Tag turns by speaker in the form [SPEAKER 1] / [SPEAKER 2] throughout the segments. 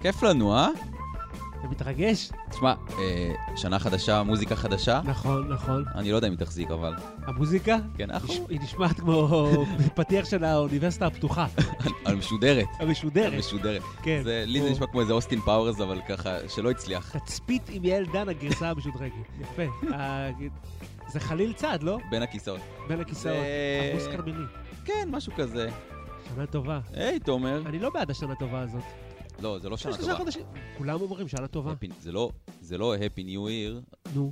[SPEAKER 1] כיף לנו, אה?
[SPEAKER 2] אתה מתרגש?
[SPEAKER 1] תשמע, אה, שנה חדשה, מוזיקה חדשה.
[SPEAKER 2] נכון, נכון.
[SPEAKER 1] אני לא יודע אם היא תחזיק, אבל...
[SPEAKER 2] המוזיקה?
[SPEAKER 1] כן, אנחנו-
[SPEAKER 2] נש- היא נשמעת כמו פתיח של האוניברסיטה הפתוחה,
[SPEAKER 1] אני משודרת.
[SPEAKER 2] המשודרת.
[SPEAKER 1] משודרת.
[SPEAKER 2] כן.
[SPEAKER 1] זה- לי זה
[SPEAKER 2] או-
[SPEAKER 1] נשמע כמו איזה אוסטין פאוורס, אבל ככה, שלא הצליח.
[SPEAKER 2] תצפית עם יעל דן, הגרסה המשודרגת. יפה. ה- זה חליל צד, לא?
[SPEAKER 1] בין הכיסאות.
[SPEAKER 2] בין הכיסאות.
[SPEAKER 1] זה-
[SPEAKER 2] אבוס כרמלי.
[SPEAKER 1] כן, משהו כזה.
[SPEAKER 2] שנה טובה.
[SPEAKER 1] היי, תומר.
[SPEAKER 2] אני לא בעד השנה טובה הזאת.
[SPEAKER 1] לא, זה לא שנה
[SPEAKER 2] יש שלושה
[SPEAKER 1] טובה.
[SPEAKER 2] חודשים. כולם אומרים שנה טובה.
[SPEAKER 1] Happy- זה לא- זה לא Happy New Year,
[SPEAKER 2] נו,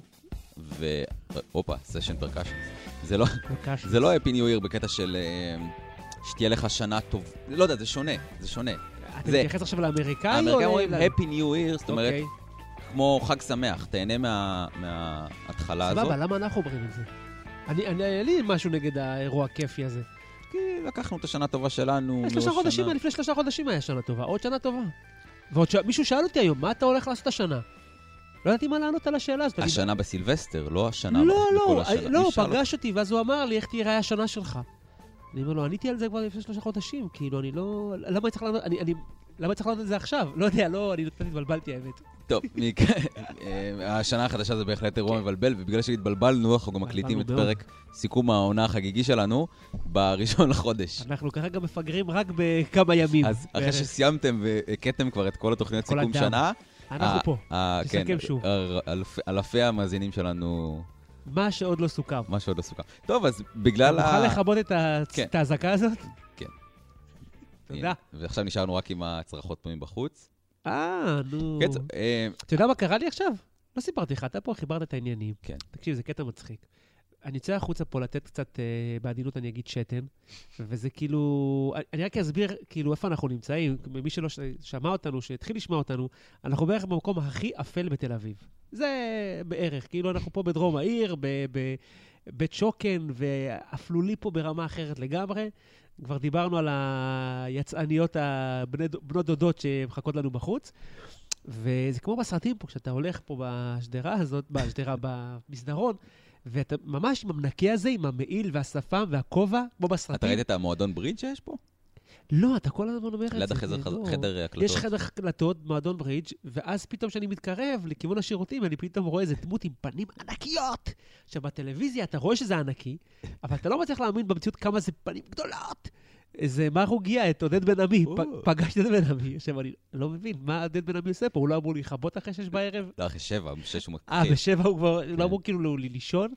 [SPEAKER 1] ו... הופה, סשן פרקשן. זה לא...
[SPEAKER 2] בבקשה.
[SPEAKER 1] זה לא Happy New Year בקטע של אה, שתהיה לך שנה טוב. לא יודע, זה שונה, זה שונה.
[SPEAKER 2] אתה
[SPEAKER 1] זה-
[SPEAKER 2] מתייחס עכשיו לאמריקאי או...
[SPEAKER 1] האמריקאים
[SPEAKER 2] ל-
[SPEAKER 1] אומרים
[SPEAKER 2] ל-
[SPEAKER 1] Happy New Year, זאת אומרת,
[SPEAKER 2] אוקיי.
[SPEAKER 1] כמו חג שמח, תהנה מה- מההתחלה הזאת.
[SPEAKER 2] סבבה, למה אנחנו אומרים את זה? אני, אני, אין לי משהו נגד האירוע הכיפי הזה.
[SPEAKER 1] כי לקחנו את השנה הטובה שלנו.
[SPEAKER 2] לפני שלושה
[SPEAKER 1] מראש
[SPEAKER 2] חודשים,
[SPEAKER 1] לא שנה.
[SPEAKER 2] לפני שלושה חודשים היה שנה טובה, עוד שנה טובה. ועוד ש... מישהו שאל אותי היום, מה אתה הולך לעשות השנה? לא ידעתי מה לענות על השאלה הזאת. אני-
[SPEAKER 1] השנה בסילבסטר, לא השנה.
[SPEAKER 2] לא,
[SPEAKER 1] בכל
[SPEAKER 2] לא,
[SPEAKER 1] השנה.
[SPEAKER 2] לא,
[SPEAKER 1] מי
[SPEAKER 2] הוא
[SPEAKER 1] שאל אותך?
[SPEAKER 2] פגש אותי, ואז הוא אמר לי, איך תראה השנה שלך? אני אומר לו, עניתי על זה כבר לפני שלושה חודשים, כאילו, אני לא... למה אני צריך לענות... אני... אני... למה אני צריך לענות על זה עכשיו? לא יודע, לא, אני קצת התבלבלתי, האמת.
[SPEAKER 1] טוב, מי- אה, השנה החדשה זה בהחלט אירוע מבלבל, ובגלל שהתבלבלנו, אנחנו גם מקליטים את
[SPEAKER 2] כן. התבלבלנו מאוד.
[SPEAKER 1] פרק סיכום העונה החגיגי שלנו בראשון לחודש.
[SPEAKER 2] אנחנו כרגע מפגרים רק בכמה ימים.
[SPEAKER 1] אז אחרי
[SPEAKER 2] בערך.
[SPEAKER 1] שסיימתם והכיתם כבר את כל התוכניות
[SPEAKER 2] כל
[SPEAKER 1] סיכום
[SPEAKER 2] הדם.
[SPEAKER 1] שנה,
[SPEAKER 2] אנחנו
[SPEAKER 1] אה,
[SPEAKER 2] פה.
[SPEAKER 1] אה,
[SPEAKER 2] תסכם
[SPEAKER 1] כן,
[SPEAKER 2] שוב.
[SPEAKER 1] אה, אלפ- אלפי המאזינים שלנו,
[SPEAKER 2] מה שעוד לא סוכם.
[SPEAKER 1] מה שעוד לא סוכם. טוב, אז
[SPEAKER 2] אתה
[SPEAKER 1] בגלל
[SPEAKER 2] מוכן לכבות את ה-
[SPEAKER 1] כן.
[SPEAKER 2] את האזעקה הזאת?
[SPEAKER 1] כן.
[SPEAKER 2] תודה.
[SPEAKER 1] ועכשיו נשארנו רק עם הצרחות פה מבחוץ.
[SPEAKER 2] אה, נו.
[SPEAKER 1] כן, אה,
[SPEAKER 2] אתה יודע מה קרה לי עכשיו? לא סיפרתי לך, אתה פה חיברת את העניינים.
[SPEAKER 1] כן.
[SPEAKER 2] תקשיב, זה קטע מצחיק. אני יוצא החוצה פה לתת קצת, אה, בעדינות אני אגיד שתן, וזה כאילו, אני- אני רק אסביר כאילו איפה אנחנו נמצאים, מי שלא ש- שמע אותנו, שהתחיל לשמוע אותנו, אנחנו בערך במקום הכי אפל בתל אביב. זה בערך, כאילו אנחנו פה בדרום העיר, ב- ב- בית שוקן, ואפלולי פה ברמה אחרת לגמרי. כבר דיברנו על היצאניות הבנות דודות שמחכות לנו בחוץ. וזה כמו בסרטים פה, כשאתה הולך פה בשדרה הזאת, בשדרה, במסדרון, ואתה ממש עם המנקה הזה, עם המעיל והשפם והכובע, כמו בסרטים.
[SPEAKER 1] אתה ראית את המועדון בריד שיש פה?
[SPEAKER 2] לא, אתה כל הזמן אומר את זה.
[SPEAKER 1] ליד
[SPEAKER 2] זה
[SPEAKER 1] החדר
[SPEAKER 2] לא-
[SPEAKER 1] חדר
[SPEAKER 2] יש
[SPEAKER 1] הקלטות.
[SPEAKER 2] חדר הקלטות, מועדון ברידג', ואז פתאום כשאני מתקרב לכיוון השירותים, אני פתאום רואה איזה דמות עם פנים ענקיות. עכשיו, בטלוויזיה אתה רואה שזה ענקי, אבל אתה לא מצליח להאמין במציאות כמה זה פנים גדולות. איזה מר עוגיה, את עודד בן עמי,
[SPEAKER 1] או.
[SPEAKER 2] פ- פגשתי את בן עמי. עכשיו, אני לא מבין, מה עודד בן עמי עושה פה? הוא לא אמור להיכבות אחרי שש בערב?
[SPEAKER 1] לא, אחרי שבע, שש הוא
[SPEAKER 2] אה,
[SPEAKER 1] מתחיל.
[SPEAKER 2] בשבע הוא כבר, הוא
[SPEAKER 1] כן.
[SPEAKER 2] לא אמור כאילו ל- לישון?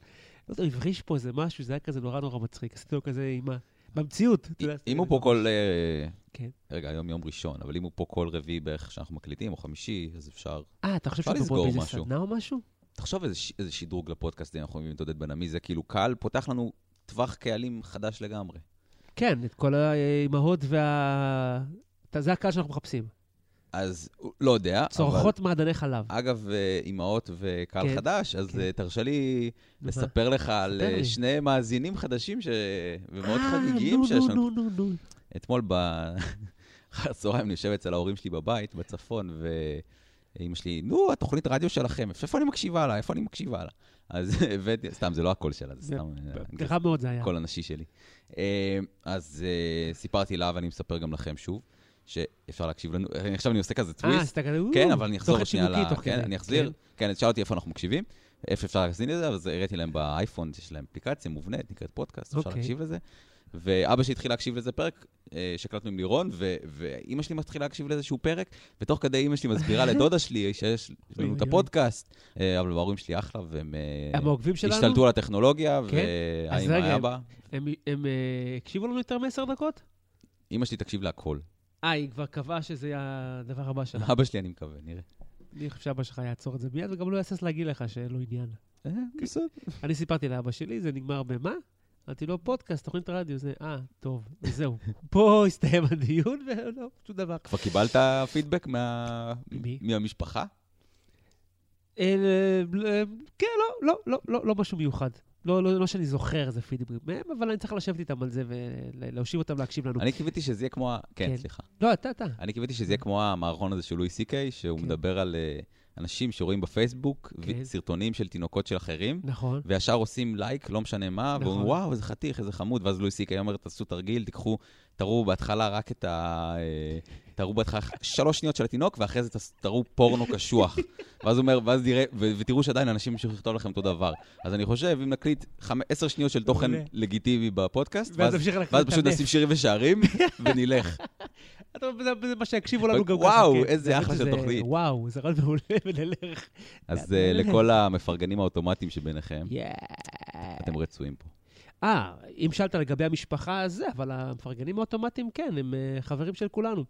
[SPEAKER 2] לא יודע, הוא הבריש פה איזה משהו, זה היה כזה נורא נורא מצחיק. עשיתי לו כזה עם ה... במציאות. אתה יודע,
[SPEAKER 1] אם הוא פה כל... אה,
[SPEAKER 2] לא. כן.
[SPEAKER 1] רגע, היום יום ראשון, אבל אם הוא פה כל רביעי בערך שאנחנו מקליטים, או חמישי, אז אפשר...
[SPEAKER 2] אה, אתה חושב
[SPEAKER 1] אפשר
[SPEAKER 2] שאתה פה
[SPEAKER 1] לסגור
[SPEAKER 2] באיזה
[SPEAKER 1] משהו.
[SPEAKER 2] סדנה או משהו?
[SPEAKER 1] תחשוב איזה ש- איזה שדרוג לפודקאסטים, אנחנו מביאים את עודד בן עמי, זה כאילו קהל, פותח לנו טווח קהלים חדש לגמרי.
[SPEAKER 2] כן, את כל האימהות וה... אתה- זה הקהל שאנחנו מחפשים.
[SPEAKER 1] אז לא יודע, אבל-
[SPEAKER 2] צורכות מעדני חלב.
[SPEAKER 1] אגב, אה, אימהות וקהל
[SPEAKER 2] כן,
[SPEAKER 1] חדש, אז
[SPEAKER 2] כן.
[SPEAKER 1] אה, תרשה לי
[SPEAKER 2] נו,
[SPEAKER 1] לספר לך על אה,
[SPEAKER 2] נכון. לי.
[SPEAKER 1] שני מאזינים חדשים ש- ומאוד
[SPEAKER 2] אה,
[SPEAKER 1] חגיגיים
[SPEAKER 2] נו,
[SPEAKER 1] שיש לנו.
[SPEAKER 2] נו, נו, נו, נו.
[SPEAKER 1] אתמול באחר הצהריים אני יושב אצל ההורים שלי בבית, בצפון, ואימא שלי, נו, התוכנית רדיו שלכם, איפה אני מקשיבה לה? איפה אני מקשיבה לה? אז הבאתי, סתם, זה לא הקול שלה, זה
[SPEAKER 2] זה-
[SPEAKER 1] סתם אה,
[SPEAKER 2] רע מאוד זה היה.
[SPEAKER 1] הקול הנשי שלי. אה, אז אה, סיפרתי לה, ואני מספר גם לכם שוב, שאפשר להקשיב לנו, אה, עכשיו אני עושה כזה
[SPEAKER 2] אה,
[SPEAKER 1] טוויסט.
[SPEAKER 2] אז אתה כזה...
[SPEAKER 1] כן,
[SPEAKER 2] אוו, אוקיי,
[SPEAKER 1] אבל אני אחזור
[SPEAKER 2] תוכן
[SPEAKER 1] שנייה ל...
[SPEAKER 2] שיווקי תוך
[SPEAKER 1] כן,
[SPEAKER 2] כדי.
[SPEAKER 1] אני אחזיר. כן, אז שאל אותי איפה אנחנו מקשיבים, איפה אפשר להזין לזה, אז הראיתי להם באייפון, יש להם אפליקציה מובנית, נקראת פודקאסט, אפשר
[SPEAKER 2] אוקיי.
[SPEAKER 1] להקשיב לזה. ואבא שלי התחיל להקשיב לזה פרק, אה, שהקלטנו עם לירון, ו- ואימא שלי מתחילה להקשיב לאיזשהו פרק, ותוך כדי אימא שלי מסבירה לדודה שלי שיש לנו את
[SPEAKER 2] אוי.
[SPEAKER 1] הפודקאסט, אה, אבל ההורים שלי אחלה, והם אה,
[SPEAKER 2] הם העוקבים שלנו?
[SPEAKER 1] השתלטו על הטכנולוגיה,
[SPEAKER 2] כן? אז
[SPEAKER 1] והאימא
[SPEAKER 2] רגע,
[SPEAKER 1] האבא,
[SPEAKER 2] הם- הם אה, הקשיבו לנו יותר מעשר דקות?
[SPEAKER 1] אימא שלי תקשיב להכל.
[SPEAKER 2] אה, היא כבר קבעה שזה הדבר הבא שלה.
[SPEAKER 1] אבא שלי, אני מקווה, נראה.
[SPEAKER 2] אני חושב שאבא שלך יעצור את זה מיד, וגם לא יהסס להגיד לך שאין לו עניין.
[SPEAKER 1] אה,
[SPEAKER 2] אוקיי.
[SPEAKER 1] בסדר.
[SPEAKER 2] אני סיפרתי לאבא שלי, זה נגמר במה? אמרתי לו, פודקאסט, תוכנית רדיו, זה, אה, טוב, וזהו. פה הסתיים הדיון, ולא, שום דבר.
[SPEAKER 1] כבר קיבלת פידבק מה-
[SPEAKER 2] ממי?
[SPEAKER 1] מהמשפחה?
[SPEAKER 2] אה, אה, כן, לא, לא, לא, לא, לא משהו מיוחד. לא, לא, לא שאני זוכר איזה פידברים מהם, אבל אני צריך לשבת איתם על זה ולהושיב אותם להקשיב לנו.
[SPEAKER 1] אני קיוויתי שזה יהיה כמו... ה- כן,
[SPEAKER 2] כן.
[SPEAKER 1] סליחה.
[SPEAKER 2] לא, אתה, אתה.
[SPEAKER 1] אני קיוויתי שזה יהיה כמו המערכון הזה של לואי סי קיי, שהוא
[SPEAKER 2] כן.
[SPEAKER 1] מדבר על... אה, אנשים שרואים בפייסבוק
[SPEAKER 2] כן.
[SPEAKER 1] ו- סרטונים של תינוקות של אחרים,
[SPEAKER 2] נכון.
[SPEAKER 1] וישר עושים לייק, לא משנה מה,
[SPEAKER 2] נכון.
[SPEAKER 1] ואומרים, וואו, איזה חתיך, איזה חמוד, ואז לואי סי.קיי אומר, תעשו תרגיל, תיקחו, תראו בהתחלה רק את ה... אה, תראו בהתחלה שלוש שניות של התינוק, ואחרי זה תס- תראו פורנו קשוח. ואז הוא אומר, ואז נראה, ו- ותראו שעדיין אנשים ימשיכו לכתוב לכם אותו דבר. אז אני חושב, אם נקליט חמ- עשר שניות של תוכן
[SPEAKER 2] מעולה.
[SPEAKER 1] לגיטימי בפודקאסט,
[SPEAKER 2] ואז
[SPEAKER 1] ואז
[SPEAKER 2] נמשיך להקליט
[SPEAKER 1] ואז
[SPEAKER 2] את
[SPEAKER 1] פשוט
[SPEAKER 2] הנפט.
[SPEAKER 1] נשים שירים ושערים, ונלך.
[SPEAKER 2] אתה אומר, זה- זה מה שיקשיבו לנו גם ככה.
[SPEAKER 1] וואו,
[SPEAKER 2] כן.
[SPEAKER 1] איזה
[SPEAKER 2] באמת
[SPEAKER 1] אחלה של
[SPEAKER 2] שזה-
[SPEAKER 1] תוכנית.
[SPEAKER 2] וואו, זה רעיון מעולה, ונלך.
[SPEAKER 1] אז אה, לכל המפרגנים האוטומטיים שביניכם, אתם רצויים פה.
[SPEAKER 2] אה, אם שאלת לגבי המשפחה, אז זה, אבל המפרגנים האוטומטיים, כן, הם אה, חברים של כולנו.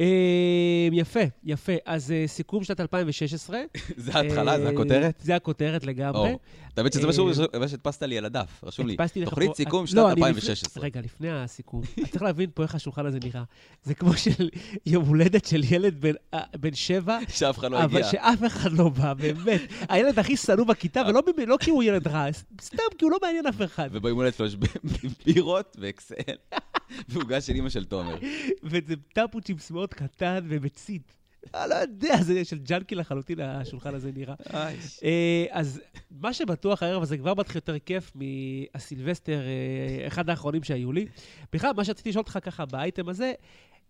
[SPEAKER 2] אה, יפה, יפה. אז אה, סיכום שנת 2016.
[SPEAKER 1] זה ההתחלה, זה
[SPEAKER 2] אה,
[SPEAKER 1] הכותרת?
[SPEAKER 2] זה הכותרת לגמרי.
[SPEAKER 1] אור. אתה מבין שזה מה
[SPEAKER 2] אה,
[SPEAKER 1] שהוא- מה שהדפסת לי על הדף, רשום לי,
[SPEAKER 2] הדפסתי לך
[SPEAKER 1] תוכנית
[SPEAKER 2] פה-
[SPEAKER 1] סיכום
[SPEAKER 2] את-
[SPEAKER 1] שנת
[SPEAKER 2] לא, אני לפני-
[SPEAKER 1] 2016.
[SPEAKER 2] רגע, לפני הסיכום, אתה צריך להבין פה איך השולחן הזה נראה. זה כמו של יום הולדת של ילד בן- אה, בן שבע,
[SPEAKER 1] שאף אחד לא
[SPEAKER 2] אבל
[SPEAKER 1] הגיע.
[SPEAKER 2] שאף אחד לא בא, באמת. הילד הכי שנוא בכיתה, ולא במ- לא כי הוא ילד רע, ס- סתם כי הוא לא מעניין אף אחד.
[SPEAKER 1] וביום הולדת שלו יש ב- בירות ואקסל, ועוגה של אימא של תומר.
[SPEAKER 2] וזה טמפוצ'יפס מאוד קטן ומצית. אה, לא יודע, זה של ג'אנקי לחלוטין, השולחן הזה נראה. אה, אז מה שבטוח הערב הזה כבר מתחיל יותר כיף מהסילבסטר, אה, אחד האחרונים שהיו לי. בכלל, מה שרציתי לשאול אותך ככה באייטם הזה,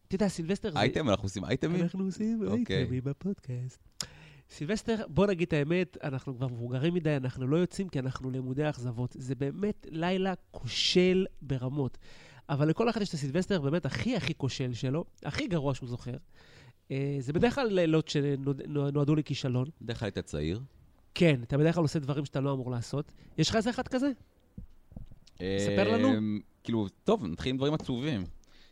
[SPEAKER 2] אתה יודע, סילבסטר זה...
[SPEAKER 1] אייטם, אנחנו עושים אייטמים?
[SPEAKER 2] אנחנו עושים
[SPEAKER 1] אוקיי.
[SPEAKER 2] אייטמים בפודקאסט. סילבסטר, בוא נגיד את האמת, אנחנו כבר מבוגרים מדי, אנחנו לא יוצאים כי אנחנו למודי אכזבות. זה באמת לילה כושל ברמות. אבל לכל אחד יש את הסילבסטר באמת הכי הכי כושל שלו, הכי גרוע שהוא זוכר. אה, זה בדרך כלל לילות שנועדו לכישלון.
[SPEAKER 1] בדרך כלל היית צעיר.
[SPEAKER 2] כן, אתה בדרך כלל עושה דברים שאתה לא אמור לעשות. יש לך איזה אחד כזה? ספר לנו.
[SPEAKER 1] אמ, כאילו, טוב, נתחיל עם דברים עצובים.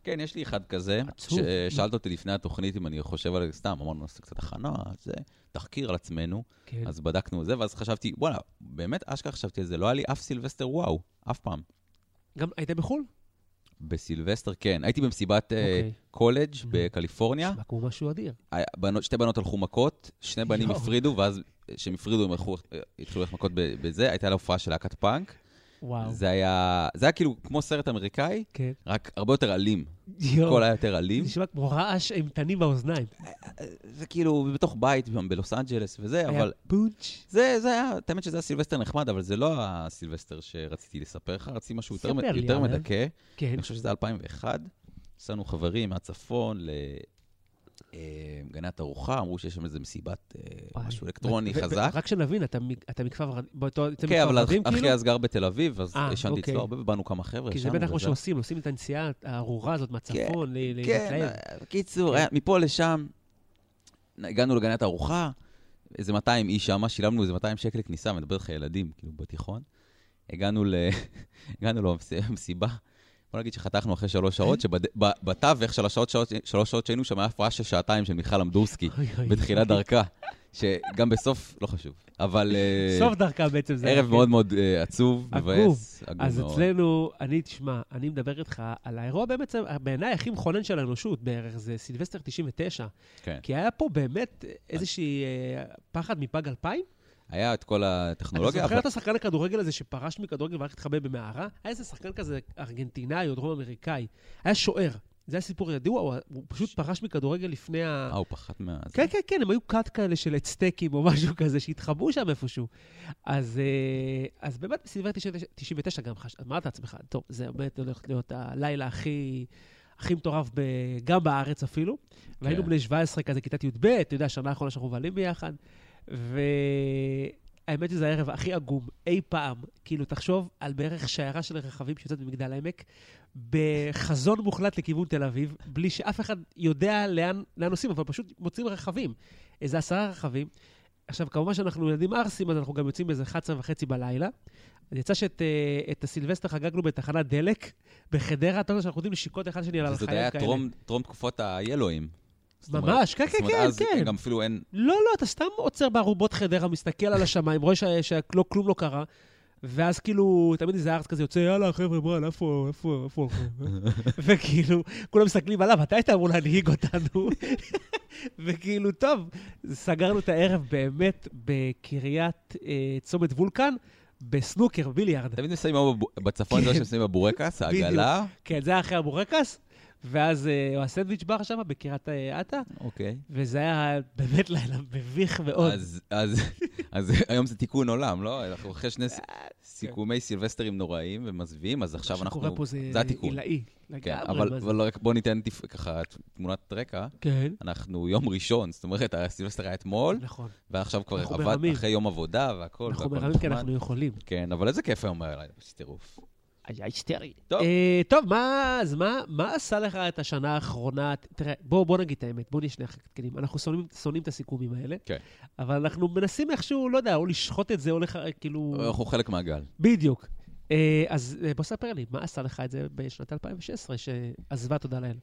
[SPEAKER 1] כן, יש לי אחד כזה,
[SPEAKER 2] עצוב.
[SPEAKER 1] ששאלת אותי לפני התוכנית אם אני חושב על סתם, אמרנו, נעשה קצת הכנה, זה, תחקיר על עצמנו,
[SPEAKER 2] כן.
[SPEAKER 1] אז בדקנו את זה, ואז חשבתי, וואלה, באמת אשכרה חשבתי על זה, לא היה לי אף סילבסטר וואו, אף פעם.
[SPEAKER 2] גם היית בחו"ל?
[SPEAKER 1] בסילבסטר, כן. הייתי במסיבת אה,
[SPEAKER 2] אוקיי.
[SPEAKER 1] קולג'
[SPEAKER 2] Mhm.
[SPEAKER 1] בקליפורניה,
[SPEAKER 2] נשמע כמו משהו אדיר.
[SPEAKER 1] היה- בנות- שתי בנות הלכו מכות, שני בנים
[SPEAKER 2] יואו.
[SPEAKER 1] הפרידו, ואז כשהם הפרידו הם הלכו- אה, התחילו ללכת מכות ב- בזה, הייתה לה הופעה של להקת פאנק.
[SPEAKER 2] וואו.
[SPEAKER 1] זה היה זה היה כאילו כמו סרט אמריקאי,
[SPEAKER 2] כן.
[SPEAKER 1] רק הרבה יותר אלים.
[SPEAKER 2] יואו.
[SPEAKER 1] הכל היה יותר אלים.
[SPEAKER 2] נשמע כמו רעש אימתני באוזניים.
[SPEAKER 1] זה כאילו בתוך בית גם בלוס אנג'לס וזה,
[SPEAKER 2] היה
[SPEAKER 1] אה, אבל...
[SPEAKER 2] פונץ'.
[SPEAKER 1] זה, זה היה, את האמת שזה היה סילבסטר נחמד, אבל זה לא הסילבסטר שרציתי לספר לך, רציתי משהו יותר,
[SPEAKER 2] ספר לי
[SPEAKER 1] יותר
[SPEAKER 2] עליו.
[SPEAKER 1] מדכא.
[SPEAKER 2] כן.
[SPEAKER 1] אני חושב שזה 2001. נסענו חברים מהצפון לגני התערוכה, אמרו שיש שם איזה מסיבת אה,
[SPEAKER 2] וואי.
[SPEAKER 1] משהו אלקטרוני
[SPEAKER 2] ו- ו-
[SPEAKER 1] חזק.
[SPEAKER 2] רק שנבין, אתה מ- אתה מכפר ורדים, באותו, אתה
[SPEAKER 1] כן, אבל
[SPEAKER 2] מכפר ורדים כאילו?
[SPEAKER 1] אחי אז גר בתל אביב, אז
[SPEAKER 2] אה,
[SPEAKER 1] ישנתי
[SPEAKER 2] אוקיי.
[SPEAKER 1] אצלו הרבה, ובאנו כמה חבר'ה,
[SPEAKER 2] כי זה
[SPEAKER 1] ישנו
[SPEAKER 2] בטח מה
[SPEAKER 1] וזה.
[SPEAKER 2] שעושים, עושים את הנסיעה הארורה הזאת מהצפון ל- ל-
[SPEAKER 1] כן,
[SPEAKER 2] להתלהב.
[SPEAKER 1] אה, בקיצור,
[SPEAKER 2] כן.
[SPEAKER 1] היה- מפה לשם, הגענו לגני התערוכה, איזה 200 איש שם, שילמנו איזה 200 שקל כניסה, מדבר לך ילדים, כאילו, בתיכון. הגענו ל- הגענו למסיבה, בוא נגיד שחתכנו אחרי שלוש שעות, שבתווך של השעות, שעות- שלוש שעות שהיינו שם, היה הפרעה של שעתיים של מיכל אמדורסקי,
[SPEAKER 2] אוי, אוי.
[SPEAKER 1] בתחילת דרכה, שגם בסוף, לא חשוב, אבל אה,
[SPEAKER 2] סוף דרכה בעצם זה.
[SPEAKER 1] ערב
[SPEAKER 2] כן.
[SPEAKER 1] מאוד מאוד אה, עצוב,
[SPEAKER 2] עגום.
[SPEAKER 1] מבאס, עגום מאוד.
[SPEAKER 2] אז אצלנו, אני, תשמע, אני מדבר איתך על האירוע באמת, בעיניי הכי מכונן של האנושות בערך, זה סילבסטר 99.
[SPEAKER 1] כן.
[SPEAKER 2] כי היה פה באמת איזושהי אה, פחד מפג אלפיים.
[SPEAKER 1] היה את כל
[SPEAKER 2] אתה
[SPEAKER 1] הטכנולוגיה,
[SPEAKER 2] זוכר
[SPEAKER 1] אבל
[SPEAKER 2] את השחקן הכדורגל הזה שפרש מכדורגל והלך להתחבא במערה? היה איזה שחקן כזה ארגנטינאי או דרום אמריקאי. היה שוער. זה היה סיפור ידוע, הוא- הוא פשוט פרש מכדורגל לפני ה...
[SPEAKER 1] אה, הוא פחת מה...
[SPEAKER 2] כן, כן, כן, הם היו קאט כאלה של אצטקים או משהו כזה, שהתחבאו שם איפשהו. אז, אה, אז באמת בסביבה 99 99 גם חש... אמרת לעצמך, טוב, זה באמת הולך להיות הלילה הכי... הכי מטורף ב... גם בארץ אפילו. והיינו בני 17 כזה, כיתת י"ב, אתה יודע, שנה האחרונה שאנחנו מבלים ביחד. והאמת שזה הערב הכי עגום אי פעם. כאילו, תחשוב על בערך שיירה של רכבים שיוצאת ממגדל העמק, בחזון מוחלט לכיוון תל אביב, בלי שאף אחד יודע לאן, לאן נוסעים, אבל פשוט מוצאים רכבים. איזה עשרה רכבים. עכשיו, כמובן שאנחנו ילדים ערסים, אז אנחנו גם יוצאים באיזה 11 וחצי בלילה. אז יצא שאת אה, את הסילבסטר חגגנו בתחנת דלק בחדרה, אתה יודע שאנחנו יודעים לשיקות אחד שני על
[SPEAKER 1] זה עוד
[SPEAKER 2] הלחיים כאלה.
[SPEAKER 1] היה טרום, טרום תקופת היאלואים. זאת אומרת-
[SPEAKER 2] ממש, כן,
[SPEAKER 1] זאת
[SPEAKER 2] כן,
[SPEAKER 1] אומרת,
[SPEAKER 2] כן,
[SPEAKER 1] אז
[SPEAKER 2] כן.
[SPEAKER 1] גם אפילו אין...
[SPEAKER 2] לא, לא, אתה סתם עוצר בערובות חדרה, מסתכל על השמיים, רואה שכלום לא קרה, ואז כאילו, תמיד איזה ארץ כזה יוצא, יאללה, חבר'ה, בואנה, איפה, איפה, איפה הולכים? וכאילו, כולם מסתכלים עליו, אתה היית אמור להנהיג אותנו. וכאילו, טוב, סגרנו את הערב באמת בקריית אה, צומת וולקן, בסנוקר, ביליארד.
[SPEAKER 1] תמיד מסיימים בבו- בצפון, זה
[SPEAKER 2] כן.
[SPEAKER 1] שמסיימים בבורקס, העגלה,
[SPEAKER 2] כן, זה היה אחרי הבורקס, ואז אה, או הסנדוויץ' בר שם בקריית אה, אתא,
[SPEAKER 1] אוקיי.
[SPEAKER 2] וזה היה באמת לילה מביך מאוד.
[SPEAKER 1] אז, אז, אז היום זה תיקון עולם, לא? אנחנו אחרי שני ס- סיכומי סילבסטרים נוראים ומזוויעים, אז עכשיו
[SPEAKER 2] אה, כן. מה שקורה
[SPEAKER 1] אנחנו...
[SPEAKER 2] פה זה
[SPEAKER 1] זה התיקון.
[SPEAKER 2] עילאי.
[SPEAKER 1] כן,
[SPEAKER 2] לגמרי,
[SPEAKER 1] אבל,
[SPEAKER 2] מה זה.
[SPEAKER 1] אבל רק בוא ניתן טיפ- ככה תמונת רקע.
[SPEAKER 2] כן,
[SPEAKER 1] אנחנו יום ראשון, זאת אומרת, הסילבסטר היה אתמול,
[SPEAKER 2] נכון.
[SPEAKER 1] ועכשיו כבר
[SPEAKER 2] אנחנו
[SPEAKER 1] עבד
[SPEAKER 2] מרמים.
[SPEAKER 1] אחרי יום עבודה והכל.
[SPEAKER 2] אנחנו
[SPEAKER 1] והכל
[SPEAKER 2] מרמים כי
[SPEAKER 1] נחמד.
[SPEAKER 2] אנחנו יכולים.
[SPEAKER 1] כן, אבל איזה כיף היום היה, איזה טירוף.
[SPEAKER 2] היה היסטרי.
[SPEAKER 1] טוב.
[SPEAKER 2] טוב, מה, אז מה, מה עשה לך את השנה האחרונה? ת- תראה, בוא, בוא נגיד את האמת, בוא נהיה שנייה קטנים. אנחנו שונאים, שונאים את הסיכומים האלה,
[SPEAKER 1] כן.
[SPEAKER 2] אבל אנחנו מנסים איכשהו, לא יודע, או לשחוט את זה, או לך, כאילו...
[SPEAKER 1] אנחנו חלק מהגל.
[SPEAKER 2] בדיוק. אה, אז אה, בוא ספר לי, מה עשה לך את זה בשנת 2016, שעזבה תודה לאל?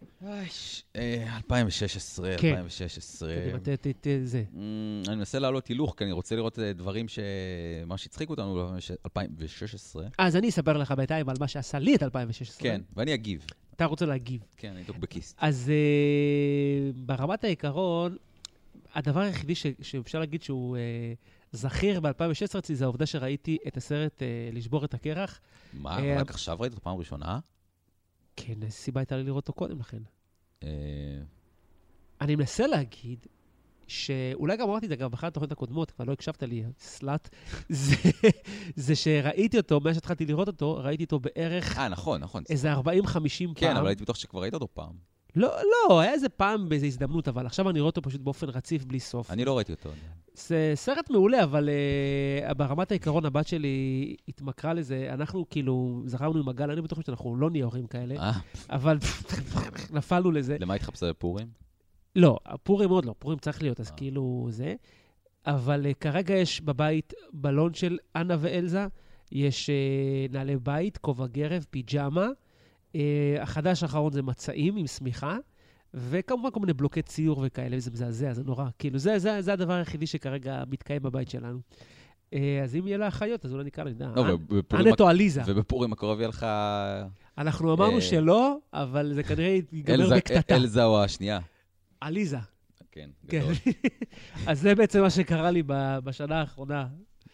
[SPEAKER 1] אה, 2016,
[SPEAKER 2] כן.
[SPEAKER 1] 2016.
[SPEAKER 2] קדימה, ת- ת- ת- זה.
[SPEAKER 1] אמ, אני מנסה להעלות הילוך, כי אני רוצה לראות אה, דברים שממש הצחיקו אותנו ב-2016.
[SPEAKER 2] אז אני אספר לך בינתיים על מה שעשה לי את 2016.
[SPEAKER 1] כן, ואני אגיב.
[SPEAKER 2] אתה רוצה להגיב.
[SPEAKER 1] כן, אני דוקבקיסט.
[SPEAKER 2] אז אה, ברמת העיקרון, הדבר היחידי ש, שאפשר להגיד שהוא אה, זכיר ב-2016 אצלי, זה העובדה שראיתי את הסרט אה, לשבור את הקרח.
[SPEAKER 1] מה,
[SPEAKER 2] אה,
[SPEAKER 1] רק עכשיו ראית אותו פעם ראשונה?
[SPEAKER 2] כן, הסיבה הייתה לי לראות אותו קודם לכן.
[SPEAKER 1] אה,
[SPEAKER 2] אני מנסה להגיד, שאולי גם אמרתי את זה גם באחת התוכניות הקודמות, כבר לא הקשבת לי, סלאט, זה, זה שראיתי אותו, מאז שהתחלתי לראות אותו, ראיתי אותו בערך
[SPEAKER 1] אה, נכון, נכון.
[SPEAKER 2] איזה 40-50 פעם.
[SPEAKER 1] כן, אבל הייתי בטוח שכבר ראית אותו פעם.
[SPEAKER 2] לא, לא, היה איזה פעם באיזו הזדמנות, אבל עכשיו אני רואה אותו פשוט באופן רציף, בלי סוף.
[SPEAKER 1] אני לא ראיתי
[SPEAKER 2] אה,
[SPEAKER 1] אותו.
[SPEAKER 2] זה סרט מעולה, אבל uh, ברמת העיקרון, הבת שלי התמכרה לזה. אנחנו כאילו, זכרנו עם הגל, אני בטוח שאנחנו לא נהיה הורים כאלה,
[SPEAKER 1] אה,
[SPEAKER 2] אבל נפלנו לזה.
[SPEAKER 1] למה התחפשה בפורים?
[SPEAKER 2] לא, פורים עוד לא, פורים צריך להיות, אז
[SPEAKER 1] אה.
[SPEAKER 2] כאילו זה. אבל uh, כרגע יש בבית בלון של אנה ואלזה, יש uh, נעלי בית, כובע גרב, פיג'מה. Uh, החדש האחרון זה מצעים עם שמיכה, וכמובן כל מיני בלוקי ציור וכאלה, וזה מזעזע, זה נורא. כאילו, זה, זה, זה הדבר היחידי שכרגע מתקיים בבית שלנו. Uh, אז אם יהיה לה אחיות, אז אולי נקרא לה, נדע.
[SPEAKER 1] לא, ובפורים
[SPEAKER 2] אנט או עליזה.
[SPEAKER 1] ובפורים הקרוב יהיה לך...
[SPEAKER 2] אנחנו אמרנו
[SPEAKER 1] אה,
[SPEAKER 2] שלא, אבל זה כנראה ייגמר
[SPEAKER 1] אלזה-
[SPEAKER 2] בקטטה.
[SPEAKER 1] אלזה או השנייה.
[SPEAKER 2] עליזה.
[SPEAKER 1] כן,
[SPEAKER 2] כן.
[SPEAKER 1] גדול.
[SPEAKER 2] אז זה בעצם מה שקרה לי ב- בשנה האחרונה.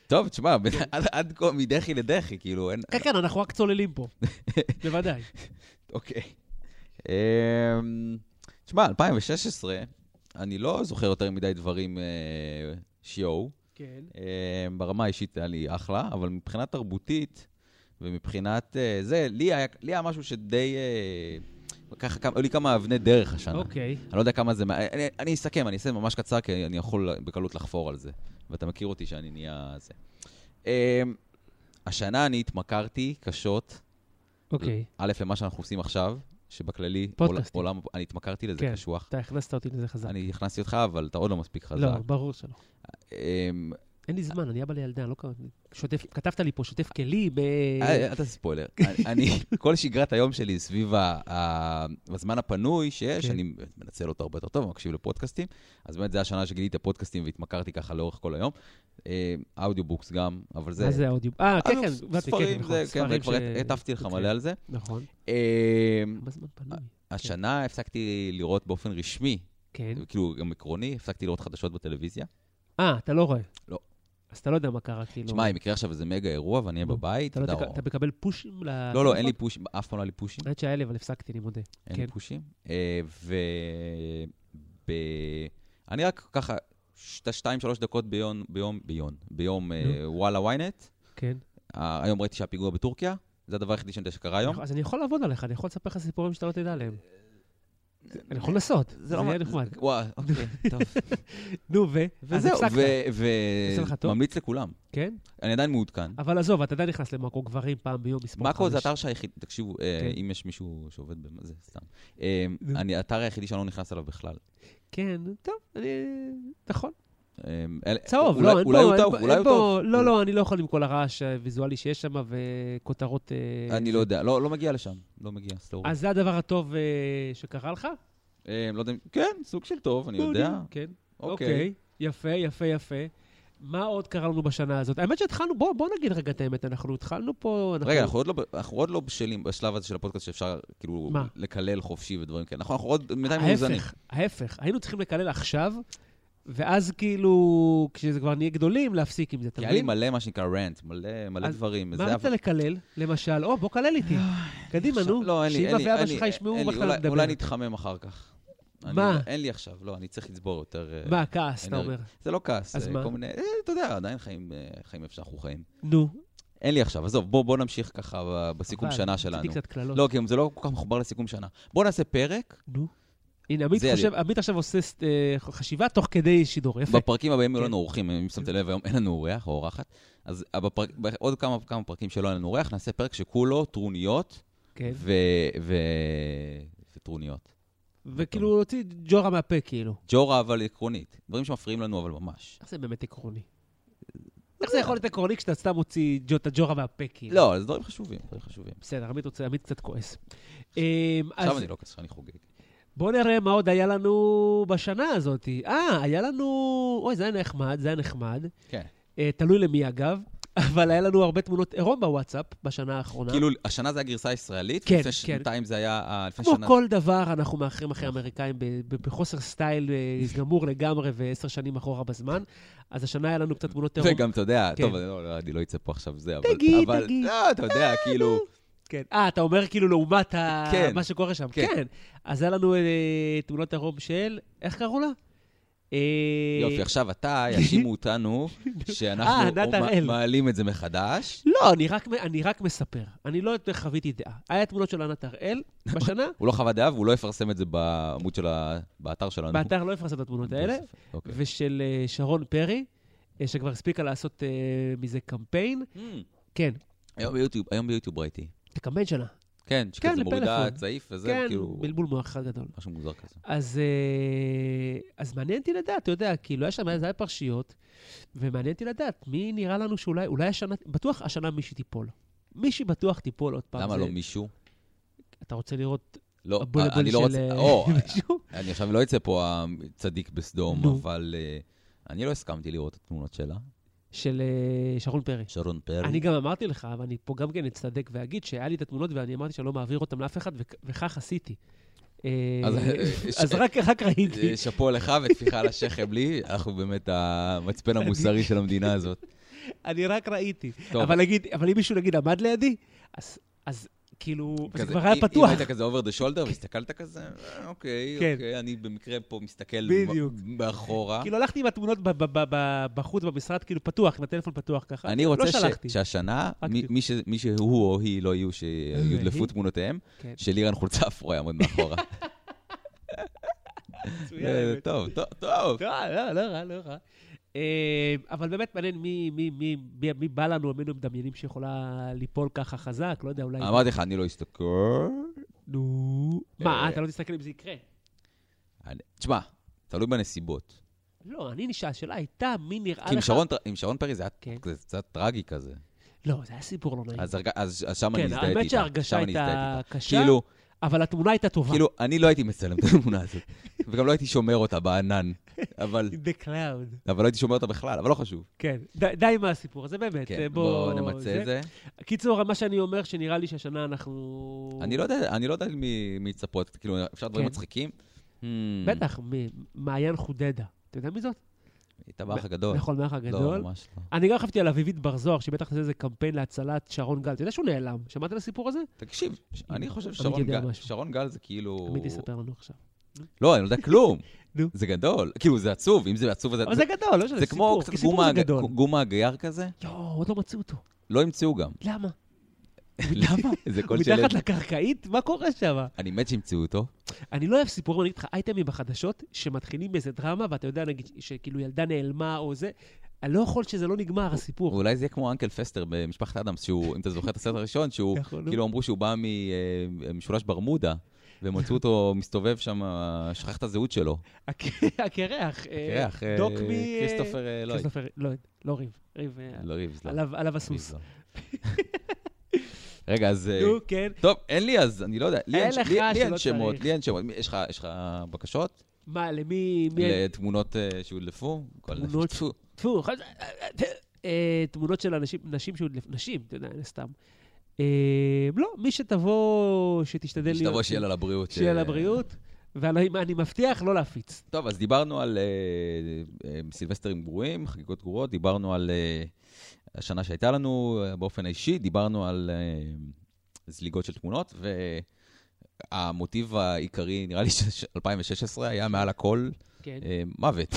[SPEAKER 1] טוב, תשמע, בין- עד- עד כה מדחי לדחי, כאילו, אין...
[SPEAKER 2] כן, כן, אנחנו רק צוללים פה. בוודאי.
[SPEAKER 1] אוקיי. אמ, תשמע, 2016, אני לא זוכר יותר מדי דברים אה, שיואו.
[SPEAKER 2] כן.
[SPEAKER 1] אה, ברמה האישית היה לי אחלה, אבל מבחינה תרבותית ומבחינת אה, זה, לי היה, לי היה משהו שדי... אה, ככה, כמה- היו לי כמה אבני דרך השנה.
[SPEAKER 2] אוקיי.
[SPEAKER 1] אני לא יודע כמה זה... מה- אני, אני אסכם, אני אעשה ממש קצר, כי אני יכול בקלות לחפור על זה. ואתה מכיר אותי שאני נהיה זה. אמ, השנה אני התמכרתי קשות,
[SPEAKER 2] אוקיי.
[SPEAKER 1] א', למה שאנחנו עושים עכשיו, שבכללי...
[SPEAKER 2] פודקאסטים.
[SPEAKER 1] עולם, עולם- אני התמכרתי לזה
[SPEAKER 2] כן.
[SPEAKER 1] קשוח.
[SPEAKER 2] אתה הכנסת אותי לזה חזק.
[SPEAKER 1] אני הכנסתי אותך, אבל אתה עוד לא מספיק חזק.
[SPEAKER 2] לא, ברור שלא.
[SPEAKER 1] אמ,
[SPEAKER 2] אין לי זמן, אני אבא לילדה, לא קראתי. שוטף, כתבת לי פה שוטף כלים,
[SPEAKER 1] אה, אל אל תעשה ספוילר. אני- אני, כל שגרת היום שלי סביב ה- ה- הזמן הפנוי שיש,
[SPEAKER 2] כן.
[SPEAKER 1] אני מנצל אותו הרבה יותר טוב, מקשיב לפודקאסטים. אז באמת, זו השנה שגיליתי את הפודקאסטים והתמכרתי ככה לאורך כל היום. אה, אודיובוקס גם, אבל זה...
[SPEAKER 2] מה זה האודיו? אה, כן,
[SPEAKER 1] אודיו-
[SPEAKER 2] כן, הבנתי, כן,
[SPEAKER 1] ספרים,
[SPEAKER 2] נכון.
[SPEAKER 1] זה- כן,
[SPEAKER 2] ספרים
[SPEAKER 1] וכבר
[SPEAKER 2] ש-
[SPEAKER 1] הטפתי לך
[SPEAKER 2] אוקיי.
[SPEAKER 1] מלא על זה.
[SPEAKER 2] נכון.
[SPEAKER 1] אה,
[SPEAKER 2] מה זמן פנוי?
[SPEAKER 1] השנה הפסקתי לראות באופן רשמי,
[SPEAKER 2] כן.
[SPEAKER 1] כאילו גם עקרוני, הפסקתי לראות חדשות בטלוויזיה.
[SPEAKER 2] אה, אתה לא רואה.
[SPEAKER 1] לא.
[SPEAKER 2] אז אתה לא יודע מה קרה, כאילו.
[SPEAKER 1] תשמע, אם יקרה עכשיו איזה מגה אירוע ואני אהיה
[SPEAKER 2] נו,
[SPEAKER 1] בבית,
[SPEAKER 2] אתה לא
[SPEAKER 1] אתה
[SPEAKER 2] תק- אתה מקבל פושים ל...
[SPEAKER 1] לא, לא, אין לי פושים, אף פעם לא היה לי פושים.
[SPEAKER 2] האמת שהיה לי, אבל הפסקתי, אני מודה.
[SPEAKER 1] אין
[SPEAKER 2] כן.
[SPEAKER 1] לי פושים. אה, ו... ב... אני רק ככה, שת- שתיים, שלוש דקות ביום, ביום, ביום, ביום אה,
[SPEAKER 2] נו.
[SPEAKER 1] וואלה ynet.
[SPEAKER 2] כן.
[SPEAKER 1] אה, היום ראיתי שהפיגוע בטורקיה, זה הדבר היחידי שאני יודע שקרה היום.
[SPEAKER 2] אז אני יכול לעבוד עליך, אני יכול לספר לך סיפורים שאתה לא תדע עליהם. אני יכול לנסות, זה
[SPEAKER 1] מה-
[SPEAKER 2] יהיה נחמד.
[SPEAKER 1] אה, זה- וואו, אוקיי, טוב.
[SPEAKER 2] נו, ו? אז
[SPEAKER 1] וזהו,
[SPEAKER 2] הפסקת, עושה לך טוב?
[SPEAKER 1] וממליץ לכולם.
[SPEAKER 2] כן?
[SPEAKER 1] אני עדיין מעודכן.
[SPEAKER 2] אבל עזוב, אתה עדיין נכנס למאקו גברים פעם ביום מספר חמש.
[SPEAKER 1] מאקו זה אתר שהיחיד, תקשיבו, אה,
[SPEAKER 2] כן.
[SPEAKER 1] אם יש מישהו שעובד במה זה, סתם. אה,
[SPEAKER 2] נו.
[SPEAKER 1] אני האתר היחידי שאני לא נכנס אליו בכלל.
[SPEAKER 2] כן, טוב, אני... נכון.
[SPEAKER 1] אה, אל-
[SPEAKER 2] צהוב,
[SPEAKER 1] אולי-
[SPEAKER 2] לא, אין
[SPEAKER 1] אולי
[SPEAKER 2] פה-
[SPEAKER 1] הוא
[SPEAKER 2] אין
[SPEAKER 1] טוב,
[SPEAKER 2] פה-
[SPEAKER 1] אולי
[SPEAKER 2] אין
[SPEAKER 1] הוא
[SPEAKER 2] פה-
[SPEAKER 1] טוב.
[SPEAKER 2] לא, לא, אני לא יכול עם כל הרעש הוויזואלי שיש שם וכותרות... אה,
[SPEAKER 1] אני לא יודע, לא לא מגיע לשם, לא מגיע, סלורי.
[SPEAKER 2] אז זה הדבר הטוב אה, שקרה לך?
[SPEAKER 1] אה, לא יודע, אם- כן, סוג של טוב, אני יודע.
[SPEAKER 2] כן.
[SPEAKER 1] אוקיי.
[SPEAKER 2] אוקיי, יפה, יפה, יפה. מה עוד קרה לנו בשנה הזאת? האמת שהתחלנו, בוא בוא נגיד רגע את האמת, אנחנו התחלנו פה...
[SPEAKER 1] רגע, אנחנו עוד לא ב- אנחנו עוד לא בשלים בשלב הזה של הפודקאסט שאפשר כאילו
[SPEAKER 2] מה?
[SPEAKER 1] לקלל חופשי ודברים כאלה. נכון, אנחנו עוד בינתיים מאוזנים.
[SPEAKER 2] ההפך, ההפך. היינו צריכים לקלל עכשיו, ואז כאילו, כשזה כבר נהיה גדולים, להפסיק עם זה, אתה
[SPEAKER 1] כי היה לי
[SPEAKER 2] מבין?
[SPEAKER 1] מלא, מה שנקרא, רנט, מלא מלא
[SPEAKER 2] אז
[SPEAKER 1] דברים.
[SPEAKER 2] מה
[SPEAKER 1] זה
[SPEAKER 2] רצית
[SPEAKER 1] אבל-
[SPEAKER 2] לקלל? למשל, או, בוא קלל איתי. קדימה,
[SPEAKER 1] עכשיו-
[SPEAKER 2] נו.
[SPEAKER 1] לא, אין לי, אין
[SPEAKER 2] שאמא
[SPEAKER 1] לי,
[SPEAKER 2] ואבא
[SPEAKER 1] אין לי,
[SPEAKER 2] שלך ישמעו
[SPEAKER 1] אין לי,
[SPEAKER 2] מה אתה
[SPEAKER 1] אולי- אולי
[SPEAKER 2] מדבר.
[SPEAKER 1] נתחמם אחר כך. אני-
[SPEAKER 2] מה?
[SPEAKER 1] אין לי עכשיו, לא, אני צריך לצבור יותר... אה,
[SPEAKER 2] מה, כעס, אתה
[SPEAKER 1] אנרגיה.
[SPEAKER 2] אומר.
[SPEAKER 1] זה לא כעס,
[SPEAKER 2] אז
[SPEAKER 1] אה,
[SPEAKER 2] מה?
[SPEAKER 1] כל מיני... אה, אתה יודע, עדיין חיים אה, חיים איפה שאנחנו חיים.
[SPEAKER 2] נו,
[SPEAKER 1] אין לי עכשיו, עזוב, בוא בוא נמשיך ככה ב- בסיכום
[SPEAKER 2] אבל,
[SPEAKER 1] שנה
[SPEAKER 2] עשיתי
[SPEAKER 1] שלנו.
[SPEAKER 2] קצת קללות.
[SPEAKER 1] לא, כי זה לא כל כך מחובר לסיכום שנה. בוא נעשה פרק,
[SPEAKER 2] נו. הנה, עמית
[SPEAKER 1] זה
[SPEAKER 2] חושב-
[SPEAKER 1] ידע.
[SPEAKER 2] עמית עכשיו עושה ס- אה, חשיבה תוך כדי שידור, יפה.
[SPEAKER 1] בפרקים הבאים יהיו
[SPEAKER 2] כן.
[SPEAKER 1] לנו אורחים, אם שמת לב, היום אין לנו אורח או אורחת. אז אה, בפרק, עוד כמה, כמה פרקים שלא היה לנו אורח, נעשה פרק שכולו טרוניות
[SPEAKER 2] כן.
[SPEAKER 1] ו... ו... וטרוניות.
[SPEAKER 2] וכאילו, להוציא ג'ורה מהפה, כאילו.
[SPEAKER 1] ג'ורה, אבל עקרונית. דברים שמפריעים לנו, אבל ממש.
[SPEAKER 2] איך זה באמת עקרוני? איך
[SPEAKER 1] אה.
[SPEAKER 2] זה יכול להיות עקרוני כשאתה סתם מוציא ג'ו- את הג'ורה מהפה, כאילו?
[SPEAKER 1] לא, זה דברים חשובים, דברים חשובים.
[SPEAKER 2] בסדר, עמית רוצה, עמית קצת כועס.
[SPEAKER 1] עכשיו אני לא כזה, אני חוגג.
[SPEAKER 2] בואו נראה מה עוד היה לנו בשנה הזאת. אה, היה לנו... אוי, זה היה נחמד, זה היה נחמד.
[SPEAKER 1] כן.
[SPEAKER 2] אה, תלוי למי אגב, אבל היה לנו הרבה תמונות עירום בוואטסאפ בשנה האחרונה.
[SPEAKER 1] כאילו, השנה זה הגרסה הישראלית,
[SPEAKER 2] כן,
[SPEAKER 1] לפני
[SPEAKER 2] כן.
[SPEAKER 1] שנתיים זה היה, אה, לפני
[SPEAKER 2] כמו
[SPEAKER 1] שנה...
[SPEAKER 2] כל דבר, אנחנו מאחרים אחרי האמריקאים ב- ב- בחוסר סטייל אה, גמור לגמרי ועשר שנים אחורה בזמן. אז השנה היה לנו קצת תמונות עירום.
[SPEAKER 1] וגם, אתה יודע,
[SPEAKER 2] כן.
[SPEAKER 1] טוב, אני לא- לא, אני לא אצא פה עכשיו זה, אבל...
[SPEAKER 2] תגיד,
[SPEAKER 1] אבל-
[SPEAKER 2] תגיד.
[SPEAKER 1] לא, אתה יודע, כאילו...
[SPEAKER 2] כן. אה, אתה אומר כאילו לעומת ה-
[SPEAKER 1] כן.
[SPEAKER 2] מה שקורה שם.
[SPEAKER 1] כן.
[SPEAKER 2] כן. אז היה לנו אה, תמונות עירום של... איך קראו לה? אה,
[SPEAKER 1] יופי, עכשיו אתה, יאשימו אותנו
[SPEAKER 2] אה,
[SPEAKER 1] שאנחנו
[SPEAKER 2] ענת
[SPEAKER 1] מע-
[SPEAKER 2] הראל.
[SPEAKER 1] מעלים את זה מחדש.
[SPEAKER 2] לא, אני רק, אני רק מספר. אני לא חוויתי דעה. היה תמונות של ענת הראל בשנה,
[SPEAKER 1] הוא לא חווה דעה והוא לא יפרסם את זה בעמוד של ה... באתר שלנו.
[SPEAKER 2] באתר לא הפרסם את התמונות האלה,
[SPEAKER 1] אוקיי.
[SPEAKER 2] ושל אה, שרון פרי, אה, שכבר הספיקה לעשות אה, מזה קמפיין. כן,
[SPEAKER 1] היום ביוטיוב- היום ביוטיוב ראיתי.
[SPEAKER 2] את הקמפיין שלה.
[SPEAKER 1] כן,
[SPEAKER 2] כן,
[SPEAKER 1] שכזה מורידה
[SPEAKER 2] לפלאפון.
[SPEAKER 1] צעיף וזה,
[SPEAKER 2] כן,
[SPEAKER 1] כאילו,
[SPEAKER 2] בלבול מוח אחד גדול.
[SPEAKER 1] משהו מוזר כזה.
[SPEAKER 2] אז, אה, אז מעניין אותי לדעת, אתה יודע, כאילו, היה שם, זה היה פרשיות, ומעניין אותי לדעת מי נראה לנו שאולי, אולי השנה, בטוח השנה מישהי תיפול. מישהי בטוח תיפול עוד פעם.
[SPEAKER 1] למה
[SPEAKER 2] זה-
[SPEAKER 1] לא מישהו?
[SPEAKER 2] אתה רוצה לראות
[SPEAKER 1] לא,
[SPEAKER 2] הבולבול
[SPEAKER 1] אני לא
[SPEAKER 2] של
[SPEAKER 1] רוצה...
[SPEAKER 2] אה,
[SPEAKER 1] או,
[SPEAKER 2] מישהו?
[SPEAKER 1] אני עכשיו לא אצא פה הצדיק בסדום,
[SPEAKER 2] נו.
[SPEAKER 1] אבל אה, אני לא הסכמתי לראות את התמונות שלה.
[SPEAKER 2] של אה, שרון פרי.
[SPEAKER 1] שרון פרי.
[SPEAKER 2] אני גם אמרתי לך, ואני פה גם כן אצטדק ואגיד שהיה לי את התמונות ואני אמרתי שאני לא מעביר אותן לאף אחד, וכ- וכך עשיתי. אה,
[SPEAKER 1] אז- אה,
[SPEAKER 2] אז
[SPEAKER 1] ש-
[SPEAKER 2] רק רק ראיתי.
[SPEAKER 1] אה, שאפו לך וטפיחה על השכם לי, אנחנו באמת המצפן המוסרי של המדינה הזאת.
[SPEAKER 2] אני רק ראיתי.
[SPEAKER 1] טוב.
[SPEAKER 2] אבל נגיד, אבל אם מישהו נגיד עמד לידי, אז- אז כאילו, זה
[SPEAKER 1] כזה,
[SPEAKER 2] כבר היה
[SPEAKER 1] אם-
[SPEAKER 2] פתוח.
[SPEAKER 1] אם היית כזה over the shoulder והסתכלת כזה, אה, אוקיי,
[SPEAKER 2] כן.
[SPEAKER 1] אוקיי, אני במקרה פה מסתכל
[SPEAKER 2] בדיוק.
[SPEAKER 1] מ- מאחורה.
[SPEAKER 2] כאילו הלכתי עם התמונות ב- ב- ב- ב- בחוץ במשרד, כאילו פתוח, עם הטלפון פתוח ככה.
[SPEAKER 1] אני רוצה ש-
[SPEAKER 2] לא שלחתי.
[SPEAKER 1] שהשנה,
[SPEAKER 2] רק
[SPEAKER 1] מי-
[SPEAKER 2] ת-
[SPEAKER 1] מי ש- מי שהוא או היא לא יהיו, שיודלפו
[SPEAKER 2] היא?
[SPEAKER 1] תמונותיהם,
[SPEAKER 2] כן,
[SPEAKER 1] שלירן חולצה אפורה יעמוד מאחורה.
[SPEAKER 2] מצוין,
[SPEAKER 1] אה,
[SPEAKER 2] האמת.
[SPEAKER 1] טוב, טוב, טוב.
[SPEAKER 2] לא, לא, לא רע, לא רע. אה, אבל באמת מעניין מי- מי- מי- מי- מי בא לנו, או מי אנחנו מדמיינים שיכולה ליפול ככה חזק, לא יודע, אולי...
[SPEAKER 1] אמרתי לך, אני לא אסתכל.
[SPEAKER 2] נו. מה,
[SPEAKER 1] אה,
[SPEAKER 2] אה, אתה לא תסתכל אם זה יקרה.
[SPEAKER 1] אני- תשמע, תלוי בנסיבות.
[SPEAKER 2] לא, אני נשאל, השאלה הייתה, מי נראה לך...
[SPEAKER 1] כי עם שרון- עם שרון פרי זה היה
[SPEAKER 2] כן.
[SPEAKER 1] כזה קצת טרגי כזה.
[SPEAKER 2] לא, זה היה סיפור לא נעים.
[SPEAKER 1] אז הרג- אז אז שם אני
[SPEAKER 2] כן,
[SPEAKER 1] הזדהיתי איתה. שם
[SPEAKER 2] האמת שההרגשה
[SPEAKER 1] אני הזדהיתי
[SPEAKER 2] הייתה
[SPEAKER 1] איתה.
[SPEAKER 2] קשה,
[SPEAKER 1] כאילו,
[SPEAKER 2] אבל התמונה הייתה טובה.
[SPEAKER 1] כאילו, אני לא הייתי מצלם את התמונה הזאת, וגם לא הייתי שומר אותה בענן, אבל
[SPEAKER 2] The cloud.
[SPEAKER 1] אבל לא הייתי שומר אותה בכלל, אבל לא חשוב.
[SPEAKER 2] כן, ד- די עם הסיפור הזה, באמת. אה,
[SPEAKER 1] כן,
[SPEAKER 2] בוא
[SPEAKER 1] בואו נמצה את זה.
[SPEAKER 2] קיצור, מה שאני אומר, שנראה לי שהשנה אנחנו...
[SPEAKER 1] אני לא יודע, אני לא יודע מי- מי לצפות, כאילו, אפשר דברים
[SPEAKER 2] כן.
[SPEAKER 1] מצחיקים? Hmm,
[SPEAKER 2] Hmm. בטח, מ- מעיין חודדה. אתה יודע מי זאת?
[SPEAKER 1] היא טבח הגדול.
[SPEAKER 2] נכון, מהאח
[SPEAKER 1] לא,
[SPEAKER 2] הגדול.
[SPEAKER 1] ממש לא.
[SPEAKER 2] אני גם חשבתי על אביבית בר זוהר, שבטח תעשה איזה קמפיין להצלת שרון גל. אתה יודע שהוא נעלם? שמעת על הסיפור הזה?
[SPEAKER 1] תקשיב, ש- אני חושב
[SPEAKER 2] אני
[SPEAKER 1] ששרון
[SPEAKER 2] יודע
[SPEAKER 1] גל,
[SPEAKER 2] משהו.
[SPEAKER 1] שרון גל זה כאילו...
[SPEAKER 2] עמית יספר לנו עכשיו.
[SPEAKER 1] לא, אני לא יודע כלום.
[SPEAKER 2] נו.
[SPEAKER 1] זה גדול. כאילו, זה עצוב, אם זה עצוב, אז
[SPEAKER 2] אבל זה גדול, לא משנה,
[SPEAKER 1] זה כמו
[SPEAKER 2] סיפור.
[SPEAKER 1] קצת
[SPEAKER 2] כי סיפור
[SPEAKER 1] גומה
[SPEAKER 2] זה גדול.
[SPEAKER 1] גומה הגייר כזה,
[SPEAKER 2] יואו, עוד לא מצאו אותו.
[SPEAKER 1] לא המציאו גם.
[SPEAKER 2] למה?
[SPEAKER 1] למה? זה
[SPEAKER 2] הוא
[SPEAKER 1] קול של...
[SPEAKER 2] מתחת לקרקעית? מה קורה שם?
[SPEAKER 1] אני מת שהמציאו אותו.
[SPEAKER 2] אני לא אוהב סיפורים, אני אגיד לך, אייטמים בחדשות, שמתחילים באיזה דרמה, ואתה יודע, נגיד, שכאילו ילדה נעלמה או זה, אני לא יכול שזה לא נגמר, הסיפור.
[SPEAKER 1] אולי זה יהיה כמו אנקל פסטר במשפחת אדמס, שהוא, אם אתה זוכר את הסרט הראשון, שהוא,
[SPEAKER 2] יכול, נו.
[SPEAKER 1] כאילו אמרו שהוא בא מ- אה, משולש ברמודה, ומצאו אותו מסתובב שם, שכח את הזהות שלו.
[SPEAKER 2] הק- הקרח. אה,
[SPEAKER 1] קרח, אה,
[SPEAKER 2] דוק מ... אה,
[SPEAKER 1] כריסטופר אה, לואי.
[SPEAKER 2] כריסטופר, לא, לא ריב. ריב, אה,
[SPEAKER 1] לא ריבס, לא.
[SPEAKER 2] עליו עליו
[SPEAKER 1] ריבס,
[SPEAKER 2] הסוס.
[SPEAKER 1] לא. רגע, אז... אה,
[SPEAKER 2] נו, כן.
[SPEAKER 1] טוב, אין לי אז, אני לא יודע. לי
[SPEAKER 2] אין
[SPEAKER 1] ש-
[SPEAKER 2] לך
[SPEAKER 1] לי- לי
[SPEAKER 2] שלא
[SPEAKER 1] אין שמות,
[SPEAKER 2] צריך.
[SPEAKER 1] לי אין שמות. מי- יש לך- יש לך בקשות?
[SPEAKER 2] מה, למי... מי-
[SPEAKER 1] לתמונות אה, שהודלפו? כל-
[SPEAKER 2] תמונות-
[SPEAKER 1] טפו.
[SPEAKER 2] טפו, אחד- אה, תמונות של אנשים, נשים שעוד... לפ- נשים, אתה יודע, סתם. אה, לא, מי שתבוא, שתשתדל להיות...
[SPEAKER 1] שתבוא שיהיה לה לבריאות.
[SPEAKER 2] שיהיה
[SPEAKER 1] אה,
[SPEAKER 2] לה בריאות. ואני מבטיח לא להפיץ.
[SPEAKER 1] טוב, אז דיברנו על אה, אה, סילבסטרים גרועים, חגיגות גרועות, דיברנו על אה, השנה שהייתה לנו אה, באופן האישי, דיברנו על אה, זליגות של תמונות, והמוטיב העיקרי, נראה לי ש-2016 היה מעל הכל
[SPEAKER 2] כן.
[SPEAKER 1] אה, מוות.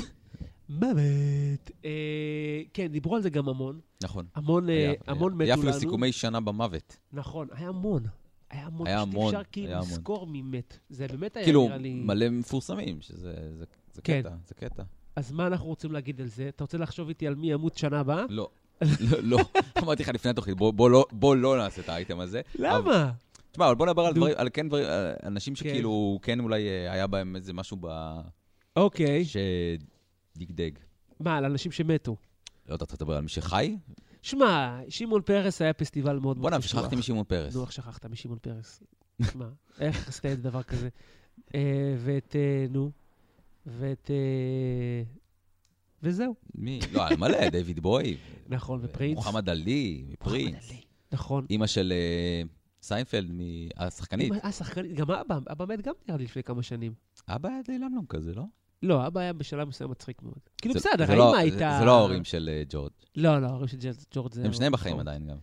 [SPEAKER 2] מוות. אה, כן, דיברו על זה גם המון.
[SPEAKER 1] נכון.
[SPEAKER 2] המון, אה,
[SPEAKER 1] היה,
[SPEAKER 2] המון
[SPEAKER 1] היה
[SPEAKER 2] מתו לנו.
[SPEAKER 1] היה אפילו סיכומי שנה במוות.
[SPEAKER 2] נכון, היה המון. היה המון.
[SPEAKER 1] היה
[SPEAKER 2] פשוט
[SPEAKER 1] המון,
[SPEAKER 2] אפשר כאילו
[SPEAKER 1] היה המון.
[SPEAKER 2] לזכור מי מת. זה באמת היה
[SPEAKER 1] כאילו,
[SPEAKER 2] אה, נראה לי...
[SPEAKER 1] מלא מפורסמים, שזה זה- זה
[SPEAKER 2] כן.
[SPEAKER 1] קטע, זה קטע.
[SPEAKER 2] אז מה אנחנו רוצים להגיד על זה? אתה רוצה לחשוב איתי על מי ימות שנה הבאה?
[SPEAKER 1] לא, לא, לא. אמרתי לך לפני התוכנית, בוא- בוא לא- בוא לא נעשה את האייטם הזה.
[SPEAKER 2] למה?
[SPEAKER 1] תשמע, אבל בוא נדבר על
[SPEAKER 2] דו-
[SPEAKER 1] דברים, על כן דברים, על אנשים
[SPEAKER 2] כן.
[SPEAKER 1] שכאילו, כן אולי אה, היה בהם איזה משהו ב...
[SPEAKER 2] אוקיי.
[SPEAKER 1] שדגדג.
[SPEAKER 2] מה, על אנשים שמתו.
[SPEAKER 1] לא יודעת, אתה מדבר על מי שחי?
[SPEAKER 2] שמע, שמעון פרס היה פסטיבל מאוד
[SPEAKER 1] בוא
[SPEAKER 2] מאוד
[SPEAKER 1] נמשיך,
[SPEAKER 2] קשוח.
[SPEAKER 1] שכחתי משמעון פרס.
[SPEAKER 2] נו, איך שכחת משמעון פרס? שמע, איך עשית את דבר כזה? אה, ואת, אה, נו, ואת... אה, וזהו,
[SPEAKER 1] מי? לא, על מלא, דיוויד בוי. אה,
[SPEAKER 2] נכון, ופרינס.
[SPEAKER 1] מוחמד עלי,
[SPEAKER 2] מוחמד
[SPEAKER 1] פרינס.
[SPEAKER 2] עלי. נכון.
[SPEAKER 1] אימא של אה, סיינפלד, מ- השחקנית.
[SPEAKER 2] אה, שחקנית, גם אבא, אבא מת גם נראה לי לפני כמה שנים.
[SPEAKER 1] אבא היה די למלום כזה, לא?
[SPEAKER 2] לא, אבא היה בשלב מסוים מצחיק מאוד. כאילו
[SPEAKER 1] זה-
[SPEAKER 2] בסדר,
[SPEAKER 1] זה לא-
[SPEAKER 2] האמא
[SPEAKER 1] זה-
[SPEAKER 2] הייתה...
[SPEAKER 1] זה לא ההורים של אה, ג'ורג'.
[SPEAKER 2] לא, לא, ההורים של ג'ורג'- ג'ורג' זה...
[SPEAKER 1] הם שניהם בחיים
[SPEAKER 2] נכון.
[SPEAKER 1] עדיין גם.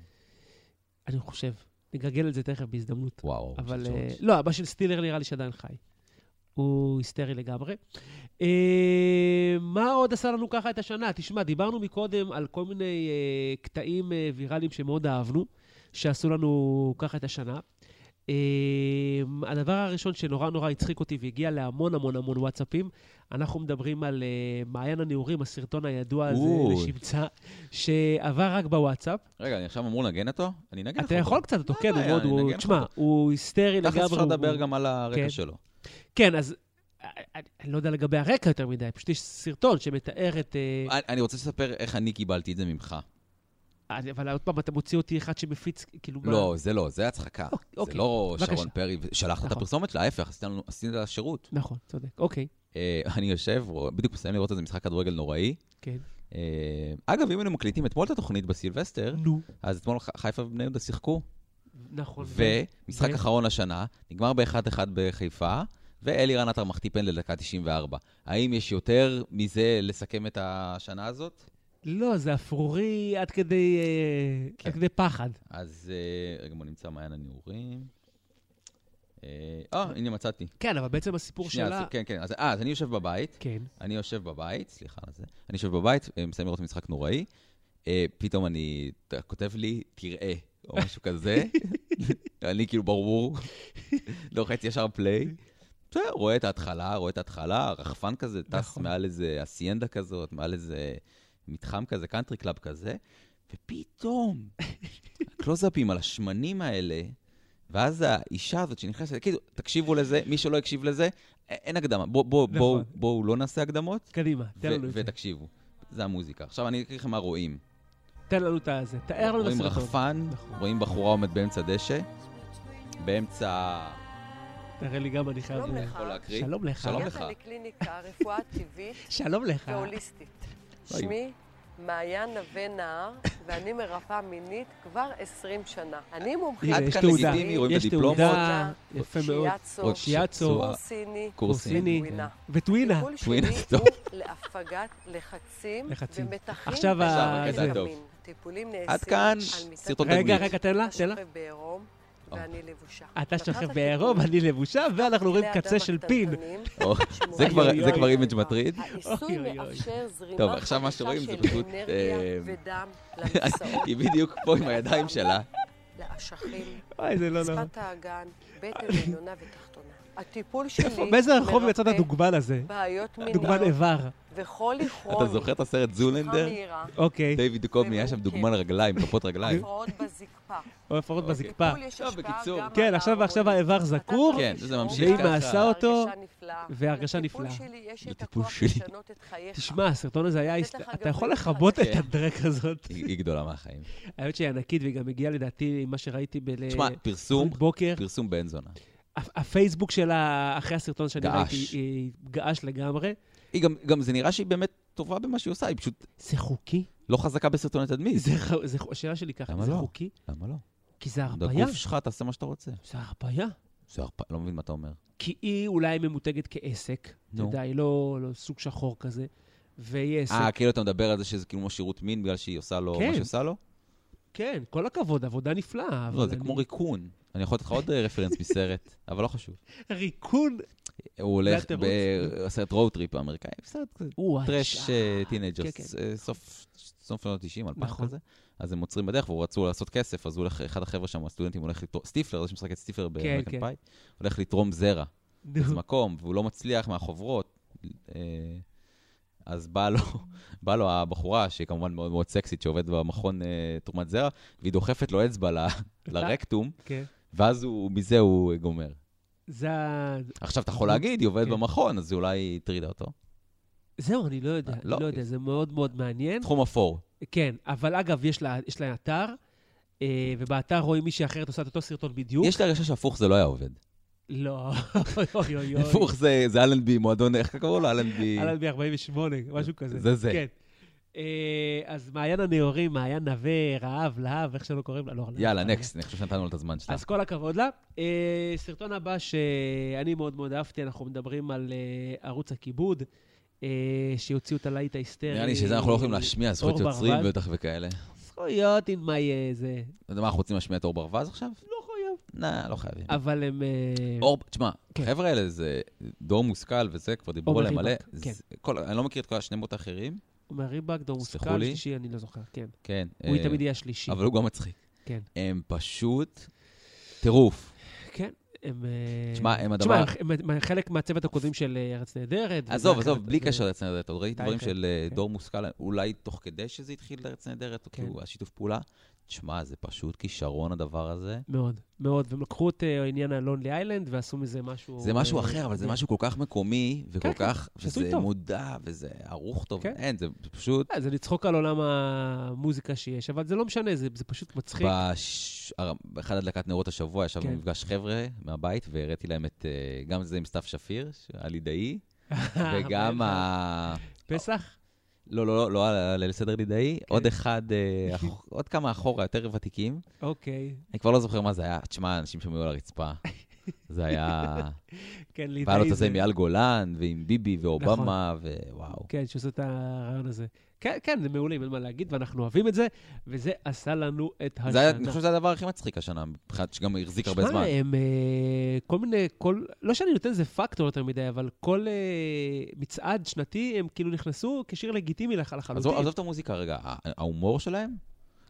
[SPEAKER 2] אני חושב. נגגל את זה תכף בהזדמנות.
[SPEAKER 1] וואו, ההורים
[SPEAKER 2] אבל...
[SPEAKER 1] של
[SPEAKER 2] אה,
[SPEAKER 1] ג'ורג'.
[SPEAKER 2] לא, אבא של סטילר נראה לי שעדיין חי. הוא היסטרי לגמרי. אה, מה עוד עשה לנו ככה את השנה? תשמע, דיברנו מקודם על כל מיני אה, קטעים אה, ויראליים שמאוד אהבנו, שעשו לנו ככה את השנה. אה, הדבר הראשון שנורא נורא הצחיק אותי והגיע להמון המון המון וואטסאפים, אנחנו מדברים על אה, מעיין הנעורים, הסרטון הידוע הזה
[SPEAKER 1] אוי.
[SPEAKER 2] לשמצה, שעבר רק בוואטסאפ.
[SPEAKER 1] רגע, אני עכשיו אמור לנגן אותו? אני אנגן לך אותו.
[SPEAKER 2] אתה יכול קצת אותו,
[SPEAKER 1] מה
[SPEAKER 2] כן, הוא
[SPEAKER 1] הבעיה?
[SPEAKER 2] מאוד,
[SPEAKER 1] אני
[SPEAKER 2] הוא-
[SPEAKER 1] אנגן לא לך
[SPEAKER 2] תשמע,
[SPEAKER 1] אותו.
[SPEAKER 2] הוא היסטרי לגמרי.
[SPEAKER 1] תכלס אפשר
[SPEAKER 2] הוא-
[SPEAKER 1] לדבר גם על הרקע
[SPEAKER 2] כן.
[SPEAKER 1] שלו.
[SPEAKER 2] כן, אז אה, אני אני לא יודע לגבי הרקע יותר מדי, פשוט יש סרטון שמתאר את... אה,
[SPEAKER 1] אני- אני רוצה לספר איך אני קיבלתי את זה ממך.
[SPEAKER 2] אני- אה, אבל עוד פעם, אתה מוציא אותי אחד שמפיץ, כאילו... מה-
[SPEAKER 1] לא, זה לא, זה הצחקה.
[SPEAKER 2] אוק-
[SPEAKER 1] זה
[SPEAKER 2] אוקיי,
[SPEAKER 1] לא
[SPEAKER 2] בבקשה.
[SPEAKER 1] שרון פרי, שלחת את
[SPEAKER 2] נכון.
[SPEAKER 1] הפרסומת שלה, ההפך, עשית לנו- עשית לה שירות.
[SPEAKER 2] נכון, צודק. אוקיי,
[SPEAKER 1] אה, אני יושב, רוא- בדיוק מסיים לראות איזה משחק כדורגל נוראי.
[SPEAKER 2] כן.
[SPEAKER 1] אה, אגב, אם היינו מקליטים אתמול את התוכנית בסילבסטר,
[SPEAKER 2] נו.
[SPEAKER 1] אז אתמול ח- חיפה ובני יהודה שיחקו,
[SPEAKER 2] נכון.
[SPEAKER 1] ומשחק
[SPEAKER 2] ו-
[SPEAKER 1] אחרון השנה, נגמר ב-1-1 בחיפה, ואלירן עטר מחטיא פנדל דקה 94. האם יש יותר מזה לסכם את השנה הזאת?
[SPEAKER 2] לא, זה אפרורי עד כדי... אה,
[SPEAKER 1] כן.
[SPEAKER 2] עד כדי פחד.
[SPEAKER 1] אז אה, רגע, בוא נמצא מעיין הנעורים. אה, אה, הנה מצאתי.
[SPEAKER 2] כן, אבל בעצם הסיפור
[SPEAKER 1] שנייה,
[SPEAKER 2] שלה...
[SPEAKER 1] אז- כן, כן. אז- אה, אז אני יושב בבית,
[SPEAKER 2] כן.
[SPEAKER 1] אני יושב בבית, סליחה על זה, אני יושב בבית, אה, מסיים לראות משחק נוראי, אה, פתאום אני, אתה כותב לי, תראה, או משהו כזה, אני כאילו ברור, לוחץ ישר פליי. בסדר, רואה את ההתחלה, רואה את ההתחלה, רחפן כזה טס
[SPEAKER 2] נכון.
[SPEAKER 1] מעל איזה אסיינדה כזאת, מעל איזה מתחם כזה, קאנטרי קלאב כזה, ופתאום, הקלוזאפים על השמנים האלה, ואז האישה הזאת שנכנסת, כאילו, תקשיבו לזה, מי שלא הקשיב לזה, א- אין הקדמה. בואו בוא,
[SPEAKER 2] נכון.
[SPEAKER 1] בוא, בואו לא נעשה הקדמות,
[SPEAKER 2] קדימה, תן
[SPEAKER 1] ו-
[SPEAKER 2] לנו את זה.
[SPEAKER 1] ותקשיבו. זה המוזיקה. עכשיו אני אקריא לכם מה רואים.
[SPEAKER 2] תן לנו את הזה. תאר לנו את
[SPEAKER 1] רואים
[SPEAKER 2] הסרטון.
[SPEAKER 1] רחפן,
[SPEAKER 2] נכון.
[SPEAKER 1] רואים בחורה עומד באמצע דשא, באמצע...
[SPEAKER 2] תראה לי גם, אני חייב...
[SPEAKER 3] שלום
[SPEAKER 2] לראות.
[SPEAKER 3] לך.
[SPEAKER 1] יכול להקריא?
[SPEAKER 2] שלום לך.
[SPEAKER 1] שלום. לך.
[SPEAKER 3] הגעת לקליניקה רפואה טבעית
[SPEAKER 2] שלום לך.
[SPEAKER 3] והוליסטית.
[SPEAKER 2] אה.
[SPEAKER 3] שמי מעיין נווה נהר, ואני מרפאה מינית כבר 20 שנה. אני מומחית.
[SPEAKER 1] עד
[SPEAKER 2] יש
[SPEAKER 1] כאן
[SPEAKER 2] תעודה.
[SPEAKER 1] לגיטימי, רואים את
[SPEAKER 2] יש
[SPEAKER 1] הדיפלומות.
[SPEAKER 2] תעודה, יפה מאוד.
[SPEAKER 3] שיאצו,
[SPEAKER 2] שיאצו.
[SPEAKER 1] רואים
[SPEAKER 3] סיני,
[SPEAKER 1] קורסיני.
[SPEAKER 2] קורסיני.
[SPEAKER 3] ווינה.
[SPEAKER 2] וטווינה.
[SPEAKER 3] טיפול
[SPEAKER 1] ווינה,
[SPEAKER 3] שלי
[SPEAKER 1] טוב.
[SPEAKER 3] הוא להפגת לחצים
[SPEAKER 2] לחצים.
[SPEAKER 3] ומתחים.
[SPEAKER 2] עכשיו ה-
[SPEAKER 1] עכשיו, זה.
[SPEAKER 3] בקטע הטיפולים נעשים
[SPEAKER 1] עד כאן,
[SPEAKER 3] על מיטת
[SPEAKER 1] סרטון
[SPEAKER 3] חולים.
[SPEAKER 2] רגע,
[SPEAKER 1] תדמית.
[SPEAKER 2] רגע, תן לה,
[SPEAKER 3] אתה
[SPEAKER 2] תן לה.
[SPEAKER 3] שוכב בעירום, ואני לבושה.
[SPEAKER 2] אתה
[SPEAKER 3] מטרת
[SPEAKER 2] שוכב
[SPEAKER 3] הטיפול
[SPEAKER 2] בעירום, אני לבושה, ואנחנו רואים
[SPEAKER 3] לאדם
[SPEAKER 2] קצה של פין.
[SPEAKER 3] הקטנטנים
[SPEAKER 1] או, זה
[SPEAKER 3] שמורים
[SPEAKER 1] כבר-
[SPEAKER 2] אוי,
[SPEAKER 1] זה
[SPEAKER 2] אוי,
[SPEAKER 1] כבר
[SPEAKER 3] אוי,
[SPEAKER 1] אימג'
[SPEAKER 3] אוי.
[SPEAKER 1] מטריד.
[SPEAKER 3] העיסוי
[SPEAKER 2] אוי, אוי, אוי.
[SPEAKER 3] מאפשר זרימה
[SPEAKER 1] טוב, עכשיו מה שרואים
[SPEAKER 3] חדשה
[SPEAKER 1] זה
[SPEAKER 3] של
[SPEAKER 1] פשוט,
[SPEAKER 3] אנרגיה
[SPEAKER 1] אה,
[SPEAKER 3] ודם למסעות,
[SPEAKER 1] היא בדיוק פה עם הידיים שלה.
[SPEAKER 3] לאשכים,
[SPEAKER 2] אוי, זה לא נורא.
[SPEAKER 3] שפת האגן, בטן עליונה ותחתונה. הטיפול שלי
[SPEAKER 2] באיזה רחוב יצא את
[SPEAKER 3] מרפא
[SPEAKER 2] הדוגמן הזה?
[SPEAKER 3] בעיות
[SPEAKER 2] דוגמן
[SPEAKER 3] מיניות
[SPEAKER 2] איבר.
[SPEAKER 3] וחולי כרוני,
[SPEAKER 1] אתה זוכר את הסרט
[SPEAKER 3] שכחה
[SPEAKER 1] זולנדר?
[SPEAKER 3] מהירה,
[SPEAKER 2] אוקיי.
[SPEAKER 1] דיוויד דוקובני היה שם דוגמן רגליים, כפות רגליים.
[SPEAKER 3] הפרעות בזקפה.
[SPEAKER 2] או לפחות
[SPEAKER 1] אוקיי.
[SPEAKER 2] בזקפה.
[SPEAKER 3] טיפול יש
[SPEAKER 1] טוב,
[SPEAKER 3] השפעה
[SPEAKER 1] בקיצור.
[SPEAKER 3] גם
[SPEAKER 2] כן,
[SPEAKER 3] על
[SPEAKER 2] עכשיו ועכשיו
[SPEAKER 3] ההורמונים.
[SPEAKER 2] האיבר זקור.
[SPEAKER 1] כן, זה ממשיך
[SPEAKER 2] ואם
[SPEAKER 1] ככה.
[SPEAKER 2] עשה אותו,
[SPEAKER 3] הרגשה נפלאה.
[SPEAKER 2] והרגשה
[SPEAKER 3] לטיפול
[SPEAKER 2] נפלאה.
[SPEAKER 3] שלי יש את
[SPEAKER 1] לטיפול
[SPEAKER 3] הכוח
[SPEAKER 1] שלי.
[SPEAKER 3] לשנות את חייך.
[SPEAKER 2] תשמע, הסרטון הזה היה...
[SPEAKER 3] בטח
[SPEAKER 2] הסת-
[SPEAKER 3] הגברי
[SPEAKER 2] אתה יכול לכבות את
[SPEAKER 1] כן.
[SPEAKER 2] הדרק הזאת.
[SPEAKER 1] היא היא גדולה מהחיים.
[SPEAKER 2] האמת שהיא ענקית, והיא גם הגיעה לדעתי ממה שראיתי ב...
[SPEAKER 1] תשמע, פרסום,
[SPEAKER 2] בוקר.
[SPEAKER 1] פרסום בן זונה.
[SPEAKER 2] ה- הפייסבוק שלה, אחרי הסרטון שאני
[SPEAKER 1] געש.
[SPEAKER 2] ראיתי, היא געש לגמרי.
[SPEAKER 1] היא גם, גם זה נראה שהיא באמת טובה במה שהיא עושה, היא פשוט
[SPEAKER 2] זה חוקי?
[SPEAKER 1] לא חזקה בסרטוני תדמית.
[SPEAKER 2] זה ח- זה ח- השאלה שלי ככה,
[SPEAKER 1] למה
[SPEAKER 2] זה
[SPEAKER 1] לא?
[SPEAKER 2] חוקי?
[SPEAKER 1] למה לא?
[SPEAKER 2] כי זה הרפאיה.
[SPEAKER 1] בגוף שלך תעשה מה שאתה רוצה.
[SPEAKER 2] זה הרפאיה.
[SPEAKER 1] שיער פ... לא מבין מה אתה אומר.
[SPEAKER 2] כי היא אולי ממותגת כעסק, אתה
[SPEAKER 1] נו.
[SPEAKER 2] יודע, היא לא, לא סוג שחור כזה, והיא עסק.
[SPEAKER 1] אה, כאילו אתה מדבר על זה שזה כאילו כמו שירות מין בגלל שהיא עושה לו
[SPEAKER 2] כן.
[SPEAKER 1] מה שהיא עושה לו?
[SPEAKER 2] כן, כל הכבוד, עבודה נפלאה.
[SPEAKER 1] לא,
[SPEAKER 2] אבל
[SPEAKER 1] זה
[SPEAKER 2] אני-
[SPEAKER 1] כמו ריקון. אני יכול לתת לך עוד אה, רפרנס מסרט, אבל לא חשוב.
[SPEAKER 2] ריקון.
[SPEAKER 1] הוא הולך
[SPEAKER 2] התירוץ.
[SPEAKER 1] בסרט רואו טריפ האמריקאי, סרט כזה
[SPEAKER 2] או,
[SPEAKER 1] טרש אה, טינג'ר,
[SPEAKER 2] כן, כן.
[SPEAKER 1] ס- אה, סוף סוף שנות 90, 2000
[SPEAKER 2] נכון.
[SPEAKER 1] כזה. אז הם עוצרים בדרך והוא רצו לעשות כסף, אז הוא הולך, אחד החבר'ה שם, הסטודנטים, הולך לתרום, סטיפלר, זה שמשחק את סטיפלר באמריקן
[SPEAKER 2] כן.
[SPEAKER 1] פאי, הולך לתרום זרע
[SPEAKER 2] נו,
[SPEAKER 1] באיזה מקום, והוא לא מצליח מהחוברות. אה, אז באה לו, בא לו הבחורה, שהיא כמובן מאוד מאוד סקסית, שעובדת במכון אה, תרומת זרע, והיא דוחפת לו אצבע ל- לרקטום,
[SPEAKER 2] כן.
[SPEAKER 1] ואז הוא, מזה הוא גומר.
[SPEAKER 2] זה ה...
[SPEAKER 1] עכשיו, אתה יכול להגיד, היא עובדת
[SPEAKER 2] כן.
[SPEAKER 1] במכון, אז אולי היא הטרידה אותו.
[SPEAKER 2] זהו, אני לא יודע,
[SPEAKER 1] אה, לא.
[SPEAKER 2] לא יודע, זה מאוד מאוד מעניין.
[SPEAKER 1] תחום אפור.
[SPEAKER 2] כן, אבל אגב, יש לה, יש לה אתר, אה, ובאתר רואים מישהי אחרת עושה את אותו סרטון בדיוק.
[SPEAKER 1] יש לי הרגשה שהפוך זה לא היה עובד.
[SPEAKER 2] לא, אוי אוי אוי.
[SPEAKER 1] הפוך זה זה אלנבי, מועדון, איך קראו לו? אלנבי.
[SPEAKER 2] אלן ב-48, משהו כזה.
[SPEAKER 1] זה זה.
[SPEAKER 2] כן. אה, אז מעיין הנאורים, מעיין נווה, רעב, להב, איך שלא קוראים לה, לא, לא,
[SPEAKER 1] יאללה,
[SPEAKER 2] לא.
[SPEAKER 1] נקסט, אני חושב שנתנו לו את הזמן שלה.
[SPEAKER 2] אז כל הכבוד לה. אה, סרטון הבא שאני מאוד מאוד אהבתי, אנחנו מדברים על אה, ערוץ הכיבוד, אה, שהוציאו את הלהיט ההיסטרי.
[SPEAKER 1] נראה לי שזה אנחנו לא יכולים להשמיע, זכויות
[SPEAKER 2] כן, אור
[SPEAKER 1] יוצרים
[SPEAKER 2] ברווז.
[SPEAKER 1] בטח וכאלה.
[SPEAKER 2] זכויות עם מה יהיה זה.
[SPEAKER 1] אתה יודע מה, אנחנו רוצים להשמיע את אור ברווז עכשיו?
[SPEAKER 2] לא חייב.
[SPEAKER 1] נא, לא חייבים.
[SPEAKER 2] אבל הם... אה,
[SPEAKER 1] אור, תשמע,
[SPEAKER 2] כן.
[SPEAKER 1] החבר'ה האלה זה דור מושכל וזה, כבר דיברו
[SPEAKER 2] עומר
[SPEAKER 1] עליהם מלא.
[SPEAKER 2] ריבק, כן.
[SPEAKER 1] זה- כל- אני לא מכיר את כל השמות האחרים.
[SPEAKER 2] אומר ריבק, דור
[SPEAKER 1] סלחו
[SPEAKER 2] מושכל,
[SPEAKER 1] לי.
[SPEAKER 2] שלישי, אני לא זוכר, כן.
[SPEAKER 1] כן.
[SPEAKER 2] הוא
[SPEAKER 1] אה,
[SPEAKER 2] תמיד יהיה השלישי.
[SPEAKER 1] אבל הוא גם מצחיק.
[SPEAKER 2] כן.
[SPEAKER 1] הם פשוט טירוף.
[SPEAKER 2] כן, הם... אה,
[SPEAKER 1] תשמע, הם
[SPEAKER 2] תשמע,
[SPEAKER 1] הדבר-
[SPEAKER 2] הם- הם- הם חלק מהצוות הקודמים של אה, ארץ נהדרת.
[SPEAKER 1] עזוב,
[SPEAKER 2] וזה
[SPEAKER 1] עזוב,
[SPEAKER 2] הקלטות,
[SPEAKER 1] בלי
[SPEAKER 2] וזה-
[SPEAKER 1] קשר לארץ נהדרת, עוד ראיתי
[SPEAKER 2] די,
[SPEAKER 1] דברים
[SPEAKER 2] כן,
[SPEAKER 1] של אה,
[SPEAKER 2] כן.
[SPEAKER 1] דור מושכל, אולי תוך כדי שזה התחיל לארץ נהדרת, או
[SPEAKER 2] כן.
[SPEAKER 1] כאילו השיתוף פעולה. תשמע, זה פשוט כישרון הדבר הזה.
[SPEAKER 2] מאוד, מאוד. והם לקחו את אה, עניין הלונלי איילנד ועשו מזה משהו...
[SPEAKER 1] זה משהו
[SPEAKER 2] אה,
[SPEAKER 1] אחר, אבל זה
[SPEAKER 2] כן.
[SPEAKER 1] משהו כל כך מקומי,
[SPEAKER 2] כן,
[SPEAKER 1] וכל כך,
[SPEAKER 2] שעשוי
[SPEAKER 1] וזה
[SPEAKER 2] טוב.
[SPEAKER 1] מודע, וזה ערוך טוב,
[SPEAKER 2] כן.
[SPEAKER 1] אין, זה פשוט,
[SPEAKER 2] אה, זה לצחוק על עולם המוזיקה שיש, אבל זה לא משנה, זה זה פשוט מצחיק.
[SPEAKER 1] בש- הר- באחד הדלקת נרות השבוע ישבנו
[SPEAKER 2] כן.
[SPEAKER 1] במפגש חבר'ה מהבית, והראיתי להם את, אה, גם זה עם סתיו שפיר, הלידאי,
[SPEAKER 2] אה,
[SPEAKER 1] וגם ה...
[SPEAKER 2] פסח?
[SPEAKER 1] לא, לא, לא, לא, על ליל סדר לידאי,
[SPEAKER 2] כן.
[SPEAKER 1] עוד אחד, אה, אח- עוד כמה אחורה, יותר ותיקים.
[SPEAKER 2] אוקיי.
[SPEAKER 1] אני כבר לא זוכר מה זה היה. תשמע, אנשים שם היו על הרצפה. זה היה...
[SPEAKER 2] כן, לידאי
[SPEAKER 1] והיה לו את הזה
[SPEAKER 2] זה- נכון.
[SPEAKER 1] עם אייל גולן, ועם ביבי, ואובמה, ווואו.
[SPEAKER 2] כן, שעושה את הרעיון הזה. כן, כן, זה מעולים, אין מה להגיד, ואנחנו אוהבים את זה, וזה עשה לנו את
[SPEAKER 1] זה
[SPEAKER 2] השנה.
[SPEAKER 1] היה- אני חושב שזה הדבר הכי מצחיק השנה, מבחינת שגם החזיק הרבה זמן.
[SPEAKER 2] שמע, הם אה, כל מיני, כל, לא שאני נותן לזה פקטור יותר מדי, אבל כל אה, מצעד שנתי, הם כאילו נכנסו כשיר לגיטימי לח-
[SPEAKER 1] עזוב
[SPEAKER 2] לחלוטין.
[SPEAKER 1] עזוב את המוזיקה רגע, ה- ההומור שלהם?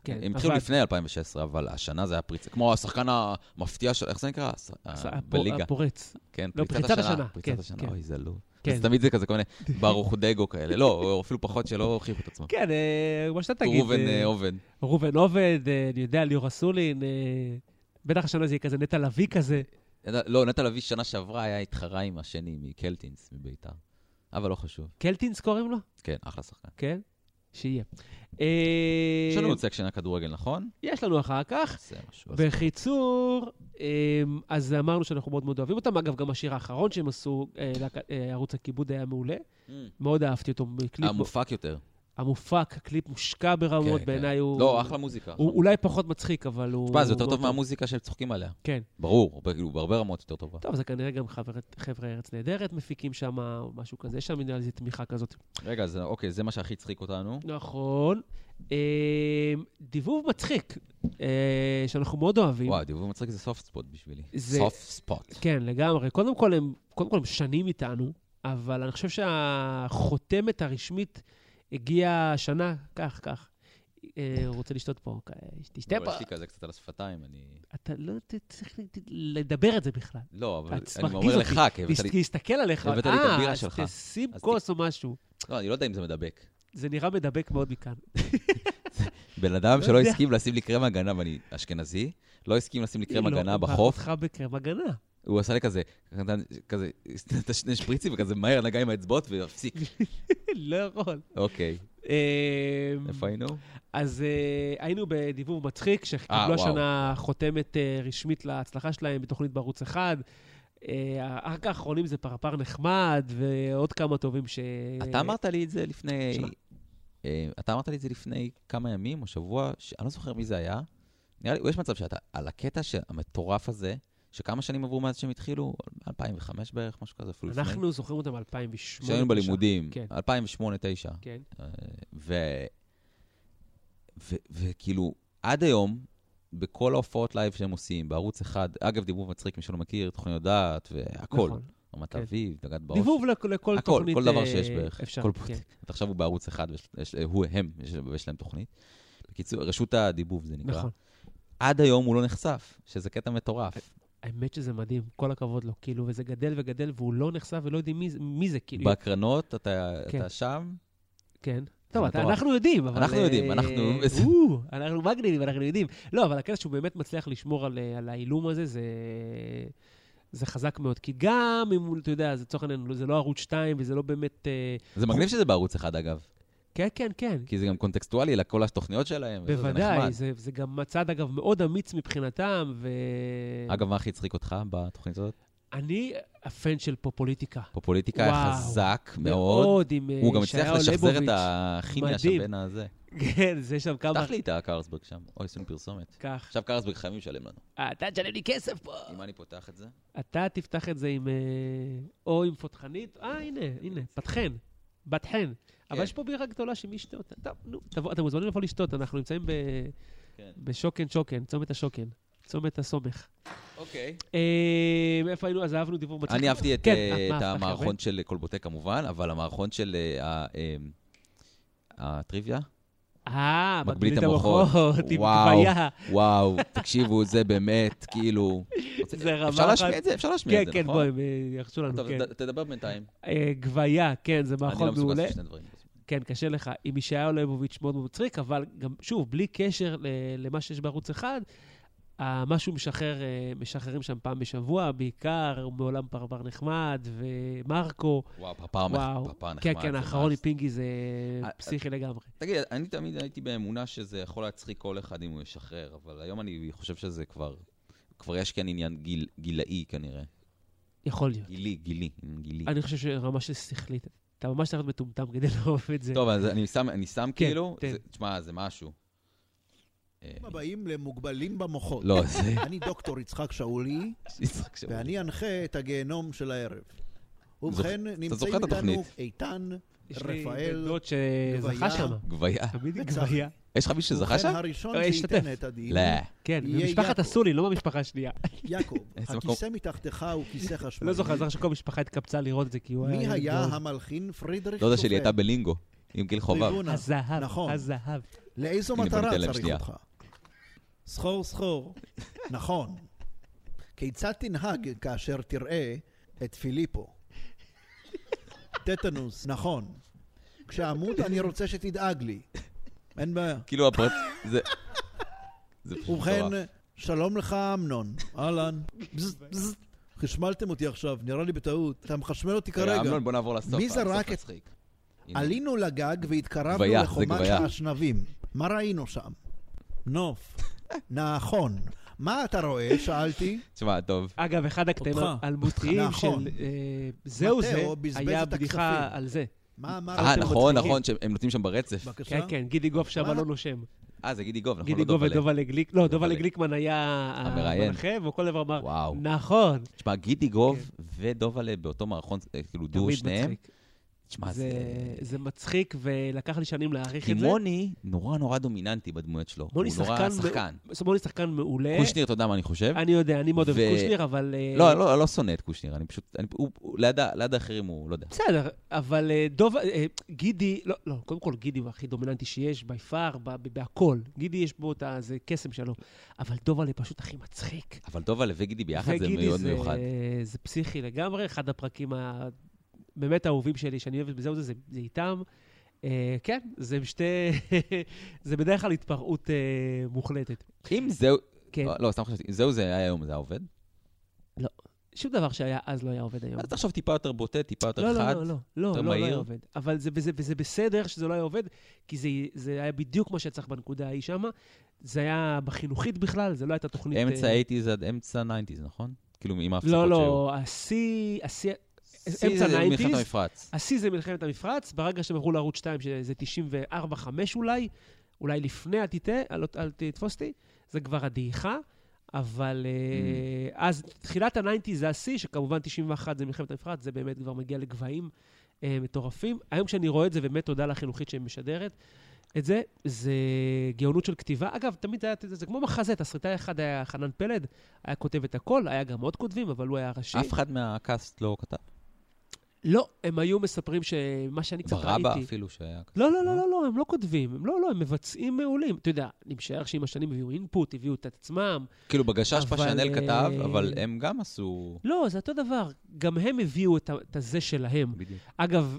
[SPEAKER 2] כן,
[SPEAKER 1] הם התחילו
[SPEAKER 2] אבל-
[SPEAKER 1] לפני 2016, אבל השנה זה היה פריצה, כמו השחקן המפתיע של, איך זה נקרא? הס-
[SPEAKER 2] עשה-
[SPEAKER 1] ה-
[SPEAKER 2] הפו-
[SPEAKER 1] בליגה.
[SPEAKER 2] הפורץ.
[SPEAKER 1] כן,
[SPEAKER 2] לא,
[SPEAKER 1] פריצת
[SPEAKER 2] פריצת
[SPEAKER 1] השנה.
[SPEAKER 2] השנה,
[SPEAKER 1] פריצת
[SPEAKER 2] כן,
[SPEAKER 1] השנה,
[SPEAKER 2] כן.
[SPEAKER 1] אוי, זה לא.
[SPEAKER 2] כן.
[SPEAKER 1] אז תמיד זה כזה כל מיני ברוך דגו כאלה. לא, או אפילו פחות שלא הוכיחו את עצמם.
[SPEAKER 2] כן, אה, מה שאתה תגיד.
[SPEAKER 1] ראובן
[SPEAKER 2] אה,
[SPEAKER 1] אה, עובד.
[SPEAKER 2] ראובן עובד, אה, אני יודע, ליאור אסולין, אה, בטח השנה זה יהיה כזה נטע לביא כזה.
[SPEAKER 1] לא, נטע לביא שנה שעברה היה התחרה עם השני מקלטינס מביתר. אבל לא חשוב.
[SPEAKER 2] קלטינס קוראים לו?
[SPEAKER 1] כן, אחלה שחקן.
[SPEAKER 2] כן? שיהיה. אה,
[SPEAKER 1] יש לנו עוד סקשן הכדורגל, נכון?
[SPEAKER 2] יש לנו אחר כך.
[SPEAKER 1] זה משהו. אז-
[SPEAKER 2] בקיצור, אמ, אז אמרנו שאנחנו מאוד מאוד אוהבים אותם. אגב, גם השיר האחרון שהם עשו, אה, להק- אה, ערוץ הכיבוד היה מעולה. מאוד אהבתי אותו, קליפ
[SPEAKER 1] המופק אה, יותר.
[SPEAKER 2] המופק, הקליפ מושקע ברמות,
[SPEAKER 1] כן,
[SPEAKER 2] בעיניי
[SPEAKER 1] כן.
[SPEAKER 2] הוא...
[SPEAKER 1] לא, אחלה מוזיקה.
[SPEAKER 2] הוא אולי פחות מצחיק, אבל הוא...
[SPEAKER 1] תשמע, זה יותר
[SPEAKER 2] הוא
[SPEAKER 1] טוב
[SPEAKER 2] מאוד
[SPEAKER 1] מהמוזיקה שהם צוחקים עליה.
[SPEAKER 2] כן.
[SPEAKER 1] ברור, הרבה- כאילו, בהרבה רמות יותר טובה.
[SPEAKER 2] טוב, זה כנראה גם חברת- חבר'ה ארץ נהדרת מפיקים שם, או משהו כזה, יש שם נראה לי איזו תמיכה כזאת.
[SPEAKER 1] רגע, אז אוקיי, זה מה שהכי צחיק אותנו.
[SPEAKER 2] נכון. אמ, דיבוב מצחיק, אה, שאנחנו מאוד אוהבים.
[SPEAKER 1] וואי, דיבוב מצחיק זה סופט ספוט בשבילי.
[SPEAKER 2] זה-
[SPEAKER 1] סופט ספוט.
[SPEAKER 2] כן, לגמרי. קודם כל, הם, קודם כל הם שנים איתנו, אבל אני חושב שהחותמת הרשמית הגיעה השנה, כך, כך. אה, הוא רוצה לשתות פה, אה, תשתה
[SPEAKER 1] לא, אבל
[SPEAKER 2] פה.
[SPEAKER 1] יש לי כזה קצת על השפתיים, אני...
[SPEAKER 2] אתה לא ת- צריך ל- לדבר את זה בכלל.
[SPEAKER 1] לא, אבל
[SPEAKER 2] אתה
[SPEAKER 1] אני
[SPEAKER 2] מרגיז
[SPEAKER 1] אומר לך, כי הבאת
[SPEAKER 2] להס-
[SPEAKER 1] לי...
[SPEAKER 2] להסתכל עליך,
[SPEAKER 1] הבאת לי את
[SPEAKER 2] אה,
[SPEAKER 1] הבירה
[SPEAKER 2] אז
[SPEAKER 1] שלך.
[SPEAKER 2] תשים
[SPEAKER 1] אז ת-
[SPEAKER 2] כוס או משהו.
[SPEAKER 1] לא, אני לא יודע אם זה מדבק.
[SPEAKER 2] זה נראה מדבק מאוד מכאן.
[SPEAKER 1] בן אדם
[SPEAKER 2] לא
[SPEAKER 1] שלא
[SPEAKER 2] יודע.
[SPEAKER 1] הסכים לשים לי קרם הגנה, ואני אשכנזי, לא הסכים לשים לי קרם
[SPEAKER 2] לא,
[SPEAKER 1] הגנה
[SPEAKER 2] הוא ברח
[SPEAKER 1] בחוף,
[SPEAKER 2] אותך בקרם הגנה.
[SPEAKER 1] הוא עשה לי כזה, נתן- כזה, נתן שני שפריצים וכזה מהר נגע עם האצבעות והפסיק.
[SPEAKER 2] לא יכול.
[SPEAKER 1] אוקיי,
[SPEAKER 2] אמ,
[SPEAKER 1] איפה היינו?
[SPEAKER 2] אז אה, היינו בדיבוב מצחיק,
[SPEAKER 1] אה,
[SPEAKER 2] שקיבלו
[SPEAKER 1] וואו.
[SPEAKER 2] השנה חותמת אה, רשמית להצלחה שלהם בתוכנית בערוץ 1. הארק האחרונים זה פרפר נחמד, ועוד כמה טובים ש...
[SPEAKER 1] אתה אמרת לי את זה לפני...
[SPEAKER 2] שמה?
[SPEAKER 1] אה, אתה אמרת לי את זה לפני כמה ימים או שבוע, ש- אני לא זוכר מי זה היה. נראה לי, יש מצב שאתה, על הקטע המטורף הזה, שכמה שנים עברו מאז שהם התחילו? 2005 בערך, משהו כזה, אפילו לפני.
[SPEAKER 2] אנחנו זוכרים אותם ב-2008.
[SPEAKER 1] כשהיינו בלימודים,
[SPEAKER 2] כן.
[SPEAKER 1] 2008-2009.
[SPEAKER 2] כן.
[SPEAKER 1] אה, ו... ו... וכאילו, עד היום, בכל ההופעות לייב שהם עושים, בערוץ אחד, אגב, דיבוב מצחיק, מי שלא מכיר, תוכניות דעת והכל.
[SPEAKER 2] נכון.
[SPEAKER 1] רמת
[SPEAKER 2] כן.
[SPEAKER 1] אביב, דגת בראש.
[SPEAKER 2] דיבוב לכ- לכל
[SPEAKER 1] הכל,
[SPEAKER 2] תוכנית
[SPEAKER 1] כל דבר
[SPEAKER 2] אה,
[SPEAKER 1] שיש בערך.
[SPEAKER 2] אפשר,
[SPEAKER 1] כל
[SPEAKER 2] כן.
[SPEAKER 1] פרוטקט. עכשיו הוא בערוץ אחד, ויש- יש- אה, הוא, הם, יש- ויש להם תוכנית. בקיצור, רשות הדיבוב זה נקרא.
[SPEAKER 2] נכון. אה,
[SPEAKER 1] עד היום הוא לא נחשף, שזה קטע מטורף.
[SPEAKER 2] האמת שזה מדהים, כל הכבוד לו, כאילו, וזה גדל וגדל, והוא לא נחשף ולא יודעים מי, זה- מי זה, כאילו.
[SPEAKER 1] בהקרנות, אתה
[SPEAKER 2] כן.
[SPEAKER 1] אתה שם,
[SPEAKER 2] כן. טוב, אתה,
[SPEAKER 1] מטורף.
[SPEAKER 2] אנחנו יודעים, אבל...
[SPEAKER 1] אנחנו יודעים,
[SPEAKER 2] אה,
[SPEAKER 1] אנחנו-
[SPEAKER 2] או, אנחנו מגניבים, אנחנו יודעים. לא, אבל הקטע שהוא באמת מצליח לשמור על, אה, על העילום הזה, זה... זה חזק מאוד, כי גם אם, הוא, אתה יודע, זה לצורך העניין, זה לא ערוץ 2 וזה לא באמת... אה,
[SPEAKER 1] זה מגניב שזה בערוץ אחד, אגב.
[SPEAKER 2] כן, כן, כן,
[SPEAKER 1] כי זה גם קונטקסטואלי לכל התוכניות שלהם. וזה, כאילו, זה נחמד.
[SPEAKER 2] בוודאי, זה, זה גם צעד, אגב, מאוד אמיץ מבחינתם, ו...
[SPEAKER 1] אגב, מה הכי הצחיק אותך בתוכנית הזאת?
[SPEAKER 2] אני הפן של פופוליטיקה.
[SPEAKER 1] פופוליטיקה היה
[SPEAKER 2] וואו.
[SPEAKER 1] חזק מאוד.
[SPEAKER 2] עם אה,
[SPEAKER 1] הוא גם
[SPEAKER 2] ישעיהו
[SPEAKER 1] הצליח לשחזר את
[SPEAKER 2] ליבוביץ'.
[SPEAKER 1] הכימיה שם
[SPEAKER 2] מדהים.
[SPEAKER 1] בין הזה.
[SPEAKER 2] כן, זה שם כמה...
[SPEAKER 1] פתח לי את הקרסברג שם. אוי, עשינו פרסומת.
[SPEAKER 2] כך. "אה,
[SPEAKER 1] עכשיו קרסברג חייבים לשלם לנו.
[SPEAKER 2] אתה תשלם לי כסף פה.
[SPEAKER 1] עם מה אני פותח את זה?
[SPEAKER 2] אתה תפתח את זה עם... אה, או עם פותחנית, אה, הנה, הנה, בת חן. בת חן.
[SPEAKER 1] כן.
[SPEAKER 2] אבל יש פה בירה גדולה שמי ישתה אותה. טוב, נו, תבוא- אתם מוזמנים לבוא לשתות, אנחנו נמצאים ב-
[SPEAKER 1] כן.
[SPEAKER 2] בשוקן שוקן, צומת השוקן, צומת הסומך.
[SPEAKER 1] אוקיי.
[SPEAKER 2] אה, איפה היינו? אז אהבנו דיבור מצחיק.
[SPEAKER 1] אני אהבתי את
[SPEAKER 2] כן,
[SPEAKER 1] אה,
[SPEAKER 2] אה, מה
[SPEAKER 1] את
[SPEAKER 2] אהבת הכי הרבה?
[SPEAKER 1] המערכון של כלבוטק כמובן, אבל המערכון של אה, ה- אה, הטריוויה.
[SPEAKER 2] אה,
[SPEAKER 1] מגבילית
[SPEAKER 2] מגבילית
[SPEAKER 1] המוחות.
[SPEAKER 2] המוחות, עם
[SPEAKER 1] וואו.
[SPEAKER 2] גוויה.
[SPEAKER 1] וואו, תקשיבו, זה באמת, כאילו...
[SPEAKER 2] זה רמה
[SPEAKER 1] אפשר
[SPEAKER 2] אחת.
[SPEAKER 1] להשמיע את זה? אפשר להשמיע
[SPEAKER 2] כן,
[SPEAKER 1] את זה,
[SPEAKER 2] כן,
[SPEAKER 1] נכון?
[SPEAKER 2] בואי, הם אה, יחשו לנו,
[SPEAKER 1] טוב,
[SPEAKER 2] כן.
[SPEAKER 1] ת- תדבר בינתיים.
[SPEAKER 2] אה, גוויה, כן, זה
[SPEAKER 1] אני
[SPEAKER 2] מערכון
[SPEAKER 1] לא מסוגל
[SPEAKER 2] מעולה.
[SPEAKER 1] לעשות שני דברים.
[SPEAKER 2] כן, קשה לך. עם ישעיהו ליבוביץ' מאוד מאוד מצחיק, אבל גם, שוב, בלי קשר ל- למה שיש בערוץ אחד, אה, משהו משחרר, אה, משחררים שם פעם בשבוע, בעיקר מעולם פרבר נחמד, ומרקו,
[SPEAKER 1] וואו, פרפר
[SPEAKER 2] וואו.
[SPEAKER 1] נחמד. פרפר
[SPEAKER 2] כן,
[SPEAKER 1] נחמד,
[SPEAKER 2] כן,
[SPEAKER 1] זה
[SPEAKER 2] האחרון עם
[SPEAKER 1] מס.
[SPEAKER 2] פינגי זה
[SPEAKER 1] אה,
[SPEAKER 2] פסיכי לגמרי.
[SPEAKER 1] תגיד, אני תמיד הייתי באמונה שזה יכול להצחיק כל אחד אם הוא ישחרר, אבל היום אני חושב שזה כבר... כבר יש כאן עניין גיל, גילאי כנראה.
[SPEAKER 2] יכול להיות.
[SPEAKER 1] גילי, גילי, עם גילי.
[SPEAKER 2] אני חושב שרמה של שכלית. אתה ממש צריך להיות מטומטם כדי לאהוב את זה.
[SPEAKER 1] טוב, אז אני שם, אני שם
[SPEAKER 2] כן,
[SPEAKER 1] כאילו,
[SPEAKER 2] תן.
[SPEAKER 1] זה- תשמע, זה משהו. אה,
[SPEAKER 4] הבאים למוגבלים במוחות.
[SPEAKER 1] לא, כן. זה...
[SPEAKER 4] אני דוקטור יצחק שאולי,
[SPEAKER 1] יצחק שם.
[SPEAKER 4] ואני אנחה את הגיהנום של הערב.
[SPEAKER 1] זוכר-
[SPEAKER 4] ובכן, נמצאים
[SPEAKER 1] זוכר את
[SPEAKER 4] איתנו
[SPEAKER 1] התוכנית?
[SPEAKER 4] איתן,
[SPEAKER 2] יש לי
[SPEAKER 4] רפאל,
[SPEAKER 2] דוד שזכה
[SPEAKER 4] גוויה.
[SPEAKER 2] שם.
[SPEAKER 1] גוויה.
[SPEAKER 2] תמיד
[SPEAKER 4] וצחי.
[SPEAKER 2] גוויה.
[SPEAKER 1] יש לך מישהו שזכה שם?
[SPEAKER 4] ובכן הראשון
[SPEAKER 2] אה,
[SPEAKER 4] שייתן
[SPEAKER 2] השתתף.
[SPEAKER 4] את הדין,
[SPEAKER 1] לא.
[SPEAKER 2] כן,
[SPEAKER 4] יהיה
[SPEAKER 2] במשפחת
[SPEAKER 4] יעקב.
[SPEAKER 2] אסולין, לא במשפחה השנייה.
[SPEAKER 4] יעקב,
[SPEAKER 1] איזה מקום.
[SPEAKER 4] הכיסא מתחתך הוא כיסא חשמלי.
[SPEAKER 2] לא זוכר, לא. זוכר שכל המשפחה התקבצה לראות את זה, כי הוא היה...
[SPEAKER 4] מי
[SPEAKER 2] ילד
[SPEAKER 4] היה
[SPEAKER 2] גאון.
[SPEAKER 4] המלחין פרידריך
[SPEAKER 1] דודה
[SPEAKER 4] סופר?
[SPEAKER 1] לא שלי הייתה בלינגו, עם גיל חובב.
[SPEAKER 4] טריבונה.
[SPEAKER 2] הזהב,
[SPEAKER 4] נכון.
[SPEAKER 2] הזהב.
[SPEAKER 4] לאיזו
[SPEAKER 1] הנה, בוא
[SPEAKER 4] מטרה
[SPEAKER 1] ניתן להם
[SPEAKER 4] צריך
[SPEAKER 1] שנייה.
[SPEAKER 4] אותך? סחור סחור. נכון. כיצד תנהג כאשר תראה את פיליפו? טטנוס, נכון. כשאמות אני רוצה שתדאג לי. אין בעיה.
[SPEAKER 1] כאילו הפרט... זה... זה פשוט
[SPEAKER 4] ובכן, אה,
[SPEAKER 1] מטורף.
[SPEAKER 4] שלום לך אמנון. אהלן. בז, בז. חשמלתם אותי עכשיו, נראה לי בטעות. אתה מחשמל אותי
[SPEAKER 1] רגע,
[SPEAKER 4] כרגע.
[SPEAKER 1] אה, אמנון, בוא נעבור לסוף.
[SPEAKER 4] מי זרק
[SPEAKER 1] הסוף
[SPEAKER 4] את-
[SPEAKER 1] מצחיק. הנה.
[SPEAKER 4] עלינו לגג והתקרבנו
[SPEAKER 1] גוויה, זה
[SPEAKER 4] לחומת
[SPEAKER 1] גוויה.
[SPEAKER 4] האשנבים. מה ראינו שם? נוף. נכון. מה אתה רואה? שאלתי.
[SPEAKER 1] תשמע, טוב.
[SPEAKER 2] אגב, אחד הקטעים
[SPEAKER 4] אותך.
[SPEAKER 2] האלמותיים
[SPEAKER 4] נכון.
[SPEAKER 2] של אה, זהו זה,
[SPEAKER 4] מתאו בזבז
[SPEAKER 2] היה
[SPEAKER 4] את
[SPEAKER 2] בדיחה
[SPEAKER 4] הכספים.
[SPEAKER 2] על זה.
[SPEAKER 4] מה אמרת?
[SPEAKER 1] אה, נכון,
[SPEAKER 2] מצחיקים.
[SPEAKER 1] נכון, שהם נותנים שם ברצף.
[SPEAKER 4] בבקשה.
[SPEAKER 2] כן, כן, גידי גוף שם
[SPEAKER 4] מה?
[SPEAKER 2] לא נושם.
[SPEAKER 1] אה, זה גידי גוב, נכון?
[SPEAKER 2] גידי
[SPEAKER 1] לא
[SPEAKER 2] גוף
[SPEAKER 1] דובל'ה.
[SPEAKER 2] ודובלה גליק, לא, דובלה
[SPEAKER 1] דובלה.
[SPEAKER 2] גליקמן היה
[SPEAKER 1] המראיין.
[SPEAKER 2] המנחה, והוא כל דבר אמר,
[SPEAKER 1] וואו.
[SPEAKER 2] נכון.
[SPEAKER 1] תשמע, גידי גוב ודובלה באותו מערכון, אה, כאילו דו
[SPEAKER 2] כן. תמיד
[SPEAKER 1] שניהם.
[SPEAKER 2] מצחיק.
[SPEAKER 1] תשמע,
[SPEAKER 2] זה-
[SPEAKER 1] זה...
[SPEAKER 2] זה מצחיק, ולקח לי שנים להעריך
[SPEAKER 1] כי
[SPEAKER 2] את זה.
[SPEAKER 1] מוני נורא נורא דומיננטי בדמויות שלו. הוא
[SPEAKER 2] מוני
[SPEAKER 1] נורא
[SPEAKER 2] מע-
[SPEAKER 1] שחקן.
[SPEAKER 2] מוני שחקן מעולה.
[SPEAKER 1] קושניר, אתה יודע מה אני חושב?
[SPEAKER 2] אה? אני יודע, אני מאוד אוהב
[SPEAKER 1] ו-
[SPEAKER 2] את קושניר, אבל... אה,
[SPEAKER 1] לא, אני לא- אני לא שונא את קושניר, אני פשוט... אני- הוא- הוא- ליד ה- ליד האחרים הוא, לא יודע.
[SPEAKER 2] בסדר, אבל אה, דוב, אה, גידי, לא, לא, קודם כל גידי הוא הכי דומיננטי שיש, בי פאר, ב- ב- בהכל. גידי יש בו את ה... זה קסם שלו. אבל דובלה פשוט הכי מצחיק.
[SPEAKER 1] אבל דובלה וגידי ביחד זה
[SPEAKER 2] וגידי
[SPEAKER 1] מאוד מיוחד.
[SPEAKER 2] זה פסיכי לגמרי, אחד הפרקים ה... באמת האהובים שלי, שאני אוהב בזה וזה, זה, זה איתם. אה, כן, זה שתי... זה בדרך כלל התפרעות אה, מוחלטת.
[SPEAKER 1] אם זהו...
[SPEAKER 2] כן,
[SPEAKER 1] לא, סתם חשבתי, אם זהו זה היה היום, זה היה עובד?
[SPEAKER 2] שום דבר שהיה אז לא היה עובד היום.
[SPEAKER 1] אז תחשוב טיפה יותר בוטה, טיפה יותר
[SPEAKER 2] לא,
[SPEAKER 1] חד.
[SPEAKER 2] לא, לא, לא,
[SPEAKER 1] יותר
[SPEAKER 2] לא, לא היה
[SPEAKER 1] מהיר.
[SPEAKER 2] עובד. אבל זה, וזה, וזה בסדר שזה לא היה עובד, כי זה, זה היה בדיוק מה שצריך בנקודה ההיא שמה. זה היה בחינוכית בכלל, זה לא הייתה תוכנית... אה,
[SPEAKER 1] אמצע 80's עד אמצע 90's, נכון? כאילו, עם ההפסקות
[SPEAKER 2] לא,
[SPEAKER 1] שהיו.
[SPEAKER 2] לא, השיא, השיא,
[SPEAKER 1] שיא
[SPEAKER 2] אמצע
[SPEAKER 1] זה מלחמת
[SPEAKER 2] 90s?
[SPEAKER 1] המפרץ.
[SPEAKER 2] השיא זה מלחמת המפרץ, ברגע שהם עברו לערוץ 2, שזה 94-5 אולי, אולי לפני, אל תטעה, אל, אל תתפוס אותי, זה כבר הדעיכה. אבל אה,
[SPEAKER 1] Mm.
[SPEAKER 2] אז תחילת הניינטיז זה השיא, שכמובן 91 זה מלחמת המפרץ, זה באמת כבר מגיע לגבהים אה, מטורפים. היום כשאני רואה את זה, באמת תודה לחינוכית שהיא משדרת. את זה, זה גאונות של כתיבה. אגב, תמיד זה היה, זה, זה כמו מחזה, תסריטאי אחד היה חנן פלד, היה כותב את הכל, היה גם עוד כותבים, אבל הוא היה ראשי.
[SPEAKER 1] אף אחד מהקאסט לא כתב.
[SPEAKER 2] לא, הם היו מספרים שמה שאני קצת ראיתי...
[SPEAKER 1] ברבא אפילו שהיה כתב.
[SPEAKER 2] לא, לא, לא, לא, לא, הם לא כותבים, הם לא, לא, הם מבצעים מעולים. אתה יודע, אני משער שעם השנים הביאו אינפוט, הביאו את עצמם.
[SPEAKER 1] כאילו בגשש
[SPEAKER 2] אבל,
[SPEAKER 1] פשנל
[SPEAKER 2] אה,
[SPEAKER 1] כתב, אבל הם גם עשו...
[SPEAKER 2] לא, זה אותו דבר. גם הם הביאו את ה- את הזה שלהם.
[SPEAKER 1] בדיוק.
[SPEAKER 2] אגב,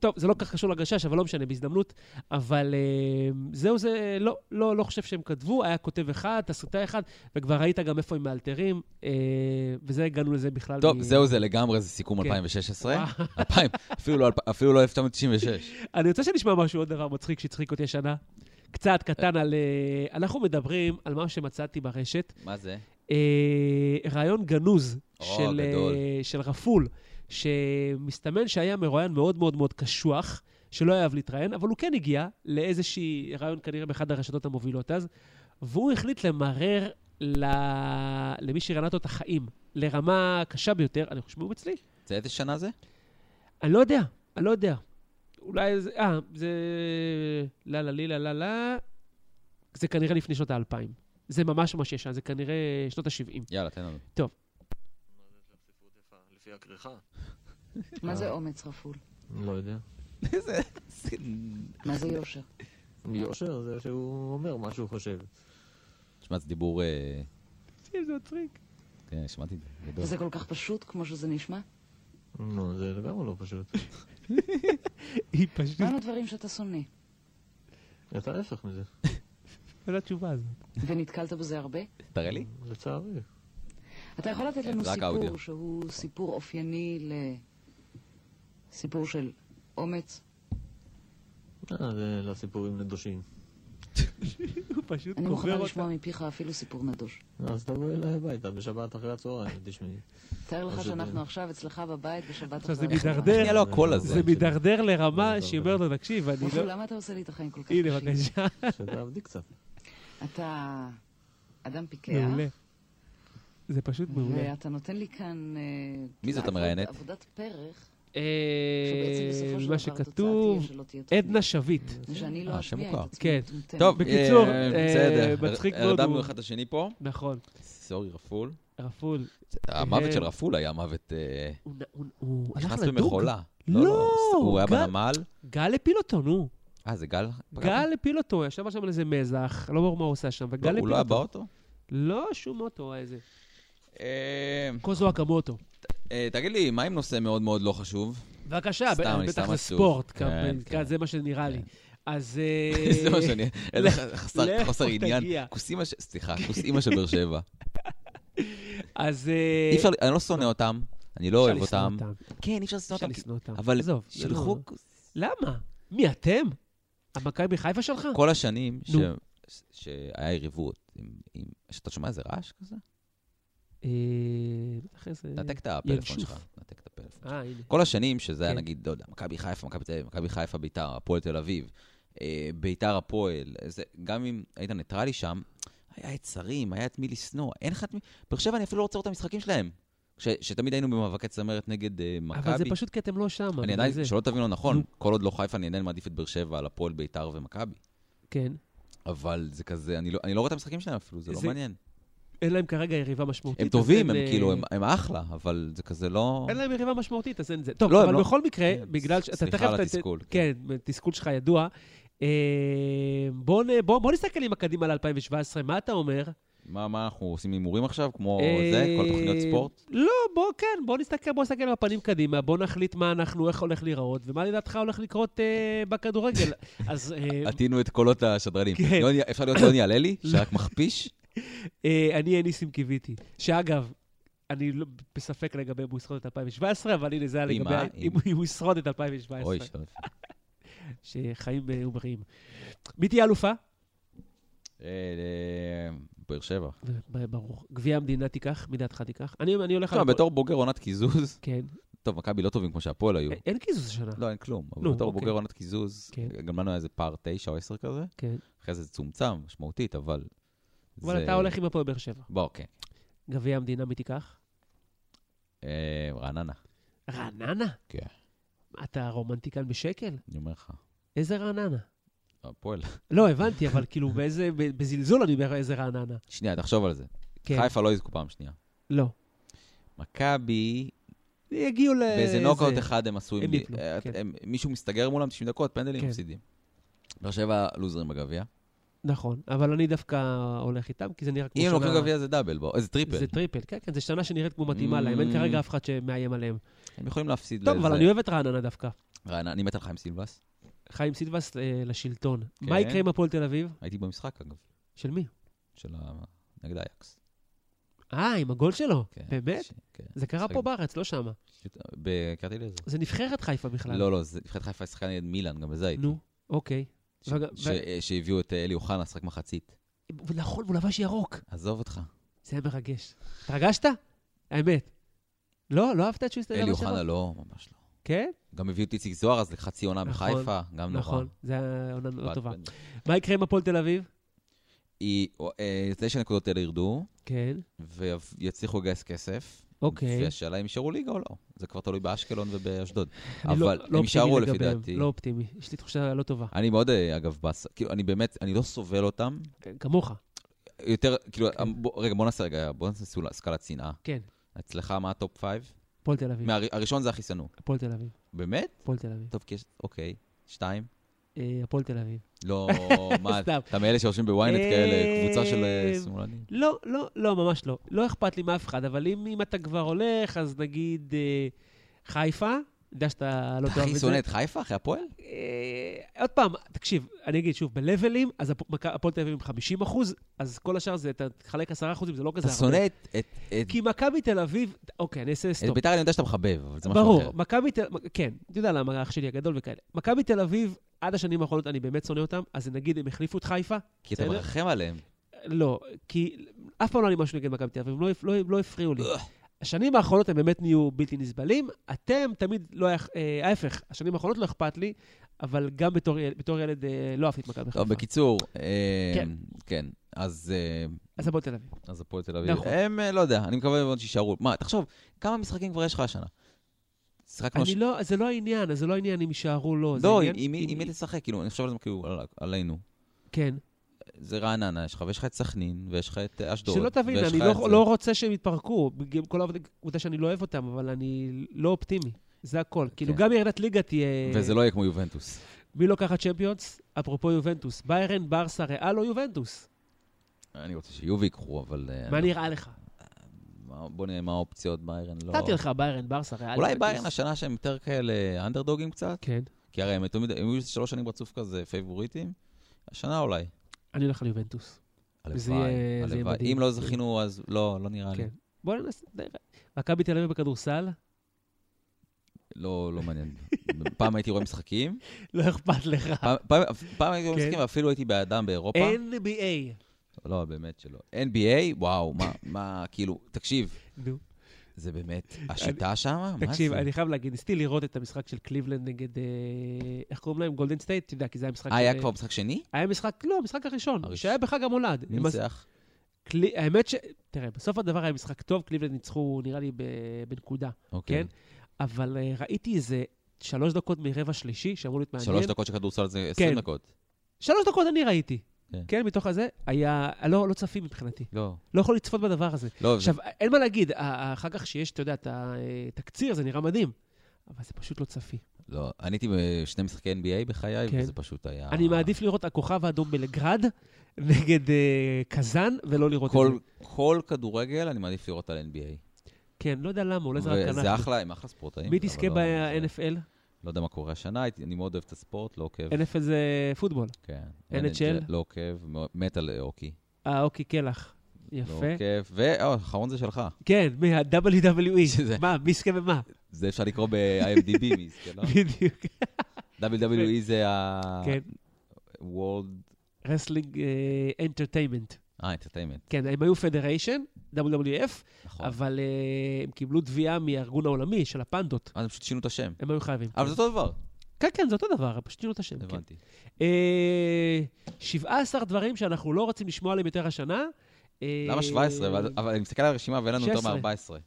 [SPEAKER 2] טוב, זה לא כל כך קשור לגשש, אבל לא משנה, בהזדמנות. אבל אה, זהו, זה לא, לא, לא חושב שהם כתבו, היה כותב אחד, תסריטאי אחד, וכבר ראית גם איפה הם מאלתרים, אה, וזה הגענו לזה בכלל.
[SPEAKER 1] טוב,
[SPEAKER 2] מ-
[SPEAKER 1] זהו זה לגמרי, זה סיכום
[SPEAKER 2] כן.
[SPEAKER 1] 2016. 2000, אפילו לא- אפילו לא 1996.
[SPEAKER 2] אני רוצה שנשמע משהו, עוד דבר מצחיק שהצחיק אותי השנה. קצת קטן על... אה, אנחנו מדברים על מה שמצאתי ברשת,
[SPEAKER 1] מה זה?
[SPEAKER 2] אה, רעיון גנוז
[SPEAKER 1] או,
[SPEAKER 2] של, אה,
[SPEAKER 1] גדול.
[SPEAKER 2] של רפול, שמסתמן שהיה מרואיין מאוד מאוד מאוד קשוח, שלא אהב להתראיין, אבל הוא כן הגיע לאיזשהי רעיון כנראה באחד הרשתות המובילות אז, והוא החליט למרר ל... למי שראיינה אותו את החיים, לרמה קשה ביותר, אני חושב שהוא אצלי,
[SPEAKER 1] זה איזה שנה זה?
[SPEAKER 2] אני לא יודע, אני לא יודע. אולי זה... אה, זה... לה לה לי לה לה לה. זה כנראה לפני שנות האלפיים. זה ממש ממש ישן, זה כנראה שנות ה-70.
[SPEAKER 1] יאללה, תן לנו.
[SPEAKER 5] לפי הכריכה.
[SPEAKER 6] מה
[SPEAKER 1] אה.
[SPEAKER 6] זה אומץ רפול?
[SPEAKER 5] לא יודע.
[SPEAKER 1] איזה...
[SPEAKER 6] מה זה יושר?
[SPEAKER 5] יושר זה שהוא אומר מה שהוא חושב.
[SPEAKER 1] תשמע, זה דיבור... אה,
[SPEAKER 2] זה מצחיק.
[SPEAKER 1] כן, שמעתי את זה. גדול.
[SPEAKER 6] זה כל כך פשוט כמו שזה נשמע?
[SPEAKER 5] נו, זה לגמרי לא פשוט.
[SPEAKER 2] היא פשוט...
[SPEAKER 6] מהם הדברים שאתה שונא?
[SPEAKER 5] את ההפך מזה,
[SPEAKER 2] זה לא התשובה הזאת.
[SPEAKER 6] ונתקלת בזה הרבה?
[SPEAKER 1] תראה לי.
[SPEAKER 5] לצערי.
[SPEAKER 6] אתה יכול לתת לנו
[SPEAKER 1] רק
[SPEAKER 6] סיפור
[SPEAKER 1] האודיו.
[SPEAKER 6] שהוא סיפור אופייני ל... סיפור של אומץ?
[SPEAKER 5] אה, זה לסיפורים נדושים.
[SPEAKER 2] הוא פשוט
[SPEAKER 6] אני
[SPEAKER 2] קובר
[SPEAKER 6] מוכנה
[SPEAKER 2] אותה.
[SPEAKER 6] לשמוע מפיך אפילו סיפור נדוש.
[SPEAKER 5] אז תבואי אליי הביתה בשבת אחרי הצהריים, תשמעי.
[SPEAKER 6] תאר לך
[SPEAKER 5] אז זה-
[SPEAKER 6] שאנחנו עכשיו אצלך בבית בשבת
[SPEAKER 2] עכשיו
[SPEAKER 6] אחרי
[SPEAKER 2] זה
[SPEAKER 6] הצהריים.
[SPEAKER 2] מידרדר.
[SPEAKER 1] היה לו הקול הזה.
[SPEAKER 2] זה מידרדר לרמה
[SPEAKER 5] זה
[SPEAKER 2] שהיא אומרת לו, תקשיב, אני
[SPEAKER 6] רפול,
[SPEAKER 2] לא...
[SPEAKER 6] למה אתה עושה לי את החיים כל כך קשים?
[SPEAKER 2] הנה, בבקשה.
[SPEAKER 5] שתעבדי קצת.
[SPEAKER 6] אתה אדם פיקח,
[SPEAKER 2] מעולה. זה פשוט מעולה.
[SPEAKER 6] ואתה נותן לי כאן... אה,
[SPEAKER 1] מי זאת
[SPEAKER 6] לעבוד
[SPEAKER 1] המראיינת?
[SPEAKER 6] עבודת פרך, שבעצם
[SPEAKER 2] אה,
[SPEAKER 6] בסופו של
[SPEAKER 2] מה
[SPEAKER 6] דבר התוצאה
[SPEAKER 2] שכתוב,
[SPEAKER 6] תהיה שלא תהיה
[SPEAKER 2] עדנה שביט.
[SPEAKER 6] ושאני לא
[SPEAKER 1] אה, שם
[SPEAKER 6] אשמיע את
[SPEAKER 1] מוכר.
[SPEAKER 6] עצמי
[SPEAKER 2] כן.
[SPEAKER 6] מטומטמת.
[SPEAKER 1] טוב,
[SPEAKER 2] בקיצור,
[SPEAKER 1] אה,
[SPEAKER 2] אה,
[SPEAKER 1] בסדר.
[SPEAKER 2] מצחיק
[SPEAKER 1] הר-
[SPEAKER 2] מאוד
[SPEAKER 1] הרדמנו
[SPEAKER 2] הוא.
[SPEAKER 1] אחד את השני פה.
[SPEAKER 2] נכון,
[SPEAKER 1] סורי, רפול.
[SPEAKER 2] רפול.
[SPEAKER 1] המוות של רפול היה מוות... אה,
[SPEAKER 2] הוא נ- הוא- אה, הוא הלך
[SPEAKER 1] נכנס
[SPEAKER 2] לדוג.
[SPEAKER 1] במכולה.
[SPEAKER 2] לא,
[SPEAKER 1] הוא היה
[SPEAKER 2] גל-
[SPEAKER 1] בנמל.
[SPEAKER 2] גל הפיל אותו, נו.
[SPEAKER 1] אה, זה גל? פגע בו?
[SPEAKER 2] גל הפיל אותו, ישב שם על איזה מזח, לא ברור מה הוא עושה שם, וגל
[SPEAKER 1] לא,
[SPEAKER 2] הפיל
[SPEAKER 1] הוא לא היה
[SPEAKER 2] אותו.
[SPEAKER 1] באוטו?
[SPEAKER 2] לא, שום אוטו, היה איזה.
[SPEAKER 1] אה,
[SPEAKER 2] קוזו אקמוטו.
[SPEAKER 1] אה, תגיד לי, מה עם נושא מאוד מאוד לא חשוב?
[SPEAKER 2] בבקשה,
[SPEAKER 1] סתם,
[SPEAKER 2] ב-
[SPEAKER 1] אני
[SPEAKER 2] בטח
[SPEAKER 1] סתם
[SPEAKER 2] זה
[SPEAKER 1] עצוב.
[SPEAKER 2] ספורט,
[SPEAKER 1] כן,
[SPEAKER 2] כ-
[SPEAKER 1] כן.
[SPEAKER 2] זה מה שנראה לי. אז...
[SPEAKER 1] זה מה
[SPEAKER 2] אה,
[SPEAKER 1] שאני... איזה
[SPEAKER 2] לך-
[SPEAKER 1] חסר-
[SPEAKER 2] לך
[SPEAKER 1] חוסר
[SPEAKER 2] תגיע. אה,
[SPEAKER 1] עניין. כוס אימא ש... סליחה, כוס אימא של באר שבע.
[SPEAKER 2] אז... אה,
[SPEAKER 1] אי אפשר... אני לא שונא אותם, אני לא
[SPEAKER 2] אפשר
[SPEAKER 1] אוהב
[SPEAKER 2] לשנוא
[SPEAKER 1] אותם. כן, אי אפשר
[SPEAKER 2] אפשר
[SPEAKER 1] לשנוא אותם. כי-
[SPEAKER 2] לשנוא אותם.
[SPEAKER 1] אבל
[SPEAKER 2] עזוב,
[SPEAKER 1] שלחו...
[SPEAKER 2] לא. למה? מי אתם? המכבי חיפה שלך?
[SPEAKER 1] כל השנים ש-
[SPEAKER 2] נו.
[SPEAKER 1] ש- שהיה יריבות, עם- עם- שאתה שומע איזה רעש כזה?
[SPEAKER 2] אה, אחרי זה...
[SPEAKER 1] נתק את הפלאפון
[SPEAKER 2] ינשוף.
[SPEAKER 1] שלך. נתק את הפלאפון.
[SPEAKER 2] אה, הנה.
[SPEAKER 1] כל השנים, שזה היה
[SPEAKER 2] כן.
[SPEAKER 1] נגיד, לא יודע, מכבי חיפה, מכבי תל אביב, מכבי חיפה, ביתר, הפועל תל אביב, אה, ביתר הפועל, זה, גם אם היית ניטרלי שם, היה את שרים, היה את מי לשנוא, אין לך את מי... באר שבע אני אפילו לא רוצה לראות את המשחקים שלהם. כש, שתמיד היינו במאבקי צמרת נגד אה, מכבי.
[SPEAKER 2] אבל זה פשוט כי אתם לא שם.
[SPEAKER 1] אני
[SPEAKER 2] בגלל
[SPEAKER 1] עדיין,
[SPEAKER 2] זה.
[SPEAKER 1] שלא תבין לא נכון,
[SPEAKER 2] נו.
[SPEAKER 1] כל עוד לא חיפה, אני עדיין מעדיף את באר שבע על הפועל, ביתר ומכבי.
[SPEAKER 2] כן.
[SPEAKER 1] אבל זה כזה, אני לא, אני לא רואה את המשחקים שלהם אפילו, זה לא
[SPEAKER 2] זה-
[SPEAKER 1] מעניין.
[SPEAKER 2] אין להם כרגע יריבה משמעותית.
[SPEAKER 1] הם
[SPEAKER 2] אז
[SPEAKER 1] טובים,
[SPEAKER 2] אין,
[SPEAKER 1] הם
[SPEAKER 2] אה,
[SPEAKER 1] כאילו, הם, הם אחלה, אבל זה כזה לא...
[SPEAKER 2] אין להם יריבה משמעותית, אז אין זה. טוב,
[SPEAKER 1] לא, הם
[SPEAKER 2] אבל
[SPEAKER 1] לא-
[SPEAKER 2] בכל מקרה,
[SPEAKER 1] כן,
[SPEAKER 2] בגלל שאתה
[SPEAKER 1] סליחה
[SPEAKER 2] תכף...
[SPEAKER 1] על
[SPEAKER 2] אתה-
[SPEAKER 1] התסכול.
[SPEAKER 2] כן, התסכול שלך ידוע. אה, בוא נ- בוא בוא נסתכל עם הקדימה ל-2017, מה אתה אומר?
[SPEAKER 1] מה, מה, אנחנו עושים הימורים עכשיו, כמו
[SPEAKER 2] אה,
[SPEAKER 1] זה, כל התוכניות ספורט?
[SPEAKER 2] לא, בוא, כן, בוא נסתכל, בוא נסתכל עם הפנים קדימה, בוא נחליט מה אנחנו, איך הולך להיראות, ומה לדעתך הולך לקרות אה, בכדורגל. אז אה,
[SPEAKER 1] עטינו את קולות השדרנים.
[SPEAKER 2] כן. לא.
[SPEAKER 1] יוני- אפשר להיות יוני הללי, שרק מכפיש?
[SPEAKER 2] אה, אני אהיה ניסים קיוויתי, שאגב, אני לא- בספק לגבי אם הוא ישרוד את 2017, אבל הנה זה היה
[SPEAKER 1] אם
[SPEAKER 2] לגבי...
[SPEAKER 1] מה?
[SPEAKER 2] ה- אם הוא- אם הוא ישרוד את 2017.
[SPEAKER 1] אוי, שלום.
[SPEAKER 2] שחיים אה, אומרים. מי תהיה אלופה?
[SPEAKER 1] אה, אה, באר שבע.
[SPEAKER 2] ב- ברור. גביע המדינה תיקח, מי דעתך תיקח? אני אני הולך... על
[SPEAKER 1] תשמע,
[SPEAKER 2] הפועל.
[SPEAKER 1] לא, בתור בוגר עונת קיזוז,
[SPEAKER 2] כן.
[SPEAKER 1] טוב, מכבי לא טובים כמו שהפועל היו.
[SPEAKER 2] אין- אין קיזוז השנה.
[SPEAKER 1] לא, אין כלום. אבל
[SPEAKER 2] אה, נו,
[SPEAKER 1] בתור
[SPEAKER 2] אוקיי.
[SPEAKER 1] בוגר עונת קיזוז,
[SPEAKER 2] כן.
[SPEAKER 1] גם לנו היה איזה פער תשע או עשר כזה,
[SPEAKER 2] כן.
[SPEAKER 1] אחרי זה צומצם משמעותית, אבל
[SPEAKER 2] אבל
[SPEAKER 1] זה-
[SPEAKER 2] אתה הולך עם הפועל באר שבע.
[SPEAKER 1] בוא, כן.
[SPEAKER 2] גביע המדינה מי תיקח?
[SPEAKER 1] אה, רעננה.
[SPEAKER 2] רעננה?
[SPEAKER 1] כן.
[SPEAKER 2] מה, אתה רומנטיקן בשקל?
[SPEAKER 1] אני אומר לך,
[SPEAKER 2] איזה רעננה?
[SPEAKER 1] הפועל.
[SPEAKER 2] לא, הבנתי, אבל כאילו באיזה, ב- בזלזול אני אומר איזה רעננה.
[SPEAKER 1] שנייה, תחשוב על זה.
[SPEAKER 2] כן.
[SPEAKER 1] חיפה לא יזכו פעם שנייה.
[SPEAKER 2] לא.
[SPEAKER 1] מכבי,
[SPEAKER 2] יגיעו ל...
[SPEAKER 1] באיזה נוקאוט
[SPEAKER 2] אה, זה.
[SPEAKER 1] אחד הם עשו עם...
[SPEAKER 2] הם
[SPEAKER 1] לי-
[SPEAKER 2] ניפלו,
[SPEAKER 1] אה,
[SPEAKER 2] כן.
[SPEAKER 1] הם- מישהו מסתגר מולם 90 דקות, פנדלים
[SPEAKER 2] כן.
[SPEAKER 1] מפסידים. באר שבע לוזרים בגביע.
[SPEAKER 2] נכון, אבל אני דווקא הולך איתם, כי זה נראה כמו
[SPEAKER 1] אם הם לוקחים
[SPEAKER 2] שנה-
[SPEAKER 1] גביע זה דאבל, בוא, איזה טריפל.
[SPEAKER 2] זה טריפל, כן, כן, זו שנה שנראית כמו מתאימה להם, אין
[SPEAKER 1] Mm.
[SPEAKER 2] כרגע אף אחד שמאיים עליהם.
[SPEAKER 1] הם יכולים להפסיד
[SPEAKER 2] טוב,
[SPEAKER 1] לאיזה-
[SPEAKER 2] אבל אני אוהב את רעננה דווקא.
[SPEAKER 1] רעננה, אני מת על חיים סילבס.
[SPEAKER 2] חיים סילבס אה, לשלטון.
[SPEAKER 1] כן.
[SPEAKER 2] מה יקרה עם הפועל תל אביב?
[SPEAKER 1] הייתי במשחק, אגב,
[SPEAKER 2] של מי?
[SPEAKER 1] של ה... נגד אייקס.
[SPEAKER 2] אה, עם הגול שלו.
[SPEAKER 1] כן.
[SPEAKER 2] באמת?
[SPEAKER 1] ש- כן.
[SPEAKER 2] זה קרה
[SPEAKER 1] משחק
[SPEAKER 2] פה בארץ, לא שמה.
[SPEAKER 1] פשוט בקרתי לזה.
[SPEAKER 2] זה נבחרת חיפה בכלל.
[SPEAKER 1] לא, לא, זה נבחרת חיפה שיחקה נגד מילאן, גם בזה הייתי.
[SPEAKER 2] נו, אוקיי.
[SPEAKER 1] ש-
[SPEAKER 2] וגם-
[SPEAKER 1] ש- אה, שהביאו את אה, אלי אוחנה לשחק מחצית.
[SPEAKER 2] ו- נכון, הוא לבש ירוק.
[SPEAKER 1] עזוב אותך.
[SPEAKER 2] זה היה מרגש. התרגשת? האמת. לא? לא אהבת את שהוא הסתדר
[SPEAKER 1] אלי
[SPEAKER 2] בשבע?
[SPEAKER 1] אוחנה לא, ממש לא.
[SPEAKER 2] כן?
[SPEAKER 1] גם הביאו את איציק זוהר אז לחצי עונה
[SPEAKER 2] נכון,
[SPEAKER 1] בחיפה, גם לא נורא.
[SPEAKER 2] נכון. זה היה עונה
[SPEAKER 1] בת-
[SPEAKER 2] לא טובה.
[SPEAKER 1] בת-
[SPEAKER 2] מה יקרה עם הפועל תל אביב?
[SPEAKER 1] היא- אה, תשע נקודות האלה ירדו,
[SPEAKER 2] כן.
[SPEAKER 1] ויצליחו לגייס כסף.
[SPEAKER 2] אוקיי.
[SPEAKER 1] והשאלה אם יישארו ליגה או לא. זה כבר תלוי באשקלון ובאשדוד.
[SPEAKER 2] אני לא-
[SPEAKER 1] אבל הם
[SPEAKER 2] לא אופטימי
[SPEAKER 1] יישארו לפי
[SPEAKER 2] לגביהם,
[SPEAKER 1] דעתי.
[SPEAKER 2] לא אופטימי. יש לי תחושה לא טובה.
[SPEAKER 1] אני מאוד, אה, אגב, בס... כאילו, אני באמת, אני לא סובל אותם.
[SPEAKER 2] כמוך.
[SPEAKER 1] יותר, כאילו, בוא, רגע, בוא נעשה רגע, בוא נעשה סול- סקלת שנאה.
[SPEAKER 2] אוקיי. כן.
[SPEAKER 1] אצלך מה הטופ פייב?
[SPEAKER 2] הפועל תל אביב.
[SPEAKER 1] מהר- הראשון זה הכי שנוא.
[SPEAKER 2] הפועל תל אביב.
[SPEAKER 1] באמת?
[SPEAKER 2] הפועל תל אביב.
[SPEAKER 1] טוב, כי יש... אוקיי. שתיים?
[SPEAKER 2] אה, הפועל תל אביב.
[SPEAKER 1] לא, מה,
[SPEAKER 2] סתם.
[SPEAKER 1] אתה מאלה שיושבים בוויינט
[SPEAKER 2] אה,
[SPEAKER 1] כאלה, קבוצה של אה, שמאלנים?
[SPEAKER 2] לא, לא, לא, ממש לא. לא אכפת לי מאף אחד, אבל אם אם אתה כבר הולך, אז נגיד אה, חיפה, אני יודע שאתה לא
[SPEAKER 1] אתה
[SPEAKER 2] תאהב את
[SPEAKER 1] הכי
[SPEAKER 2] זה.
[SPEAKER 1] שונא את חיפה אחרי הפועל?
[SPEAKER 2] אה, עוד פעם, תקשיב, אני אגיד שוב, בלבלים, אז הפ- מכ- הפועל תל אביב עם 50 אחוז, אז כל השאר זה, אתה תחלק 10 אחוזים, זה לא כזה
[SPEAKER 1] אתה
[SPEAKER 2] הרבה.
[SPEAKER 1] שונא את... את- את-
[SPEAKER 2] כי מכבי תל אביב, אוקיי, אני אעשה
[SPEAKER 1] את
[SPEAKER 2] סטופ.
[SPEAKER 1] ביתר אני יודע שאתה מחבב, אבל זה משהו אחר.
[SPEAKER 2] ברור, מכבי תל אביב, כן, אתה יודע למה, אח שלי הגדול וכאלה. מכבי תל אביב, עד השנים האחרונות אני באמת שונא אותם, אז נגיד הם החליפו את חיפה,
[SPEAKER 1] כי אתה
[SPEAKER 2] בסדר?
[SPEAKER 1] מרחם עליהם.
[SPEAKER 2] לא, כי אף פעם לא היה לי משהו נגד מכבי תל אביב, הם לא, הפ- לא, לא הפריעו לי.
[SPEAKER 1] אוח.
[SPEAKER 2] השנים האחרונות הם באמת נהיו בלתי נסבלים, אתם תמיד לא היה, אה, ההפך, השנים האחרונות לא אכפת לי, אבל גם בתור, יל- בתור ילד אה, לא אהבתי את מכבי
[SPEAKER 1] טוב,
[SPEAKER 2] חיפה.
[SPEAKER 1] בקיצור, אה,
[SPEAKER 2] כן.
[SPEAKER 1] כן, אז אה,
[SPEAKER 2] אז הפועל תל אביב.
[SPEAKER 1] אז הפועל תל אביב.
[SPEAKER 2] נכון.
[SPEAKER 1] הם, אה, לא יודע, אני מקווה מאוד שיישארו. מה, תחשוב, כמה משחקים כבר יש לך השנה? שיחקנו...
[SPEAKER 2] אני
[SPEAKER 1] ש-
[SPEAKER 2] לא, זה לא העניין, זה לא העניין אם יישארו לא. זה
[SPEAKER 1] לא,
[SPEAKER 2] עניין-
[SPEAKER 1] עם מי- עם מי תשחק? כאילו, אני חושב על זה כאילו על- עלינו.
[SPEAKER 2] כן.
[SPEAKER 1] זה רעננה, יש לך, ויש לך את סכנין, ויש לך את אה, אשדוד.
[SPEAKER 2] שלא תבין,
[SPEAKER 1] ויש
[SPEAKER 2] אני
[SPEAKER 1] לך את
[SPEAKER 2] לא,
[SPEAKER 1] זה.
[SPEAKER 2] לא רוצה שהם יתפרקו, בגלל כל העובדה שאני לא אוהב אותם, אבל אני לא אופטימי. זה הכל. כאילו, גם ירידת ליגה תהיה...
[SPEAKER 1] כן. וזה לא יהיה כמו יובנטוס.
[SPEAKER 2] מי לוקחת צ'מפיונס? אפרופו יובנטוס. ביירן, ברסה, ריאל או יובנטוס?
[SPEAKER 1] אני רוצה שיובי ייקחו, אבל... אה,
[SPEAKER 2] מה
[SPEAKER 1] אני-
[SPEAKER 2] נראה לך?
[SPEAKER 1] מה- בוא נראה מה האופציות, ביירן לא...
[SPEAKER 2] נתתי לך ביירן, ברסה, ריאל.
[SPEAKER 1] אולי
[SPEAKER 2] יובנטוס.
[SPEAKER 1] ביירן השנה שהם יותר כאלה אנדרדוגים קצת?
[SPEAKER 2] כן.
[SPEAKER 1] כי הרי הם תמיד, הם היו שלוש שנים רצוף כזה פייבוריטים. השנה אולי.
[SPEAKER 2] אני הולך על יובנטוס. זה
[SPEAKER 1] הלוואי,
[SPEAKER 2] יהיה- זה יהיה
[SPEAKER 1] הלוואי.
[SPEAKER 2] מדהים.
[SPEAKER 1] אם לא זכינו, אז לא, לא נראה לי.
[SPEAKER 2] כן. בוא ננסה... מכבי תל אביב בכדורסל?
[SPEAKER 1] לא, לא מעניין. פעם הייתי רואה משחקים,
[SPEAKER 2] לא אכפת לך.
[SPEAKER 1] פעם- פעם פעם הייתי רואה
[SPEAKER 2] כן.
[SPEAKER 1] משחקים, ואפילו הייתי באדם באירופה.
[SPEAKER 2] NBA.
[SPEAKER 1] לא, באמת שלא. NBA, וואו, מה, מה, כאילו, תקשיב,
[SPEAKER 2] נו.
[SPEAKER 1] זה באמת, השיטה שם, אה, מה זה?
[SPEAKER 2] תקשיב, אני חייב להגיד, ניסיתי לראות את המשחק של קליבלנד נגד, אה, איך קוראים להם? גולדן סטייט? אתה יודע, כי זה היה משחק...
[SPEAKER 1] אה, היה
[SPEAKER 2] של-
[SPEAKER 1] כבר משחק שני?
[SPEAKER 2] היה משחק, לא, המשחק הראשון,
[SPEAKER 1] הראשון.
[SPEAKER 2] שהיה בחג המולד.
[SPEAKER 1] מי
[SPEAKER 2] הם עש-
[SPEAKER 1] ניצח?
[SPEAKER 2] קלי- האמת ש... תראה, בסוף הדבר היה משחק טוב, קליבלנד ניצחו, נראה לי, ב- בנקודה,
[SPEAKER 1] אוקיי.
[SPEAKER 2] כן? אבל אה, ראיתי איזה שלוש דקות מרבע שלישי, שאמור להיות מעניין.
[SPEAKER 1] שלוש דקות של כדורסל זה עשרים
[SPEAKER 2] כן.
[SPEAKER 1] דקות.
[SPEAKER 2] שלוש דקות אני ראיתי.
[SPEAKER 1] כן.
[SPEAKER 2] כן, מתוך הזה, היה... לא לא צפי מבחינתי.
[SPEAKER 1] לא.
[SPEAKER 2] לא יכול לצפות בדבר הזה.
[SPEAKER 1] לא, זה-
[SPEAKER 2] עכשיו, אין מה להגיד, ה- אחר כך שיש, אתה יודע, את התקציר, זה נראה מדהים. אבל זה פשוט לא צפי.
[SPEAKER 1] לא, אני הייתי בשני משחקי NBA בחיי,
[SPEAKER 2] כן.
[SPEAKER 1] וזה פשוט היה...
[SPEAKER 2] אני מעדיף לראות הכוכב האדום בלגרד נגד אה, קזאן, ולא לראות את
[SPEAKER 1] כל,
[SPEAKER 2] זה.
[SPEAKER 1] כל כדורגל אני מעדיף לראות על NBA.
[SPEAKER 2] כן, לא יודע למה, אולי זה רק אנחנו.
[SPEAKER 1] וזה אחלה, הם אחלה ספורטאים.
[SPEAKER 2] מי
[SPEAKER 1] אבל
[SPEAKER 2] תזכה
[SPEAKER 1] לא, זה-
[SPEAKER 2] ב-NFL?
[SPEAKER 1] לא יודע מה קורה השנה, הייתי- אני מאוד אוהב את הספורט, לא עוקב.
[SPEAKER 2] NFL זה פוטבול.
[SPEAKER 1] כן.
[SPEAKER 2] NHL?
[SPEAKER 1] לא עוקב, מאוד- מת על הוקי.
[SPEAKER 2] אה, אוקיי, קלח.
[SPEAKER 1] לא
[SPEAKER 2] יפה.
[SPEAKER 1] עוקב, והאחרון זה שלך.
[SPEAKER 2] כן,
[SPEAKER 1] שזה- אה.
[SPEAKER 2] מה-WWE. E. מה, מי יזכה במה?
[SPEAKER 1] זה אפשר לקרוא ב-IMDb, מי יזכה, לא?
[SPEAKER 2] בדיוק.
[SPEAKER 1] WWE זה ה...
[SPEAKER 2] כן.
[SPEAKER 1] World...
[SPEAKER 2] רסלינג אנטרטיימנט.
[SPEAKER 1] אה, Entertainment,
[SPEAKER 2] כן, הם היו פדריישן, WWF,
[SPEAKER 1] נכון.
[SPEAKER 2] אבל אה, הם קיבלו תביעה מהארגון העולמי של הפנדות.
[SPEAKER 1] אז אה, הם פשוט שינו את השם.
[SPEAKER 2] הם היו חייבים.
[SPEAKER 1] אבל זה אותו דבר.
[SPEAKER 2] כן, כן, זה אותו דבר, הם פשוט שינו את השם. כן.
[SPEAKER 1] הבנתי.
[SPEAKER 2] אה, 17 דברים שאנחנו לא רוצים לשמוע עליהם יותר השנה,
[SPEAKER 1] למה 17? אבל- אבל אני מסתכל על הרשימה ואין לנו יותר
[SPEAKER 2] 16.
[SPEAKER 1] מ-14.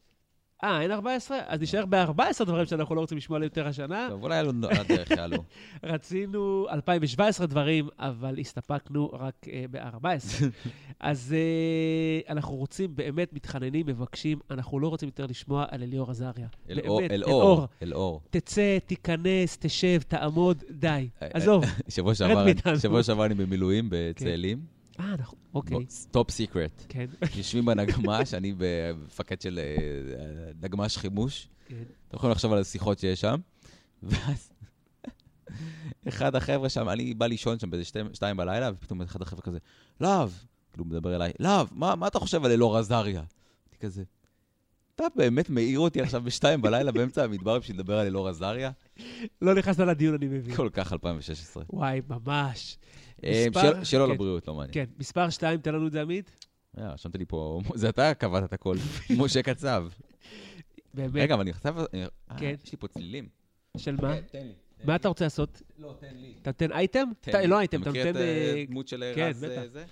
[SPEAKER 2] אה, אין 14? אז נשאר ב-14 דברים שאנחנו לא רוצים לשמוע עליהם יותר השנה.
[SPEAKER 1] טוב, אולי יעלו על הדרך יעלו.
[SPEAKER 2] רצינו 2017 דברים, אבל הסתפקנו רק אה, ב-14. אז אה, אנחנו רוצים, באמת מתחננים, מבקשים, אנחנו לא רוצים יותר לשמוע על אליאור עזריה.
[SPEAKER 1] אלאור,
[SPEAKER 2] באמת,
[SPEAKER 1] אלאור, אלאור.
[SPEAKER 2] תצא, תיכנס, תשב, תעמוד, די.
[SPEAKER 1] אה,
[SPEAKER 2] עזוב.
[SPEAKER 1] שבוע
[SPEAKER 2] רד מאיתנו.
[SPEAKER 1] שעבר- שבוע שעבר אני במילואים בצאלים.
[SPEAKER 2] אה, נכון, אוקיי.
[SPEAKER 1] טופ סיקרט.
[SPEAKER 2] כן,
[SPEAKER 1] יושבים בנגמ"ש, אני מפקד של אה, נגמ"ש חימוש.
[SPEAKER 2] כן.
[SPEAKER 1] אתם יכולים לחשוב על השיחות שיש שם. ואז אחד החבר'ה שם, אני בא לישון שם באיזה שתיים- שתיים בלילה, ופתאום אחד החבר'ה כזה, להב, כאילו הוא מדבר אליי, להב, מה מה אתה חושב על אלאור עזריה? אמרתי כזה, אתה באמת מעיר אותי עכשיו בשתיים בלילה באמצע המדבר בשביל לדבר על אלאור עזריה?
[SPEAKER 2] לא נכנסת לדיון, אני מבין.
[SPEAKER 1] כל כך 2016.
[SPEAKER 2] וואי, ממש.
[SPEAKER 1] אה,
[SPEAKER 2] מספר-
[SPEAKER 1] שאל- שאלות
[SPEAKER 2] כן.
[SPEAKER 1] לבריאות, לא מעניין.
[SPEAKER 2] כן, מספר 2, תן לנו את זה, עמית.
[SPEAKER 1] אה, רשמתי לי פה, זה אתה קבעת את הכל, משה קצב.
[SPEAKER 2] באמת.
[SPEAKER 1] רגע, כן. אבל אני חשב... אה,
[SPEAKER 2] כן.
[SPEAKER 1] יש לי פה צלילים.
[SPEAKER 2] של מה?
[SPEAKER 1] תן לי.
[SPEAKER 2] מה אתה רוצה לעשות?
[SPEAKER 1] לא, תן לי.
[SPEAKER 2] אתה נותן אייטם? אתה- לא אייטם, אתה
[SPEAKER 1] מכיר את
[SPEAKER 2] נותן... אה,
[SPEAKER 1] הדמות של
[SPEAKER 2] כן,
[SPEAKER 1] רז
[SPEAKER 2] בטח.
[SPEAKER 1] אה, זה?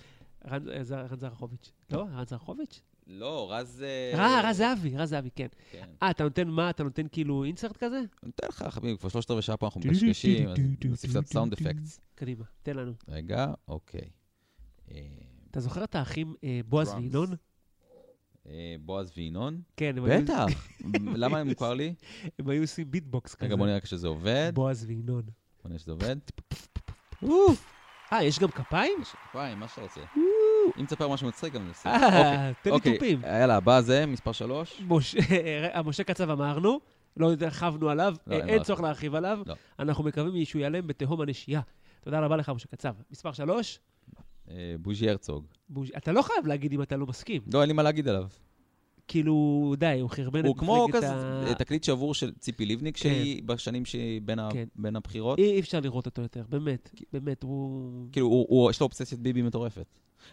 [SPEAKER 2] רן אה, ז- רן זרחוביץ'. לא, רן זרחוביץ'?
[SPEAKER 1] לא, רז... כן. אה,
[SPEAKER 2] אה, רן זהבי, רן זהבי, כן.
[SPEAKER 1] כן.
[SPEAKER 2] אה, אתה נותן מה? אתה נותן כאילו אינסרט כזה?
[SPEAKER 1] אני נותן לך, חביבי, כבר שלושת רבעי שעה פה אנחנו מקשקשים, אז נוסיף קצת סאונד אפקטס.
[SPEAKER 2] קדימה, תן לנו.
[SPEAKER 1] רגע, אוקיי. אה,
[SPEAKER 2] אתה זוכר את האחים אה, בועז
[SPEAKER 1] Drums.
[SPEAKER 2] וינון?
[SPEAKER 1] אה, בועז וינון?
[SPEAKER 2] כן, הם היו-
[SPEAKER 1] בטח! למה הם מוכר לי?
[SPEAKER 2] הם היו עושים ביטבוקס כזה.
[SPEAKER 1] רגע, בוא נראה שזה עובד.
[SPEAKER 2] בועז וינון.
[SPEAKER 1] בוא נראה שזה עובד.
[SPEAKER 2] אה, יש גם כפיים?
[SPEAKER 1] יש כפיים, מה שאתה רוצה. אם תספר משהו מצחיק, גם נעשה. אוקיי,
[SPEAKER 2] אה, תן לי
[SPEAKER 1] אוקיי,
[SPEAKER 2] תופים.
[SPEAKER 1] יאללה, הבא זה, מספר שלוש.
[SPEAKER 2] משה- אה, משה קצב אמרנו, לא הרחבנו עליו,
[SPEAKER 1] לא,
[SPEAKER 2] אה,
[SPEAKER 1] אין
[SPEAKER 2] אין
[SPEAKER 1] מה
[SPEAKER 2] צורך
[SPEAKER 1] לעשות.
[SPEAKER 2] להרחיב עליו.
[SPEAKER 1] לא.
[SPEAKER 2] אנחנו מקווים שהוא ייעלם בתהום הנשייה. תודה רבה לך, משה קצב. מספר שלוש,
[SPEAKER 1] אה, בוז'י הרצוג.
[SPEAKER 2] בוז- אתה לא חייב להגיד אם אתה לא מסכים.
[SPEAKER 1] לא, אין לי מה להגיד עליו.
[SPEAKER 2] כאילו, די, הוא חרבן את
[SPEAKER 1] הוא כמו
[SPEAKER 2] מפלגת
[SPEAKER 1] כזה אה,
[SPEAKER 2] ה...
[SPEAKER 1] תקליט שבור של ציפי לבני, כשהיא בשנים שהיא בין ה-
[SPEAKER 2] כן.
[SPEAKER 1] בין הבחירות.
[SPEAKER 2] אי אפשר לראות אותו יותר, באמת, באמת, הוא...
[SPEAKER 1] כאילו, הוא- הוא- יש לו אובססיית ביבי מטורפת.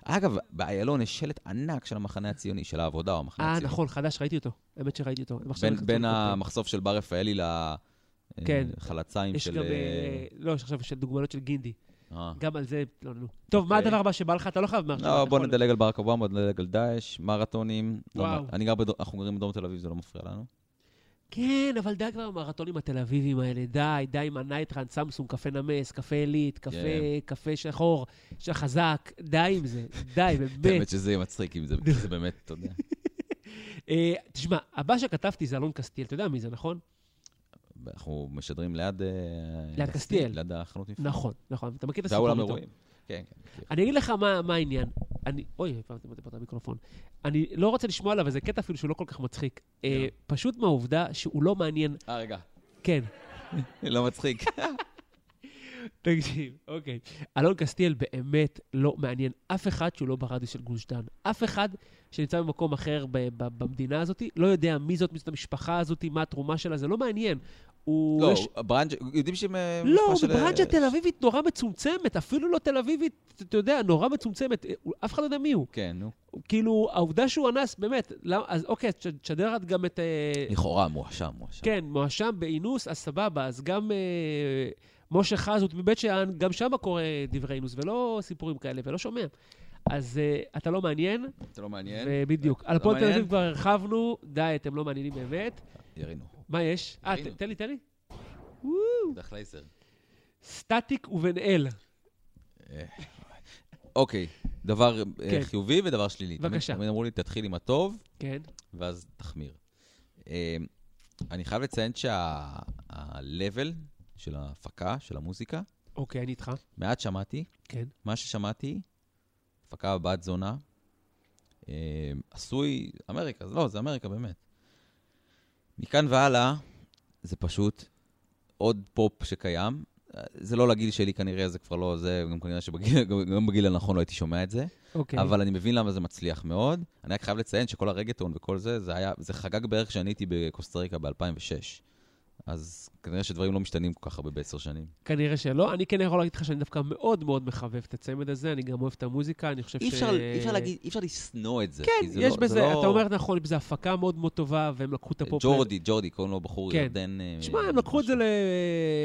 [SPEAKER 1] אגב, באיילון יש שלט ענק של המחנה הציוני, של העבודה או המחנה
[SPEAKER 2] אה,
[SPEAKER 1] הציוני.
[SPEAKER 2] נכון, חדש, ראיתי אותו. האמת שראיתי אותו. הם עכשיו
[SPEAKER 1] בין-
[SPEAKER 2] נכנסו
[SPEAKER 1] בין
[SPEAKER 2] לקמפיין.
[SPEAKER 1] המחסוף של בר רפאלי
[SPEAKER 2] כן.
[SPEAKER 1] לחלציים
[SPEAKER 2] יש
[SPEAKER 1] של...
[SPEAKER 2] גם... אה,
[SPEAKER 1] אה,
[SPEAKER 2] לא, יש עכשיו של דוגמנות של גינדי.
[SPEAKER 1] אה.
[SPEAKER 2] גם על זה, לא, נו. טוב, מה
[SPEAKER 1] אוקיי.
[SPEAKER 2] הדבר הבא שבא לך? אתה לא חייב מעכשיו.
[SPEAKER 1] לא,
[SPEAKER 2] אתה
[SPEAKER 1] בוא
[SPEAKER 2] יכול-
[SPEAKER 1] נדלג על ברק אובמה, נדלג על דאעש, מרתונים. לא,
[SPEAKER 2] וואו.
[SPEAKER 1] מה- אני גר בדרום, אנחנו גרים בדרום תל אביב, זה לא מפריע לנו.
[SPEAKER 2] כן, אבל די כבר עם המרתונים התל אביבים האלה, די, די עם הנייטרן, סמסונג, קפה נמס, קפה עילית, קפה,
[SPEAKER 1] כן.
[SPEAKER 2] קפה שחור, שחזק, די עם זה, די, באמת.
[SPEAKER 1] באמת שזה יהיה מצחיק אם זה זה באמת, אתה יודע.
[SPEAKER 2] אה, תשמע, הבא שכתבתי זה אלון קסטיאל, אתה יודע מי זה, נכון?
[SPEAKER 1] אנחנו משדרים ליד... אה,
[SPEAKER 2] ליד קסטיאל.
[SPEAKER 1] ליד החנות מפעל.
[SPEAKER 2] נכון, נכון. אתה מכיר את
[SPEAKER 1] זה
[SPEAKER 2] הסיפור
[SPEAKER 1] האולם
[SPEAKER 2] איתו.
[SPEAKER 1] אירועים. כן, כן. מכיר.
[SPEAKER 2] אני אגיד לך מה, מה העניין. אני, אוי, הפעמתי פה את המיקרופון. אני לא רוצה לשמוע עליו איזה קטע אפילו שהוא לא כל כך מצחיק. אה, פשוט מהעובדה שהוא לא מעניין,
[SPEAKER 1] אה, רגע.
[SPEAKER 2] כן,
[SPEAKER 1] לא מצחיק.
[SPEAKER 2] תקשיב, אוקיי. אלון קסטיאל באמת לא מעניין אף אחד שהוא לא ברדיו של גוש דן. אף אחד שנמצא במקום אחר ב- ב- במדינה הזאת, לא יודע מי זאת, מי זאת המשפחה הזאת, מה התרומה שלה, זה לא מעניין. הוא...
[SPEAKER 1] לא,
[SPEAKER 2] יש-
[SPEAKER 1] ברנג'ה, יודעים שהם... אה,
[SPEAKER 2] לא,
[SPEAKER 1] משפחה של, אה,
[SPEAKER 2] בברנג'ה תל אביבית נורא מצומצמת, אפילו לא תל אביבית, אתה יודע, נורא מצומצמת. אה, הוא- אף אחד לא יודע מי הוא.
[SPEAKER 1] כן, נו.
[SPEAKER 2] כאילו, העובדה שהוא אנס, באמת, למ- אז אוקיי, אז תש- תשדר את גם את... אה,
[SPEAKER 1] לכאורה, מואשם, מואשם.
[SPEAKER 2] כן, מואשם באינוס, אז סבבה, אז גם אה, משה חזות מבית שאן, גם שם קורה דברי אינוס, ולא סיפורים כאלה, ולא שומע. אז אה, אתה לא מעניין,
[SPEAKER 1] זה לא מעניין.
[SPEAKER 2] ובדיוק. על
[SPEAKER 1] לא
[SPEAKER 2] הפועל תל
[SPEAKER 1] מעניין?
[SPEAKER 2] אביב כבר הרחבנו, די, אתם לא מעניינים באמת.
[SPEAKER 1] ירינו.
[SPEAKER 2] מה יש? אה,
[SPEAKER 1] ראינו.
[SPEAKER 2] ת- תן לי, תן לי.
[SPEAKER 1] דרך לייזר.
[SPEAKER 2] סטטיק ובן אל.
[SPEAKER 1] אוקיי, דבר אה,
[SPEAKER 2] כן.
[SPEAKER 1] חיובי ודבר שלילי. תמיד-
[SPEAKER 2] בבקשה.
[SPEAKER 1] תמיד אמרו לי, תתחיל עם הטוב,
[SPEAKER 2] כן,
[SPEAKER 1] ואז תחמיר. אה, אני חייב לציין שה-level של ההפקה, של המוזיקה,
[SPEAKER 2] אוקיי, אני איתך.
[SPEAKER 1] מעט שמעתי.
[SPEAKER 2] כן.
[SPEAKER 1] מה ששמעתי, הפקה בת זונה, אה, עשוי אמריקה, אז לא, זה אמריקה באמת. מכאן והלאה, זה פשוט עוד פופ שקיים. אה, זה לא לגיל שלי כנראה, זה כבר לא זה, גם כנראה שבגיל גם- גם בגיל הנכון לא הייתי שומע את זה.
[SPEAKER 2] אוקיי.
[SPEAKER 1] אבל אני מבין למה זה מצליח מאוד. אני רק חייב לציין שכל הרגטון וכל זה, זה, היה, זה חגג בערך כשאני הייתי בקוסטה ריקה ב-2006. אז כנראה שדברים לא משתנים כל כך הרבה בעשר שנים.
[SPEAKER 2] כנראה שלא. אני כן יכול להגיד לך שאני דווקא מאוד מאוד מחבב את הצמד הזה, אני גם אוהב את המוזיקה, אני חושב ש...
[SPEAKER 1] אי אפשר, אי אפשר להגיד, אי אפשר לשנוא את זה.
[SPEAKER 2] כן,
[SPEAKER 1] כי זה
[SPEAKER 2] יש
[SPEAKER 1] לא,
[SPEAKER 2] בזה,
[SPEAKER 1] זה לא...
[SPEAKER 2] אתה אומר נכון, זו הפקה מאוד מאוד טובה, והם לקחו את הפופ...
[SPEAKER 1] ג'ורדי, ג'ורדי, קוראים לו בחור
[SPEAKER 2] כן.
[SPEAKER 1] ירדן... אה,
[SPEAKER 2] תשמע, הם לקחו את זה ל...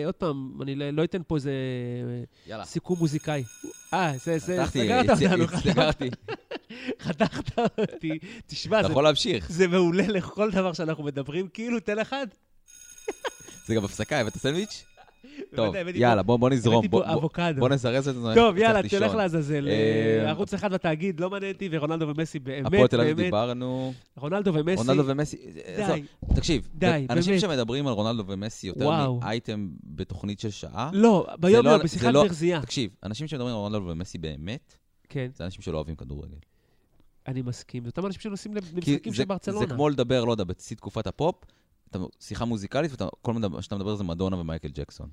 [SPEAKER 2] עוד פעם, אני לא לא אתן פה איזה אה,
[SPEAKER 1] יאללה,
[SPEAKER 2] סיכום מוזיקאי. אה, זה, זה,
[SPEAKER 1] פתחתי,
[SPEAKER 2] סגרת
[SPEAKER 1] הצ-
[SPEAKER 2] אותנו,
[SPEAKER 1] הצטערתי.
[SPEAKER 2] חתכת אותי. תשמע,
[SPEAKER 1] אתה
[SPEAKER 2] זה-
[SPEAKER 1] יכול להמשיך.
[SPEAKER 2] זה מעולה לכל דבר שאנחנו מדברים, כאילו, תן אחד.
[SPEAKER 1] זה גם הפסקה, הבאת סנדוויץ'? טוב,
[SPEAKER 2] בוודאי, לא הבאתי פה-
[SPEAKER 1] יאללה, בוא בוא נזרום.
[SPEAKER 2] הבאתי
[SPEAKER 1] בוא-
[SPEAKER 2] פה
[SPEAKER 1] בוא-
[SPEAKER 2] אבוקדו.
[SPEAKER 1] בוא נזרז את זה.
[SPEAKER 2] טוב,
[SPEAKER 1] צריך
[SPEAKER 2] יאללה,
[SPEAKER 1] לישון.
[SPEAKER 2] תלך לעזאזל.
[SPEAKER 1] אה,
[SPEAKER 2] ערוץ אחד בתאגיד, לא מעניין אותי, ורונלדו ומסי באמת,
[SPEAKER 1] הפועל תל אביב
[SPEAKER 2] באמת.
[SPEAKER 1] דיברנו,
[SPEAKER 2] רונלדו ומסי,
[SPEAKER 1] רונלדו ומסי, עזוב, תקשיב,
[SPEAKER 2] די,
[SPEAKER 1] אנשים
[SPEAKER 2] באמת.
[SPEAKER 1] שמדברים על רונלדו ומסי יותר
[SPEAKER 2] וואו.
[SPEAKER 1] מאייטם בתוכנית של שעה,
[SPEAKER 2] לא,
[SPEAKER 1] זה
[SPEAKER 2] ביום יום,
[SPEAKER 1] לא-
[SPEAKER 2] בשיחת
[SPEAKER 1] זה לא-
[SPEAKER 2] ברזייה.
[SPEAKER 1] תקשיב, אנשים שמדברים על רונלדו ומסי באמת,
[SPEAKER 2] כן,
[SPEAKER 1] זה אנשים שלא אוהבים כדורגל.
[SPEAKER 2] אני מסכים. זה אותם אנשים שנוסעים
[SPEAKER 1] כי
[SPEAKER 2] למשחקים
[SPEAKER 1] זה-
[SPEAKER 2] של ברצלונה.
[SPEAKER 1] זה כמו לדבר, לא יודע, בשיא תקופת הפופ, אתה- שיחה מוזיקלית, וכל מה שאתה מדבר זה מדונה ומייקל ג'קסון.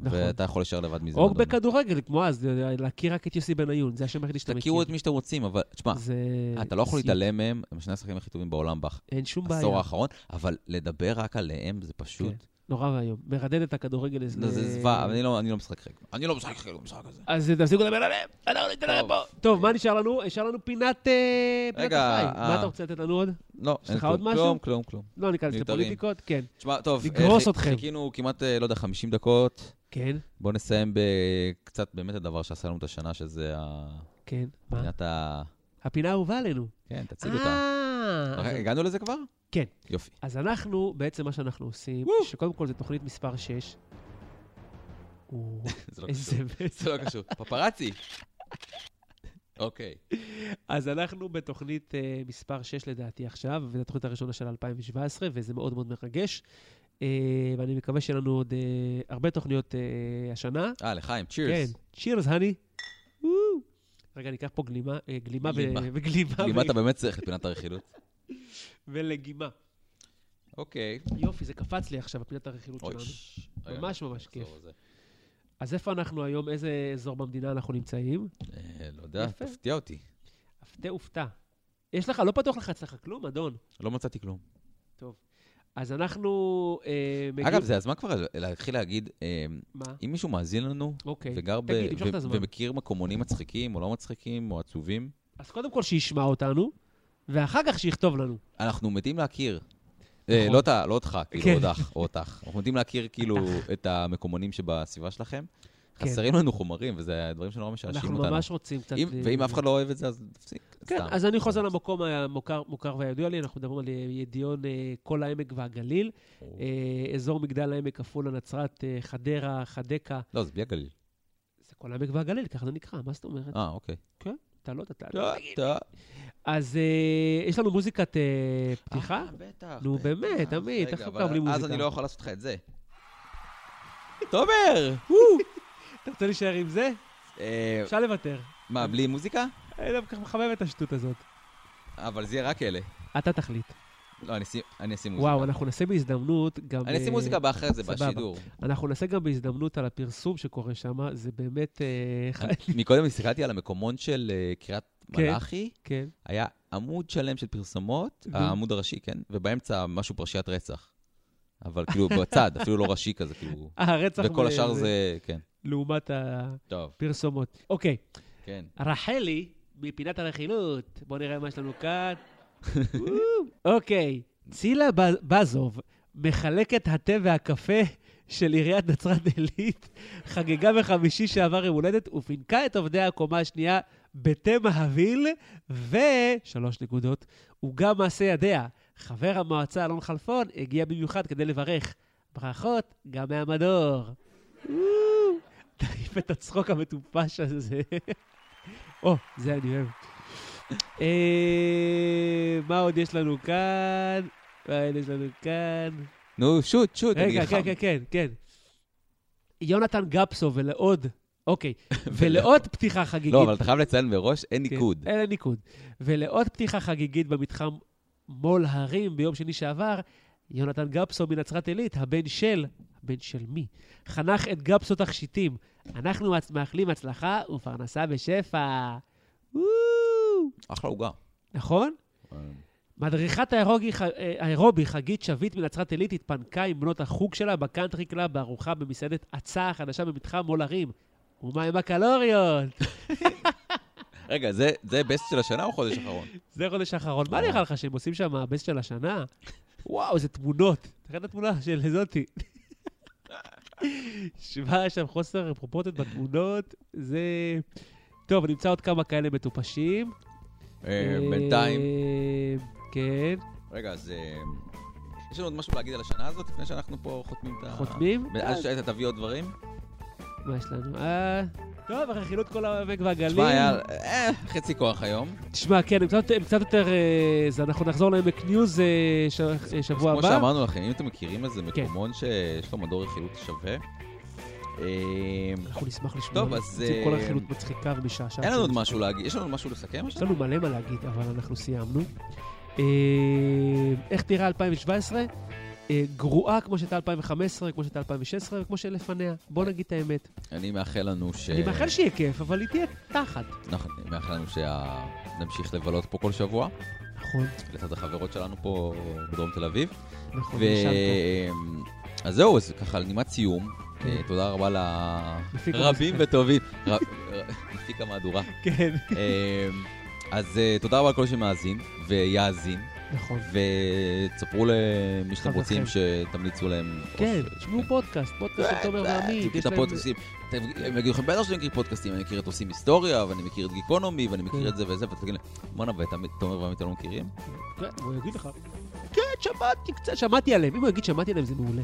[SPEAKER 2] נכון.
[SPEAKER 1] ואתה יכול להישאר לבד מזה.
[SPEAKER 2] או
[SPEAKER 1] מדונה.
[SPEAKER 2] בכדורגל, כמו אז, להכיר רק את יוסי בניון, זה השם היחידי שאתה מכיר.
[SPEAKER 1] תכירו את מי שאתם רוצים, אבל תשמע,
[SPEAKER 2] זה-
[SPEAKER 1] אתה לא יכול
[SPEAKER 2] זה-
[SPEAKER 1] להתעלם מהם, הם שני השחקנים הכי טובים בעולם
[SPEAKER 2] אין שום בעיה.
[SPEAKER 1] בעשור האחרון, אבל לדבר רק עליהם זה פשוט...
[SPEAKER 2] כן. נורא ואיום. מרדד את הכדורגל
[SPEAKER 1] לא,
[SPEAKER 2] איזה...
[SPEAKER 1] זה זוועה, אבל אני לא- אני לא משחק חלק. אני לא משחק חלק במשחק הזה.
[SPEAKER 2] אז תפסיקו לדבר עליהם, אנחנו ניתן להם פה. טוב, מה נשאר לנו? נשאר לנו פינת אה, פינת
[SPEAKER 1] רגע,
[SPEAKER 2] החי.
[SPEAKER 1] אה.
[SPEAKER 2] מה אתה רוצה לתת לנו עוד?
[SPEAKER 1] לא,
[SPEAKER 2] יש
[SPEAKER 1] אין
[SPEAKER 2] לך עוד
[SPEAKER 1] כלום.
[SPEAKER 2] משהו?
[SPEAKER 1] כלום, כלום, כלום.
[SPEAKER 2] לא ניכנס
[SPEAKER 1] מיותרים.
[SPEAKER 2] לפוליטיקות, כן.
[SPEAKER 1] תשמע, טוב,
[SPEAKER 2] נגרוס
[SPEAKER 1] אה, חיכ-
[SPEAKER 2] אתכם.
[SPEAKER 1] חיכינו כמעט, אה, לא יודע, 50 דקות.
[SPEAKER 2] כן,
[SPEAKER 1] בואו נסיים בקצת באמת הדבר שעשה לנו את השנה, שזה ה-
[SPEAKER 2] כן. מה?
[SPEAKER 1] פינת ה...
[SPEAKER 2] הפינה האהובה עלינו.
[SPEAKER 1] כן, תציג אותה.
[SPEAKER 2] אה, אז-
[SPEAKER 1] רגע, אוקיי, הגענו לזה כבר?
[SPEAKER 2] כן.
[SPEAKER 1] יופי.
[SPEAKER 2] אז אנחנו, בעצם מה שאנחנו עושים, שקודם כל זו תוכנית מספר 6.
[SPEAKER 1] זה לא
[SPEAKER 2] איזה
[SPEAKER 1] קשור. זה לא קשור. פפראצי. אוקיי.
[SPEAKER 2] אז אנחנו בתוכנית אה, מספר 6 לדעתי עכשיו, וזו התוכנית הראשונה של 2017, וזה מאוד מאוד מרגש. אה, ואני מקווה שיהיה לנו עוד אה, הרבה תוכניות אה, השנה.
[SPEAKER 1] אה, לחיים,
[SPEAKER 2] כן,
[SPEAKER 1] צ'ירס.
[SPEAKER 2] צ'ירס, הני. וואו. רגע, אני אקח פה גלימה, אה, גלימה ו-
[SPEAKER 1] גלימה.
[SPEAKER 2] וגלימה
[SPEAKER 1] לימה כאילו, אתה
[SPEAKER 2] ו-
[SPEAKER 1] באמת צריך לפינת הרכילות.
[SPEAKER 2] ולגימה.
[SPEAKER 1] אוקיי.
[SPEAKER 2] יופי, זה קפץ לי עכשיו, פינת הרכילות שלנו.
[SPEAKER 1] ש- רגע,
[SPEAKER 2] ממש
[SPEAKER 1] אני
[SPEAKER 2] ממש
[SPEAKER 1] אחזור
[SPEAKER 2] כיף.
[SPEAKER 1] לזה.
[SPEAKER 2] אז איפה אנחנו היום? איזה אזור במדינה אנחנו נמצאים?
[SPEAKER 1] אה, לא יודע,
[SPEAKER 2] יפה.
[SPEAKER 1] תפתיע אותי.
[SPEAKER 2] הפתע ופתע. יש לך, לא פתוח לך אצלך כלום, אדון.
[SPEAKER 1] לא מצאתי כלום.
[SPEAKER 2] אז אנחנו... אה, מגיעים-
[SPEAKER 1] אגב, זה הזמן כבר להתחיל להגיד, אה,
[SPEAKER 2] מה?
[SPEAKER 1] אם מישהו מאזין לנו
[SPEAKER 2] אוקיי.
[SPEAKER 1] וגר ב...
[SPEAKER 2] תגיד, תמשוך את
[SPEAKER 1] ו-
[SPEAKER 2] הזמן.
[SPEAKER 1] ומכיר מקומונים מצחיקים או לא מצחיקים או עצובים,
[SPEAKER 2] אז קודם כל שישמע אותנו, ואחר כך שיכתוב לנו.
[SPEAKER 1] אנחנו מתים להכיר. אה,
[SPEAKER 2] נכון.
[SPEAKER 1] לא אתה- לא אותך, כאילו,
[SPEAKER 2] כן.
[SPEAKER 1] אותך, או אותך. אנחנו מתים להכיר כאילו את המקומונים שבסביבה שלכם. חסרים לנו חומרים, וזה הדברים שנורא משעשעים
[SPEAKER 2] כן. אנחנו
[SPEAKER 1] אותנו.
[SPEAKER 2] ממש רוצים קצת...
[SPEAKER 1] אם-
[SPEAKER 2] אה,
[SPEAKER 1] ואם אף אחד לא אוהב את זה, אז תפסיק.
[SPEAKER 2] כן,
[SPEAKER 1] סתם.
[SPEAKER 2] אז אני חוזר למקום המוכר מוכר והידוע לי, אנחנו מדברים על אה, ידיעון אה, כל העמק והגליל,
[SPEAKER 1] או.
[SPEAKER 2] אה, אזור מגדל העמק, עפולה, נצרת, אה, חדרה, חדקה,
[SPEAKER 1] לא, זה בלי הגליל.
[SPEAKER 2] זה כל העמק והגליל, ככה זה נקרא, מה זאת אומרת?
[SPEAKER 1] אה, אוקיי.
[SPEAKER 2] אתה לא אתה...
[SPEAKER 1] טוב, טוב.
[SPEAKER 2] אז אה, יש לנו מוזיקת אה, פתיחה.
[SPEAKER 1] אה, בטח.
[SPEAKER 2] נו,
[SPEAKER 1] בטח.
[SPEAKER 2] באמת, עמית,
[SPEAKER 1] רגע,
[SPEAKER 2] איך אתה
[SPEAKER 1] אבל
[SPEAKER 2] מקבל בלי
[SPEAKER 1] אז
[SPEAKER 2] מוזיקה?
[SPEAKER 1] אני לא יכול לעשות לך את זה. תומר!
[SPEAKER 2] אתה רוצה להישאר עם זה?
[SPEAKER 1] אה,
[SPEAKER 2] אפשר לוותר.
[SPEAKER 1] מה, בלי מוזיקה?
[SPEAKER 2] אני לא כל כך מחבב את השטות הזאת.
[SPEAKER 1] אבל זה יהיה רק אלה.
[SPEAKER 2] אתה תחליט.
[SPEAKER 1] לא, אני אשים- אני אשים מוזיקה.
[SPEAKER 2] וואו, אנחנו נעשה בהזדמנות גם...
[SPEAKER 1] אני אשים
[SPEAKER 2] אה,
[SPEAKER 1] מוזיקה באחרי זה,
[SPEAKER 2] סבבה.
[SPEAKER 1] בשידור.
[SPEAKER 2] אנחנו נעשה גם בהזדמנות על הפרסום שקורה שם, זה באמת... אה, ח-
[SPEAKER 1] מקודם הסתכלתי על המקומון של אה, קריית
[SPEAKER 2] כן.
[SPEAKER 1] מלאכי,
[SPEAKER 2] כן.
[SPEAKER 1] היה עמוד שלם של פרסומות,
[SPEAKER 2] נו.
[SPEAKER 1] העמוד הראשי, כן? ובאמצע משהו פרשיית רצח. אבל כאילו בצד, אפילו לא ראשי כזה, כאילו...
[SPEAKER 2] אה, הרצח...
[SPEAKER 1] וכל
[SPEAKER 2] ב-
[SPEAKER 1] השאר זה, כן.
[SPEAKER 2] לעומת
[SPEAKER 1] טוב,
[SPEAKER 2] הפרסומות. אוקיי,
[SPEAKER 1] כן.
[SPEAKER 2] רחלי מפינת הרכילות. בואו נראה מה יש לנו כאן. וואו. אוקיי, צילה ב- בזוב, מחלקת התה והקפה של עיריית נצרת עילית, חגגה בחמישי שעבר יום הולדת ופינקה את עובדי הקומה השנייה בתה מהביל, ו... שלוש נקודות, עוגה מעשה ידיה. חבר המועצה אלון חלפון הגיע במיוחד כדי לברך. ברכות גם מהמדור. וואו. תעיף את הצחוק המטופש הזה. או, זה אני אוהב. אה, מה עוד יש לנו כאן? מה עוד יש לנו כאן?
[SPEAKER 1] נו, שוט, שוט, אני
[SPEAKER 2] רגע,
[SPEAKER 1] נלחם.
[SPEAKER 2] כן, כן, כן, כן. יונתן גפסו ולעוד, אוקיי, ולעוד פתיחה חגיגית.
[SPEAKER 1] לא, אבל אתה חייב לציין מראש, אין ניקוד.
[SPEAKER 2] כן, אין ניקוד. ולעוד פתיחה חגיגית במתחם מול הרים ביום שני שעבר, יונתן גפסו מנצרת עילית, הבן של, הבן של מי? חנך את גפסו תכשיטים. אנחנו מצ- מאחלים הצלחה ופרנסה בשפע. וואו!
[SPEAKER 1] אחלה עוגה.
[SPEAKER 2] נכון? מדריכת האירובי, ח- אה, האירובי חגית שביט מנצרת עילית התפנקה עם בנות החוג שלה בקאנטרי קלאב בארוחה במסעדת עצה החדשה במתחם מול הרים. ומה עם הקלוריות?
[SPEAKER 1] רגע, זה- זה בסט של השנה או חודש אחרון?
[SPEAKER 2] זה חודש האחרון.
[SPEAKER 1] אה.
[SPEAKER 2] מה נראה לך שהם עושים שם הבסט של השנה? וואו, זה תמונות. תראה את התמונה של זאתי. שמע, יש שם חוסר פרופורציות בתמונות. זה... טוב, נמצא עוד כמה כאלה מטופשים.
[SPEAKER 1] אה, בינתיים.
[SPEAKER 2] אה, כן.
[SPEAKER 1] רגע, אז... אה, יש לנו עוד משהו להגיד על השנה הזאת לפני שאנחנו פה חותמים את ה...
[SPEAKER 2] חותמים?
[SPEAKER 1] ואז שאתה תביא עוד דברים?
[SPEAKER 2] מה יש לנו? אה... טוב, אחרי חילוט כל העמק והגליל.
[SPEAKER 1] תשמע, היה אה, חצי כוח היום.
[SPEAKER 2] תשמע, כן, הם קצת- הם קצת יותר... אה, זה, אנחנו נחזור לעמק ניוז אה, ש- אה, שבוע
[SPEAKER 1] כמו
[SPEAKER 2] הבא.
[SPEAKER 1] שאמרנו לכם, אם אתם מכירים איזה
[SPEAKER 2] כן.
[SPEAKER 1] מקומון שיש לו מדור רכילות שווה, אה,
[SPEAKER 2] אנחנו נשמח לשמוע.
[SPEAKER 1] טוב, אז,
[SPEAKER 2] רוצים כל
[SPEAKER 1] אה,
[SPEAKER 2] החילוט מצחיקה ומשעשעת.
[SPEAKER 1] אין לנו עוד
[SPEAKER 2] שלנו.
[SPEAKER 1] משהו להגיד, יש לנו עוד משהו לסכם?
[SPEAKER 2] יש לנו מלא מה להגיד, אבל אנחנו סיימנו. אה, איך תראה 2017? אה, גרועה כמו שהייתה 2015, כמו שהייתה 2016 וכמו שלפניה. בוא נגיד את האמת.
[SPEAKER 1] אני מאחל לנו ש...
[SPEAKER 2] אני מאחל שיהיה כיף, אבל היא תהיה תחת.
[SPEAKER 1] נכון, אני מאחל לנו שנמשיך לבלות פה כל שבוע,
[SPEAKER 2] נכון,
[SPEAKER 1] לצד החברות שלנו פה בדרום תל אביב.
[SPEAKER 2] נכון,
[SPEAKER 1] ו...
[SPEAKER 2] נשארת.
[SPEAKER 1] אז זהו, אז ככה, לנימת סיום.
[SPEAKER 2] כן.
[SPEAKER 1] אה, תודה רבה
[SPEAKER 2] מפיק
[SPEAKER 1] לרבים
[SPEAKER 2] המסכת.
[SPEAKER 1] וטובים. ר- ר- מפיק המהדורה.
[SPEAKER 2] כן,
[SPEAKER 1] אה, אז אה, תודה רבה לכל שמאזין ויאזין,
[SPEAKER 2] נכון.
[SPEAKER 1] ותספרו למי שאתם רוצים שתמליצו להם.
[SPEAKER 2] כן, תשמעו
[SPEAKER 1] אוקיי.
[SPEAKER 2] פודקאסט, פודקאסט של תומר
[SPEAKER 1] תראו
[SPEAKER 2] ועמית. יש
[SPEAKER 1] כן, אה, את
[SPEAKER 2] להם-
[SPEAKER 1] הפודקאסטים, אתם- הם יגידו לכם, בטח שאני מכיר פודקאסטים, אני מכיר את עושים היסטוריה, ואני מכיר את גיקונומי, ואני מכיר
[SPEAKER 2] כן.
[SPEAKER 1] את זה וזה, ואתה תגיד להם, בואנה, ואת עמית- תומר ועמית לא מכירים?
[SPEAKER 2] כן, הוא יגיד לך. כן, שמעתי קצת, שמעתי עליהם. אם הוא יגיד שמעתי עליהם זה מעולה.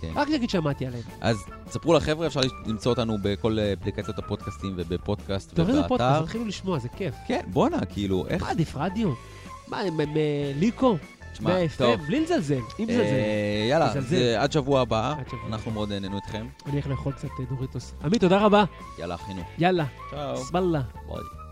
[SPEAKER 1] כן.
[SPEAKER 2] רק יגיד שמעתי עליהם.
[SPEAKER 1] אז ספרו לחבר'ה, אפשר למצוא אותנו בכל אה, אפליקציות הפודקאסטים ובפודקאסט
[SPEAKER 2] תורידו פודקאסט,
[SPEAKER 1] ובאתר.
[SPEAKER 2] תתחילו לשמוע, זה כיף.
[SPEAKER 1] כן, בואנה, כאילו, איך...
[SPEAKER 2] מה, עדיף רדיו? מה, הם הם, אה, ליקו?
[SPEAKER 1] תשמע, טוב.
[SPEAKER 2] מה-FM? בלי לזלזל, אם לזלזל.
[SPEAKER 1] אה, יאללה,
[SPEAKER 2] מזלזל.
[SPEAKER 1] אז, אה, עד שבוע הבא,
[SPEAKER 2] עד שבוע.
[SPEAKER 1] אנחנו מאוד נהנינו איתכם.
[SPEAKER 2] אני הולך לאכול קצת אה, דוריטוס. עמית, תודה רבה.
[SPEAKER 1] יאללה, אחינו.
[SPEAKER 2] יאללה,
[SPEAKER 1] צ'או.
[SPEAKER 2] סבלה.
[SPEAKER 1] ביי.